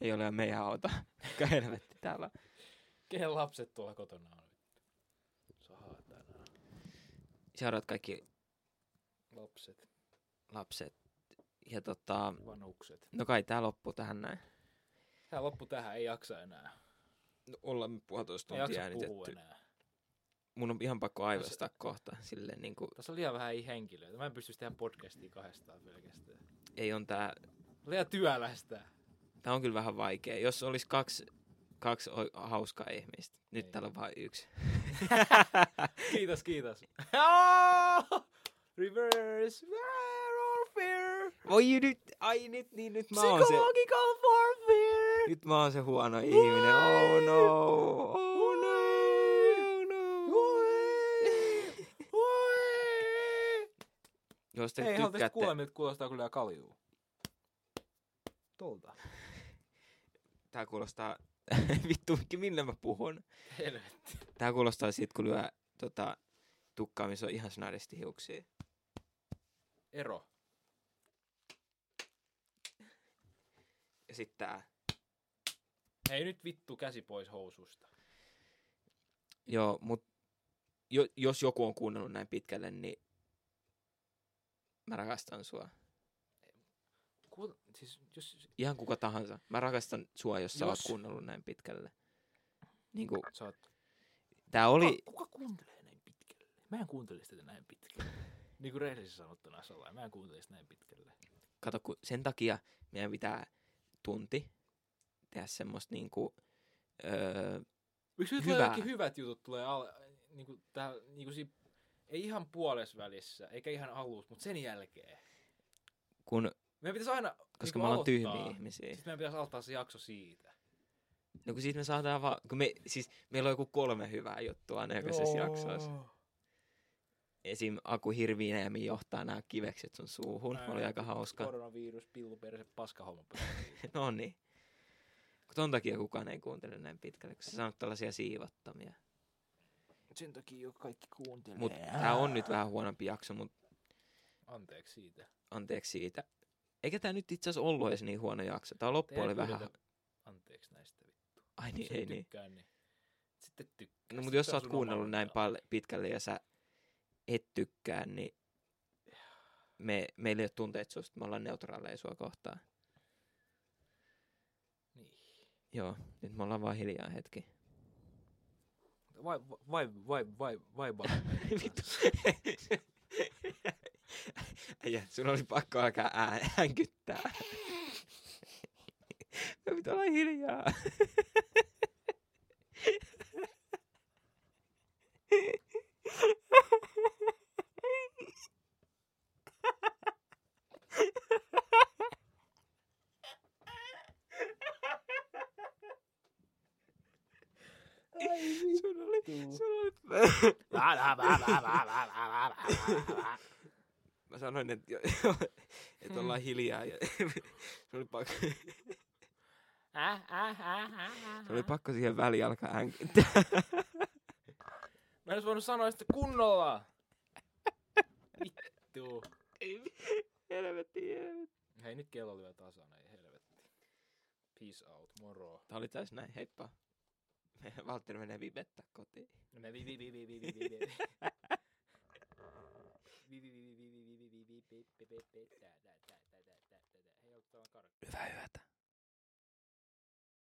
Ei ole meidän auto. <laughs> Mikä helvetti täällä on? Kenen lapset tuolla kotona on? Saatana. Seuraat kaikki Lapset, lapset. Ja tota, vanhukset. no kai tää loppuu tähän näin. Tää loppu tähän, ei jaksa enää. No, ollaan me puolitoista Ei jaksa puhua enää. Mun on ihan pakko aivastaa kohta. Silleen niin kuin, Tässä on liian vähän henkilöitä. Mä en pystyisi tehdä podcastia kahdestaan pelkästään. ei on tää, Liian työlästä. tää on kyllä vähän vaikea. Jos olisi kaksi, kaksi oi- hauskaa ihmistä. Nyt Ei. täällä on vain yksi. <laughs> Kiitos, kiitos. Ah! Reverse. Where all fear. Voi nyt, ai nyt, niin nyt mä oon se, Psychological warfare. nyt mä oon se huono ihminen. Oh no, oh no, oh no. Voi. Jos te Hei, haluaisitko tykkäätte, kuulla, miltä kuulostaa kyllä kaljuu? Tolta. tää kuulostaa, <laughs> vittu, millä mä puhun? Helvetti. Tää kuulostaa siitä, kun lyö tota, tukkaa, missä on ihan snadisti hiuksia. Ero. Ja sit tää. Hei nyt vittu käsi pois housusta. Joo, mut jo, jos joku on kuunnellut näin pitkälle, niin mä rakastan sua. Kuul... Siis, jos Ihan kuka tahansa. Mä rakastan sua, jos sä oot Jos- kuunnellut näin pitkälle. Niin kuin, sä oot... tää oli... Kuka, kuka kuuntelee näin pitkälle? Mä en kuuntele sitä näin pitkälle. niin kuin rehellisesti sanottuna salaa, mä en kuuntele sitä näin pitkälle. Kato, kun sen takia meidän pitää tunti tehdä semmoista niinku... Öö, Miksi nyt Hyvää. tulee kaikki hyvät jutut tulee al, niin kuin, tää, niin kuin si, ei ihan puolessa välissä, eikä ihan alussa, mutta sen jälkeen. kun, Meidän pitäisi aina koska niinku me ollaan aloittaa. tyhmiä ihmisiä. Sitten meidän pitäisi aloittaa se jakso siitä. No kun sit me saadaan vaan... Kun me, siis, meillä on joku kolme hyvää juttua aina jokaisessa jaksossa. Esim. Aku Hirviiniemi johtaa nämä kivekset sun suuhun. oli aika hauska. Koronavirus, pilluperse, paskahomma. <laughs> No niin. Kun ton takia kukaan ei kuuntele näin pitkälle, kun sä sanot tällaisia siivattomia. Sen takia jo kaikki kuuntelee. Mut tää on nyt vähän huonompi jakso, mut Anteeksi siitä. anteeksi siitä. Eikä tää nyt itse asiassa ollut edes niin huono jakso. Tää loppu Te oli ette vähän... yritä- Anteeksi näistä. Ai Jos niin, <laughs> ei ei niin. tykkää, niin sitten tykkää. No, mutta Sitten jos se sä on oot sun kuunnellut oma näin valinta. pal- pitkälle ja sä et tykkää, niin me, meillä ei ole tunteet susta, me ollaan neutraaleja sua kohtaan. Niin. Joo, nyt me ollaan vaan hiljaa hetki. Vai, vai, vai, vai, vai, vai. Vittu. Äijä, sun oli pakko alkaa ää- äänkyttää. Me pitää olla hiljaa. Sun oli, sun oli Mä sanoin, että, jo, <laughs> jo, että ollaan hiljaa. Ja, <laughs> se, oli pakko, se oli pakko siihen väliin alkaa <laughs> äänkittää. Mä en olisi voinut sanoa sitä kunnolla. Vittu. Helvetti, helvetti. Hei, nyt kello oli vielä tasainen, ei helvetti. Peace out, moro. Tää oli tässä näin, heippa. <laughs> Valtteri menee vibettää kotiin. No me vi- vi- vi- vi- vi- vi- vi- vi- Vi- vi- vi- vi- vi- vi- vi- vi- vi- vi- vi- vi- tää- tää- tää- tää- tää- tää- tää. Hei, otetaan karkki. Hyvää yötä.